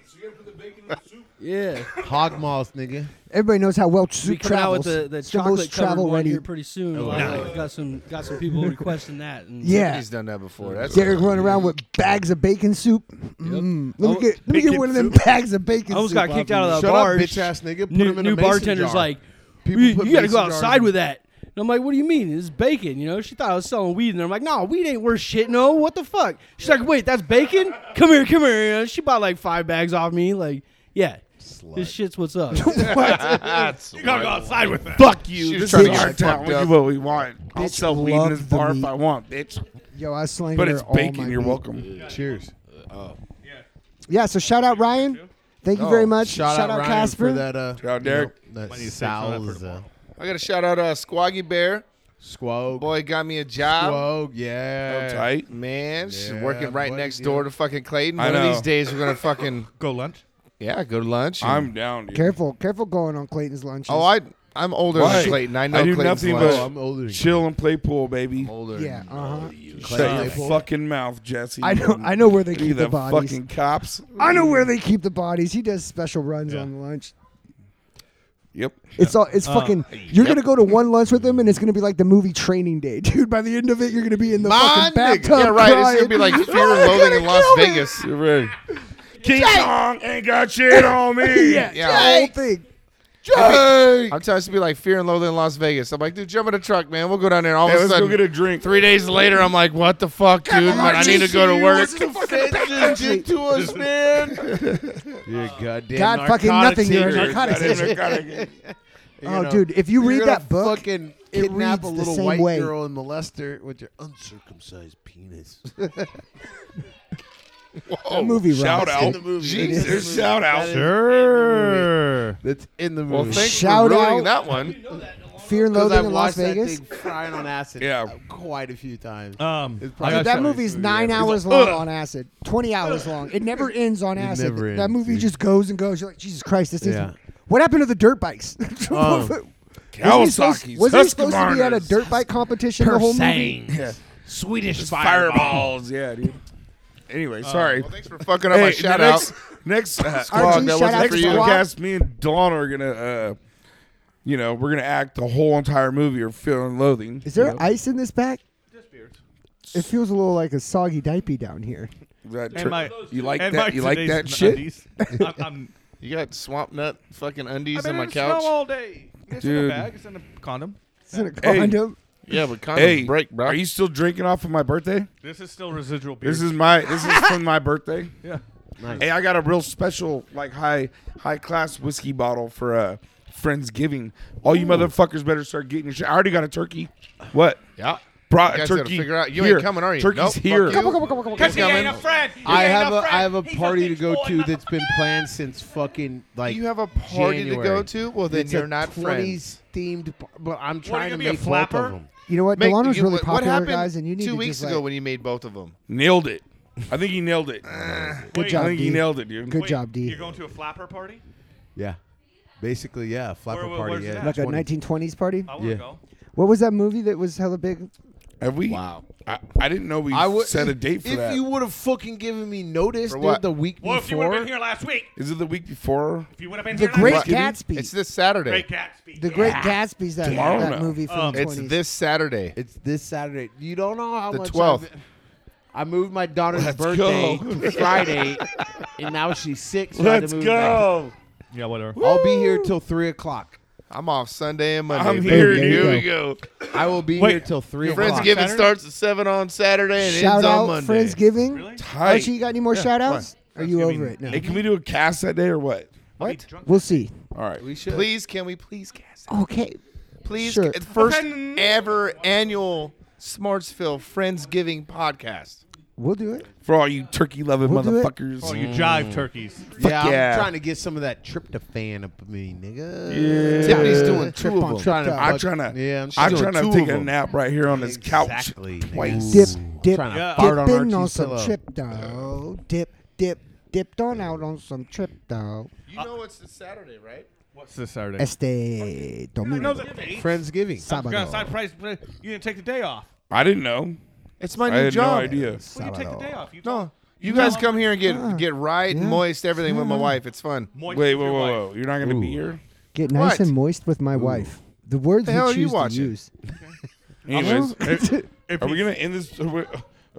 Speaker 6: Yeah,
Speaker 3: Hog moss, nigga.
Speaker 4: Everybody knows how well
Speaker 6: we
Speaker 4: soup
Speaker 6: come out with
Speaker 4: travels.
Speaker 6: the, the
Speaker 4: It's most
Speaker 6: chocolate covered
Speaker 4: travel
Speaker 6: one
Speaker 4: ready.
Speaker 6: here pretty soon.
Speaker 3: Oh,
Speaker 6: Like,
Speaker 2: nice.
Speaker 6: uh, Got some got some people requesting that. And
Speaker 4: Yeah,
Speaker 5: He's done that before. That's
Speaker 4: Derek running around with bags of bacon soup. Mm. Let me
Speaker 6: Oh,
Speaker 4: get let me get
Speaker 2: bacon
Speaker 4: one of them
Speaker 2: soup.
Speaker 4: bags of bacon.
Speaker 6: I almost
Speaker 4: soup
Speaker 6: got
Speaker 4: off
Speaker 6: kicked
Speaker 4: of
Speaker 6: out
Speaker 4: me.
Speaker 6: of the
Speaker 3: Shut
Speaker 6: bar.
Speaker 3: up, bitch ass nigga. Put
Speaker 6: new,
Speaker 3: him in
Speaker 6: new
Speaker 3: a mason
Speaker 6: bartender's
Speaker 3: jar.
Speaker 6: like,
Speaker 3: People
Speaker 6: you,
Speaker 3: put
Speaker 6: you gotta go
Speaker 3: mason jars
Speaker 6: outside
Speaker 3: in-
Speaker 6: with that. And I'm like, what do you mean? It's bacon, you know? She thought I was selling weed, and I'm like, no, weed ain't worth shit, no. What the fuck? She's like, wait, that's bacon? Come here, come here. You know, she bought like five bags off me, like, yeah, this shit's what's up.
Speaker 5: That's
Speaker 2: You gotta go outside with that.
Speaker 1: Fuck you.
Speaker 5: She was
Speaker 1: this
Speaker 5: trying
Speaker 1: is
Speaker 5: to get
Speaker 1: our
Speaker 5: her
Speaker 1: town.
Speaker 5: fucked
Speaker 1: We
Speaker 5: up.
Speaker 1: do what we want. I'll
Speaker 4: Bitch
Speaker 1: sell weed in this
Speaker 4: loves the
Speaker 1: bar if
Speaker 4: meat.
Speaker 1: I want, bitch.
Speaker 4: Yo, I slang
Speaker 1: But
Speaker 4: her
Speaker 1: it's
Speaker 4: all my
Speaker 1: bacon. You're
Speaker 4: meat.
Speaker 1: welcome.
Speaker 3: Cheers.
Speaker 4: Yeah, so shout out Ryan. Thank you very much.
Speaker 3: Shout, out, Ryan
Speaker 4: Casper.
Speaker 3: for that. Uh,
Speaker 1: Shout out, Derek.
Speaker 3: you know, that
Speaker 2: need to save some of that for
Speaker 3: salsa.
Speaker 5: I gotta shout out uh, Squaggy Bear.
Speaker 3: Squog.
Speaker 5: Boy got me a job.
Speaker 3: Squog.
Speaker 1: Up
Speaker 3: Yeah.
Speaker 1: tight.
Speaker 5: Man, she's
Speaker 3: Yeah,
Speaker 5: working right
Speaker 3: buddy,
Speaker 5: next
Speaker 3: yeah.
Speaker 5: door to fucking Clayton.
Speaker 1: I
Speaker 5: One of
Speaker 1: know.
Speaker 5: these days we're gonna fucking
Speaker 2: Go lunch.
Speaker 5: yeah go to lunch. and-
Speaker 1: I'm down. Dude.
Speaker 4: Careful, careful going on Clayton's lunches.
Speaker 5: oh I I'm older
Speaker 1: Why?
Speaker 5: than Clayton. I know
Speaker 1: I do
Speaker 5: Clayton's
Speaker 1: nothing
Speaker 5: lunch.
Speaker 1: but-
Speaker 3: Oh, I'm older. Than you.
Speaker 1: Chill and play pool, baby.
Speaker 5: I'm older.
Speaker 4: yeah, uh huh.
Speaker 1: Shut your
Speaker 3: Claypool.
Speaker 1: fucking mouth, Jesse.
Speaker 4: I know, I know where they
Speaker 1: Be
Speaker 4: keep the
Speaker 1: the
Speaker 4: bodies.
Speaker 1: fucking cops.
Speaker 4: I know where they keep the bodies. He does special runs
Speaker 2: Yeah.
Speaker 4: on lunch.
Speaker 1: Yep.
Speaker 4: It's all
Speaker 6: Uh,
Speaker 4: it's fucking. You're gonna go to one lunch with him, and it's gonna be like the movie Training Day, dude. By the end of it, you're gonna be in the
Speaker 5: My
Speaker 4: fucking
Speaker 5: nigga.
Speaker 4: bathtub.
Speaker 5: Yeah, right. It's gonna
Speaker 4: crying.
Speaker 5: be like
Speaker 4: You're
Speaker 5: fear and
Speaker 4: gonna
Speaker 5: loathing in Las
Speaker 4: kill me.
Speaker 5: Vegas.
Speaker 1: You're ready. King Kong ain't got shit on me.
Speaker 4: Yeah,
Speaker 5: Yeah.
Speaker 4: the whole thing.
Speaker 5: I'm trying to be like fear and loathing in Las Vegas. I'm like, dude, jump in a truck, man. We'll go down there. and All
Speaker 1: Hey,
Speaker 5: of a
Speaker 1: let's
Speaker 5: sudden,
Speaker 1: go get a drink.
Speaker 5: three days later, I'm like, what the fuck, dude? Man, I need to go to work.
Speaker 1: Did to us, man.
Speaker 3: You're a goddamn.
Speaker 4: God fucking nothing. You're a
Speaker 3: narcotic
Speaker 4: narcotic.
Speaker 1: I
Speaker 4: addict.
Speaker 1: gotta-
Speaker 3: You
Speaker 4: Oh,
Speaker 3: know,
Speaker 4: dude, if you
Speaker 3: you're
Speaker 4: read
Speaker 3: gonna
Speaker 4: that book,
Speaker 3: fucking
Speaker 4: it
Speaker 3: kidnap
Speaker 4: reads
Speaker 3: a
Speaker 4: the
Speaker 3: little
Speaker 4: same
Speaker 3: white
Speaker 4: way.
Speaker 3: girl and molest her with your uncircumcised penis.
Speaker 1: Whoa,
Speaker 4: movie
Speaker 1: Shout
Speaker 4: rocks.
Speaker 1: out.
Speaker 4: In
Speaker 3: the movie. It
Speaker 1: Jesus,
Speaker 3: is.
Speaker 1: shout out.
Speaker 2: Sure.
Speaker 3: That's in the movie.
Speaker 5: Well, thanks
Speaker 4: Shout
Speaker 5: for ruining
Speaker 4: out.
Speaker 5: that one.
Speaker 4: Fear
Speaker 3: Because
Speaker 4: and Loathing
Speaker 3: I've
Speaker 4: in Las
Speaker 3: watched that
Speaker 4: Vegas.
Speaker 3: thing frying on acid.
Speaker 1: Yeah.
Speaker 3: quite a few times.
Speaker 2: Um,
Speaker 3: It's
Speaker 2: I
Speaker 3: probably-
Speaker 2: got
Speaker 4: Dude, that
Speaker 3: shot
Speaker 4: movie's
Speaker 3: this movie,
Speaker 4: nine
Speaker 3: yeah.
Speaker 4: hours long on acid, twenty hours long. It never ends on acid.
Speaker 3: never
Speaker 4: that
Speaker 3: ends,
Speaker 4: movie
Speaker 3: dude.
Speaker 4: just goes and goes. You're like, Jesus Christ, this
Speaker 3: Yeah.
Speaker 4: is. What happened to the dirt bikes?
Speaker 3: Um,
Speaker 4: Wasn't he supposed,
Speaker 1: Kawasaki's,
Speaker 4: wasn't he supposed to be at a
Speaker 1: Husqvarnas.
Speaker 4: dirt bike competition the whole movie?
Speaker 1: Yeah.
Speaker 2: Swedish
Speaker 1: Fireballs. Yeah, dude. Anyway, sorry.
Speaker 5: Well, thanks for fucking up my
Speaker 1: Hey,
Speaker 5: shout
Speaker 1: the
Speaker 5: out.
Speaker 1: next, Next uh,
Speaker 4: RG,
Speaker 1: squad, that
Speaker 4: shout
Speaker 1: wasn't
Speaker 4: out
Speaker 1: for
Speaker 4: to
Speaker 1: you.
Speaker 4: Squad.
Speaker 1: Podcast, me and Delano are gonna, uh, you know, we're gonna act the whole entire movie or feeling loathing.
Speaker 4: Is there
Speaker 1: you know?
Speaker 4: ice in this bag? It feels a little like a soggy diaper down here.
Speaker 1: That
Speaker 2: And
Speaker 1: tur-
Speaker 2: my,
Speaker 1: you like
Speaker 2: and my
Speaker 1: that? You like
Speaker 2: today's
Speaker 1: that shit,
Speaker 2: undies. I'm, I'm,
Speaker 5: You got swamp nut fucking
Speaker 2: I've
Speaker 5: undies
Speaker 2: been
Speaker 5: on my
Speaker 2: in the snow
Speaker 5: couch.
Speaker 2: all day. It's in
Speaker 1: Dude.
Speaker 2: a bag. It's in a condom.
Speaker 4: It's in a
Speaker 1: Hey.
Speaker 4: condom.
Speaker 5: Yeah, but condoms
Speaker 1: Hey,
Speaker 5: break, bro.
Speaker 1: are you still drinking off of my birthday?
Speaker 2: This is still residual beer.
Speaker 1: This is my this is from my birthday.
Speaker 2: yeah.
Speaker 1: Hey, I got a real special, like high high class whiskey bottle for uh Friendsgiving. All you motherfuckers better start getting your shit. I already got a turkey. What?
Speaker 5: yeah.
Speaker 1: Brought
Speaker 5: You
Speaker 1: a
Speaker 5: guys gotta
Speaker 1: turkey.
Speaker 5: figure out- you ain't
Speaker 1: here.
Speaker 5: coming, are you?
Speaker 1: Turkey's
Speaker 5: Nope, fuck
Speaker 1: here.
Speaker 5: you.
Speaker 4: Come on, come on, come on, come on.
Speaker 5: He's coming.
Speaker 2: friend. He
Speaker 3: I
Speaker 2: ain't
Speaker 3: have a
Speaker 2: friend.
Speaker 3: I have a
Speaker 2: He's
Speaker 3: party to
Speaker 2: bitch
Speaker 3: go
Speaker 2: boy,
Speaker 3: to that's been planned since fucking like
Speaker 5: You have a party to
Speaker 3: January.
Speaker 5: go to? Well, then
Speaker 3: It's
Speaker 5: you're
Speaker 3: a
Speaker 5: not
Speaker 3: 20s
Speaker 5: friends.
Speaker 3: themed, par- but I'm
Speaker 2: are you
Speaker 3: trying to
Speaker 2: gonna be a
Speaker 3: make both
Speaker 2: flapper?
Speaker 3: of them.
Speaker 4: You know what?
Speaker 5: Make-
Speaker 4: Delano's
Speaker 5: you-
Speaker 4: really
Speaker 5: what
Speaker 4: popular,
Speaker 5: happened
Speaker 4: guys, and you need
Speaker 5: two
Speaker 4: to
Speaker 5: weeks
Speaker 4: just, like,
Speaker 5: ago when you made both of them.
Speaker 1: Nailed it. I think he nailed it.
Speaker 5: Ah,
Speaker 4: good
Speaker 1: I
Speaker 4: job,
Speaker 1: think he
Speaker 4: D.
Speaker 1: nailed it, dude.
Speaker 4: Good
Speaker 2: Wait,
Speaker 4: job, D.
Speaker 2: You're going to a flapper party?
Speaker 3: Yeah, basically, yeah, a flapper
Speaker 2: Where- where-
Speaker 3: party.
Speaker 2: where's it
Speaker 3: Yeah,
Speaker 2: at?
Speaker 4: Like a
Speaker 3: 20.
Speaker 4: 1920s party.
Speaker 2: I want to
Speaker 3: Yeah.
Speaker 2: go.
Speaker 4: What was that movie that was hella big?
Speaker 1: Have we?
Speaker 5: Wow.
Speaker 1: I, I didn't know we
Speaker 3: I would
Speaker 1: set a date for
Speaker 3: if
Speaker 1: that.
Speaker 3: you would have fucking given me notice
Speaker 5: For
Speaker 3: dude,
Speaker 5: what?
Speaker 3: the week
Speaker 2: Well, if you would
Speaker 3: before.
Speaker 2: have been here last week,
Speaker 1: Is it the week before?
Speaker 2: if you would have been
Speaker 4: The
Speaker 2: here
Speaker 4: Great
Speaker 2: last week,
Speaker 4: Gatsby.
Speaker 5: It's this Saturday.
Speaker 2: Great Gatsby.
Speaker 4: the
Speaker 2: yeah.
Speaker 4: Great Gatsby's that,
Speaker 1: Tomorrow
Speaker 4: that
Speaker 1: no.
Speaker 4: movie from
Speaker 2: Um,
Speaker 4: the 20s.
Speaker 5: It's this Saturday.
Speaker 3: It's this Saturday. You don't know how
Speaker 5: The
Speaker 3: much.
Speaker 5: 12th.
Speaker 3: I've- I moved my daughter's
Speaker 1: Let's
Speaker 3: birthday
Speaker 1: go.
Speaker 3: to Friday, and now she's six. So I had to
Speaker 1: Let's
Speaker 3: move it back to-
Speaker 1: go.
Speaker 2: Yeah, whatever.
Speaker 3: I'll be here till three o'clock.
Speaker 5: I'm off Sunday and Monday.
Speaker 1: I'm
Speaker 5: baby.
Speaker 1: here,
Speaker 4: There you
Speaker 5: Here
Speaker 1: dude.
Speaker 5: we go.
Speaker 3: I will be
Speaker 2: Wait,
Speaker 3: here till three
Speaker 2: your
Speaker 3: o'clock.
Speaker 2: friends
Speaker 5: Friendsgiving
Speaker 2: Saturday?
Speaker 5: starts at seven on Saturday and
Speaker 4: Shout
Speaker 5: ends
Speaker 4: out,
Speaker 5: on Monday.
Speaker 4: Friendsgiving.
Speaker 2: Really?
Speaker 1: Tight.
Speaker 4: Archie, you got any more shout outs? Are you
Speaker 2: Friendsgiving.
Speaker 4: over it now?
Speaker 1: Hey, can we do a cast that day or what?
Speaker 2: What? Drunk.
Speaker 4: We'll see.
Speaker 1: All right.
Speaker 3: We should.
Speaker 5: Please, can we please cast? it?
Speaker 4: Okay.
Speaker 5: Please,
Speaker 4: Sure.
Speaker 5: ca- first
Speaker 2: Okay.
Speaker 5: ever annual Smartsville Friendsgiving podcast.
Speaker 4: We'll do it.
Speaker 1: For all you turkey loving
Speaker 4: We'll do it.
Speaker 1: motherfuckers.
Speaker 2: Oh, you jive turkeys.
Speaker 3: Yeah, I'm
Speaker 1: yeah.
Speaker 3: trying to get some of that tryptophan up of me, nigga.
Speaker 1: Yeah.
Speaker 5: Tiffany's doing
Speaker 4: Trip
Speaker 5: two
Speaker 4: on
Speaker 5: of them.
Speaker 4: trip.
Speaker 3: Trying to
Speaker 4: I'm
Speaker 1: I'm
Speaker 3: fuck-
Speaker 1: trying to.
Speaker 3: Yeah,
Speaker 1: Yeah,
Speaker 3: I'm
Speaker 1: I'm,
Speaker 3: just doing
Speaker 1: trying to
Speaker 3: two
Speaker 1: take
Speaker 3: of
Speaker 1: a
Speaker 3: them.
Speaker 1: nap right here on this couch
Speaker 3: Exactly, nigga.
Speaker 1: twice.
Speaker 4: Dip, dip,
Speaker 3: Trying to
Speaker 2: Yeah.
Speaker 3: fart
Speaker 4: dip
Speaker 3: on Archie's
Speaker 4: in on some
Speaker 3: pillow.
Speaker 4: trip, dog. Dip, dip dipped on out on some trip though.
Speaker 5: You know it's this Saturday, right?
Speaker 2: What's this Saturday?
Speaker 4: Este
Speaker 2: I know
Speaker 4: domingo.
Speaker 2: that date.
Speaker 3: Friendsgiving.
Speaker 2: I'm gonna sign
Speaker 4: Sábado.
Speaker 2: price. but You didn't take the day off.
Speaker 1: I didn't know.
Speaker 5: It's my
Speaker 1: I
Speaker 5: new
Speaker 1: had
Speaker 5: job.
Speaker 1: no idea.
Speaker 2: Well, you take the
Speaker 4: Sábado.
Speaker 2: day off. You
Speaker 5: No, you,
Speaker 2: No.
Speaker 5: guys come here and get get right,
Speaker 4: Yeah.
Speaker 5: moist, everything with my wife. It's fun.
Speaker 2: Moist
Speaker 1: Wait,
Speaker 2: with
Speaker 1: whoa,
Speaker 2: your
Speaker 1: whoa,
Speaker 2: wife.
Speaker 1: whoa! You're not gonna be
Speaker 3: Ooh.
Speaker 1: here.
Speaker 4: Get nice
Speaker 5: What?
Speaker 4: and moist with my wife. The words
Speaker 5: The
Speaker 4: we
Speaker 5: hell are you
Speaker 4: choose to
Speaker 5: watching?
Speaker 4: use.
Speaker 1: Anyways, are,
Speaker 2: If
Speaker 1: are we
Speaker 2: he-
Speaker 1: gonna end this? Are we, are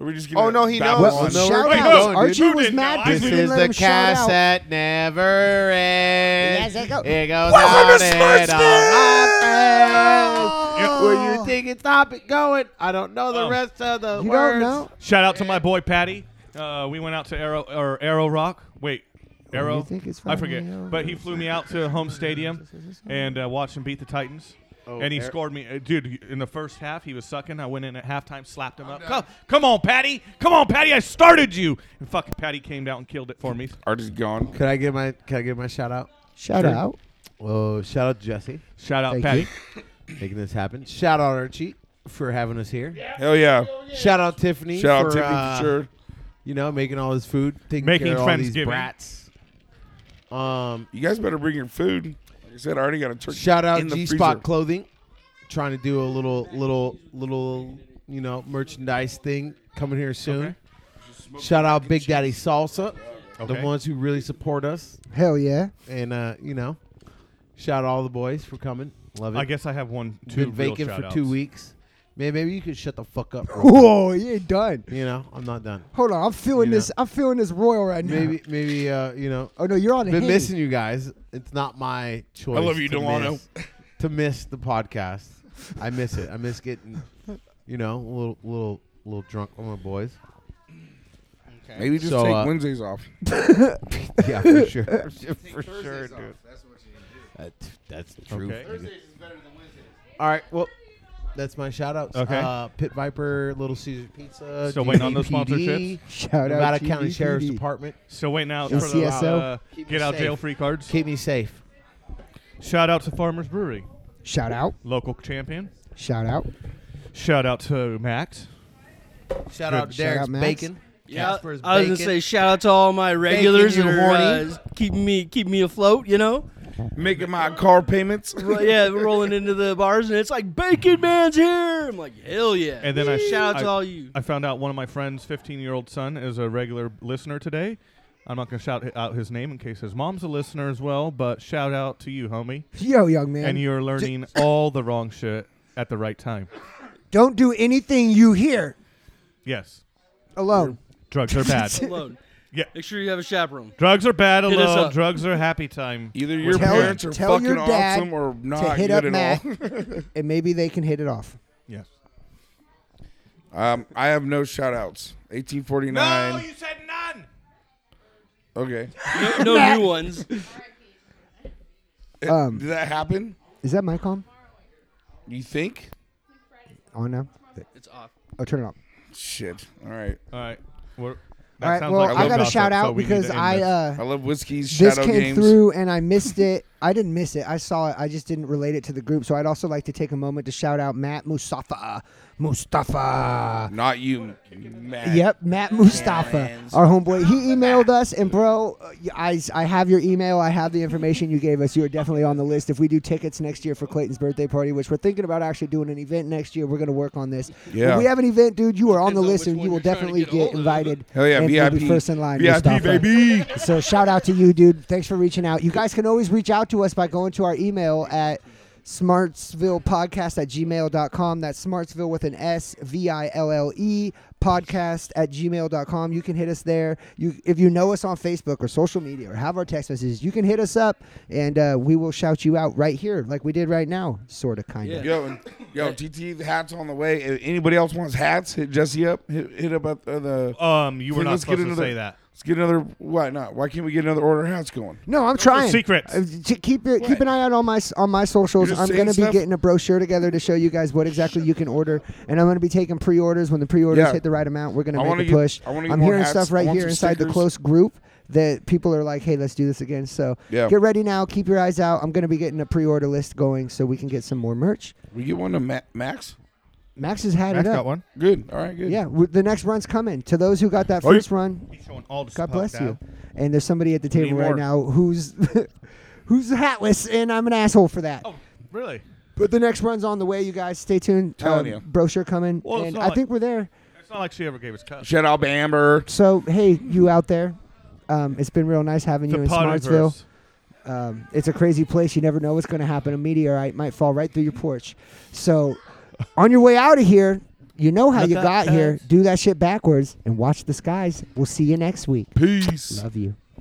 Speaker 1: we just gonna?
Speaker 5: Oh, no, he
Speaker 1: babble
Speaker 5: knows.
Speaker 1: on?
Speaker 4: Well,
Speaker 3: no,
Speaker 4: shout
Speaker 3: we're
Speaker 1: keep
Speaker 4: outs.
Speaker 1: going, dude.
Speaker 4: Archie
Speaker 1: Who
Speaker 4: was
Speaker 1: didn't know?
Speaker 4: mad
Speaker 1: I
Speaker 4: because
Speaker 1: This
Speaker 4: we
Speaker 1: didn't
Speaker 4: didn't let him shout out.
Speaker 3: that never ends.
Speaker 4: Yes, it go-
Speaker 3: It goes
Speaker 4: Welcome
Speaker 3: on
Speaker 4: to
Speaker 3: and on. Where
Speaker 4: Oh.
Speaker 3: you think it stop it going? I don't know the
Speaker 2: Oh.
Speaker 3: rest of the
Speaker 4: You
Speaker 3: words.
Speaker 4: don't know?
Speaker 2: Shout out to my boy Patty. Uh, we went out to Arrow or Arrow Rock. Wait,
Speaker 3: Oh,
Speaker 2: Arrow.
Speaker 4: you think it's
Speaker 2: I
Speaker 4: funny,
Speaker 2: forget.
Speaker 4: Arrow
Speaker 2: But he flew me out to home stadium and uh, watched him beat the Titans. and he
Speaker 3: Ar-
Speaker 2: scored me, uh, dude. In the first half, he was sucking. I went in at halftime, slapped him up. Come, come on, Patty. Come on, Patty. I started you. And fucking Patty came out and killed it for me.
Speaker 1: Artie's gone.
Speaker 3: Could I get my Could I get my shout out?
Speaker 4: Shout
Speaker 2: Sure.
Speaker 4: out.
Speaker 3: Oh, shout out to Jesse
Speaker 2: Shout out,
Speaker 4: Thank
Speaker 2: Patty.
Speaker 3: making this happen. Shout out Archie for having us here.
Speaker 1: Hell yeah!
Speaker 3: Shout out Tiffany.
Speaker 1: Shout
Speaker 3: for,
Speaker 1: out Tiffany
Speaker 3: uh,
Speaker 1: for sure.
Speaker 3: You know, making all this food, taking
Speaker 2: Making
Speaker 3: care of all these
Speaker 2: Friendsgiving.
Speaker 3: brats. Um,
Speaker 1: You guys better bring your food. Like I said, I already got a turkey.
Speaker 3: shout out
Speaker 1: in the
Speaker 3: G Spot
Speaker 1: freezer.
Speaker 3: Clothing, trying to do a little, little, little, you know, merchandise thing coming here soon. Shout out Big Daddy Salsa,
Speaker 2: Okay.
Speaker 3: the ones who really support us,
Speaker 4: Hell yeah.
Speaker 3: and uh, you know, shout out all the boys for coming. Love it.
Speaker 2: I guess I have one,
Speaker 3: It's
Speaker 2: two
Speaker 3: been
Speaker 2: real
Speaker 3: vacant for
Speaker 2: shout-outs.
Speaker 3: two weeks. Man, maybe you could shut the fuck up. real quick.
Speaker 4: Whoa, you ain't done.
Speaker 3: you know, I'm not done.
Speaker 4: Hold on, I'm feeling
Speaker 3: You know.
Speaker 4: this. I'm feeling this royal right now.
Speaker 3: Maybe, maybe, uh, you know,
Speaker 4: Oh no, you're on a
Speaker 3: been
Speaker 4: Henny.
Speaker 3: missing you guys. It's not my choice.
Speaker 1: love you,
Speaker 3: to
Speaker 1: Delano.
Speaker 3: miss- to miss the podcast, I miss it. I miss getting, you know, a little, little, little drunk with my boys.
Speaker 1: Maybe just
Speaker 3: So,
Speaker 1: take
Speaker 3: uh,
Speaker 1: Wednesdays off.
Speaker 3: Yeah, for sure, for sure, for sure, dude.
Speaker 5: That's what you need
Speaker 3: That, that's the truth.
Speaker 2: Okay.
Speaker 3: nigga.
Speaker 5: is better than Wednesdays.
Speaker 3: All right, well, that's my shout outs.
Speaker 2: Okay.
Speaker 3: Uh, Pit Viper, Little Caesar Pizza.
Speaker 2: Still waiting on those
Speaker 3: GDPD,
Speaker 4: Shout out
Speaker 3: Nevada County
Speaker 4: GDPD.
Speaker 3: Sheriff's Department.
Speaker 2: Still waiting out
Speaker 4: And
Speaker 2: for the
Speaker 4: CSO.
Speaker 2: uh,
Speaker 3: Keep
Speaker 2: get
Speaker 3: me
Speaker 2: out
Speaker 3: safe.
Speaker 2: jail free cards.
Speaker 3: Keep me safe.
Speaker 2: Shout out to Farmers Brewery,
Speaker 4: Shout out.
Speaker 2: local champion.
Speaker 4: Shout out.
Speaker 2: Shout out to Max.
Speaker 3: Shout out
Speaker 4: Shout out,
Speaker 3: Derek's
Speaker 4: Max.
Speaker 3: Bacon.
Speaker 6: Yeah,
Speaker 3: Casper's
Speaker 6: I was
Speaker 3: Bacon.
Speaker 6: gonna say shout out to all my regulars
Speaker 3: you
Speaker 6: who are
Speaker 3: horny.
Speaker 6: uh, keeping me keeping me afloat. You know,
Speaker 1: Making my car payments.
Speaker 6: Ro- yeah, we're rolling into the bars and it's like Bacon Man's here. I'm like, hell yeah!
Speaker 2: And then I-
Speaker 6: shout out
Speaker 2: I-
Speaker 6: to all you.
Speaker 2: I found out one of my friend's 15 year old son is a regular listener today. I'm not going to shout hi- out his name in case his mom's a listener as well, but shout out to you, homie.
Speaker 4: Yo, young man.
Speaker 2: And you're learning all the wrong shit at the right time.
Speaker 4: Don't do anything you hear
Speaker 2: Yes,
Speaker 4: alone.
Speaker 2: drugs are bad.
Speaker 6: Alone.
Speaker 2: Yeah.
Speaker 6: Make sure you have a chaperone.
Speaker 2: drugs are bad
Speaker 6: Hit us
Speaker 2: alone.
Speaker 6: up.
Speaker 2: Drugs are happy time.
Speaker 1: Either your
Speaker 4: Tell-
Speaker 1: parents are
Speaker 4: tell
Speaker 1: fucking
Speaker 4: your dad
Speaker 1: awesome or not
Speaker 4: to hit
Speaker 1: good
Speaker 4: up
Speaker 1: at
Speaker 4: Matt,
Speaker 1: all.
Speaker 4: and maybe they can hit it off.
Speaker 2: Yes.
Speaker 1: Um, I have no shout outs. 1849.
Speaker 2: said none.
Speaker 1: okay.
Speaker 6: No, no new ones.
Speaker 4: Um,
Speaker 1: Did that happen?
Speaker 4: is that my com?
Speaker 1: You think?
Speaker 4: On now?
Speaker 6: It's off.
Speaker 4: Oh, turn it off.
Speaker 1: Shit. All right.
Speaker 2: All right. We're, that
Speaker 4: All right.
Speaker 2: sounds
Speaker 4: Well,
Speaker 2: like
Speaker 4: I
Speaker 2: real
Speaker 4: got to
Speaker 2: gossip,
Speaker 4: shout
Speaker 2: so
Speaker 4: out
Speaker 2: we need to
Speaker 4: because
Speaker 2: end
Speaker 4: I
Speaker 2: this.
Speaker 4: uh,
Speaker 1: I love whiskeys.
Speaker 4: this
Speaker 1: shadow
Speaker 4: came
Speaker 1: games.
Speaker 4: through and I missed it. I didn't miss it. I saw it. I just didn't relate it to the group. So I'd also like to take a moment to shout out Matt Mustafa. Mustafa.
Speaker 1: Not you, Matt.
Speaker 4: Yep, Matt Mustafa, our homeboy. He emailed us, and bro, uh, I, I have your email. I have the information you gave us. You are definitely on the list. If we do tickets next year for Clayton's birthday party, which we're thinking about actually doing an event next year, we're going to work on this.
Speaker 1: Yeah.
Speaker 4: If we have an event, dude, you are on the
Speaker 6: Depends on
Speaker 4: list,
Speaker 6: which
Speaker 4: and you
Speaker 6: one
Speaker 4: will
Speaker 6: you're trying to
Speaker 4: definitely
Speaker 6: get
Speaker 4: get
Speaker 6: hold of.
Speaker 4: invited.
Speaker 1: Hell yeah,
Speaker 4: and
Speaker 1: VIP.
Speaker 4: You'll be first in line,
Speaker 1: VIP,
Speaker 4: Mustafa.
Speaker 1: baby.
Speaker 4: So shout out to you, dude. Thanks for reaching out. You guys can always reach out to us by going to our email at smartsvillepodcast at gmail.com. That's smartsville with an S V I L L E podcast at gmail.com. You can hit us there. You if you know us on Facebook or social media or have our text messages, you can hit us up and uh, we will shout you out right here, like we did right now, sorta kinda.
Speaker 6: Yeah.
Speaker 1: Yo, and, yo, TT, the hat's on the way. If anybody else wants hats, hit Jesse up. Hit, hit up at uh, the.
Speaker 2: Um, you were
Speaker 1: Dude,
Speaker 2: not
Speaker 1: let's get
Speaker 2: supposed to
Speaker 1: into the-
Speaker 2: say that.
Speaker 1: Let's get another. Why not? Why can't we get another order of hats going?
Speaker 4: No, I'm trying.
Speaker 2: secrets.
Speaker 4: Uh, j- keep your, keep an eye out on my s- on my socials.
Speaker 1: You're just
Speaker 4: I'm
Speaker 1: saying
Speaker 4: gonna be
Speaker 1: stuff?
Speaker 4: getting a brochure together to show you guys what exactly you can order, and I'm gonna be taking pre-orders. When the pre-orders
Speaker 1: Yeah.
Speaker 4: hit the right amount, we're gonna
Speaker 1: I wanna
Speaker 4: make a
Speaker 1: get-
Speaker 4: push.
Speaker 1: I wanna get
Speaker 4: I'm
Speaker 1: more
Speaker 4: hearing
Speaker 1: hats.
Speaker 4: stuff
Speaker 1: I
Speaker 4: right
Speaker 1: want
Speaker 4: here
Speaker 1: some
Speaker 4: inside the
Speaker 1: stickers.
Speaker 4: close group that people are like, "Hey, let's do this again." So
Speaker 1: Yeah.
Speaker 4: get ready now. Keep your eyes out. I'm gonna be getting a pre-order list going so we can get some more merch.
Speaker 1: We get one to Ma- Max.
Speaker 4: Max has had
Speaker 2: Max
Speaker 4: it up.
Speaker 2: got one.
Speaker 1: Good. All right. Good.
Speaker 4: Yeah, w- the next run's coming. To those who got that
Speaker 1: Are you-
Speaker 4: first run,
Speaker 2: He's showing all the
Speaker 4: God
Speaker 2: stuff
Speaker 4: bless
Speaker 2: now.
Speaker 4: you. And there's somebody at the table
Speaker 2: need
Speaker 4: right
Speaker 2: more.
Speaker 4: now who's who's hatless, and I'm an asshole for that.
Speaker 2: Oh, really?
Speaker 4: But the next run's on the way, you guys. Stay tuned. Uh,
Speaker 1: Telling you.
Speaker 4: brochure coming,
Speaker 2: Well, it's
Speaker 4: and
Speaker 2: not
Speaker 4: I
Speaker 2: like-
Speaker 4: think we're there.
Speaker 2: It's not like she ever gave us cups.
Speaker 1: Shout out to Amber.
Speaker 4: So hey, you out there, um, it's been real nice having you in Smartsville.
Speaker 2: Potterverse.
Speaker 4: Um, it's a crazy place. You never know what's going to happen. A meteorite might fall right through your porch. So, on your way out of here, you know how
Speaker 2: Look
Speaker 4: you
Speaker 2: up,
Speaker 4: got here.
Speaker 2: guys.
Speaker 4: Do that shit backwards and watch the skies. We'll see you next week.
Speaker 1: Peace.
Speaker 4: Love you.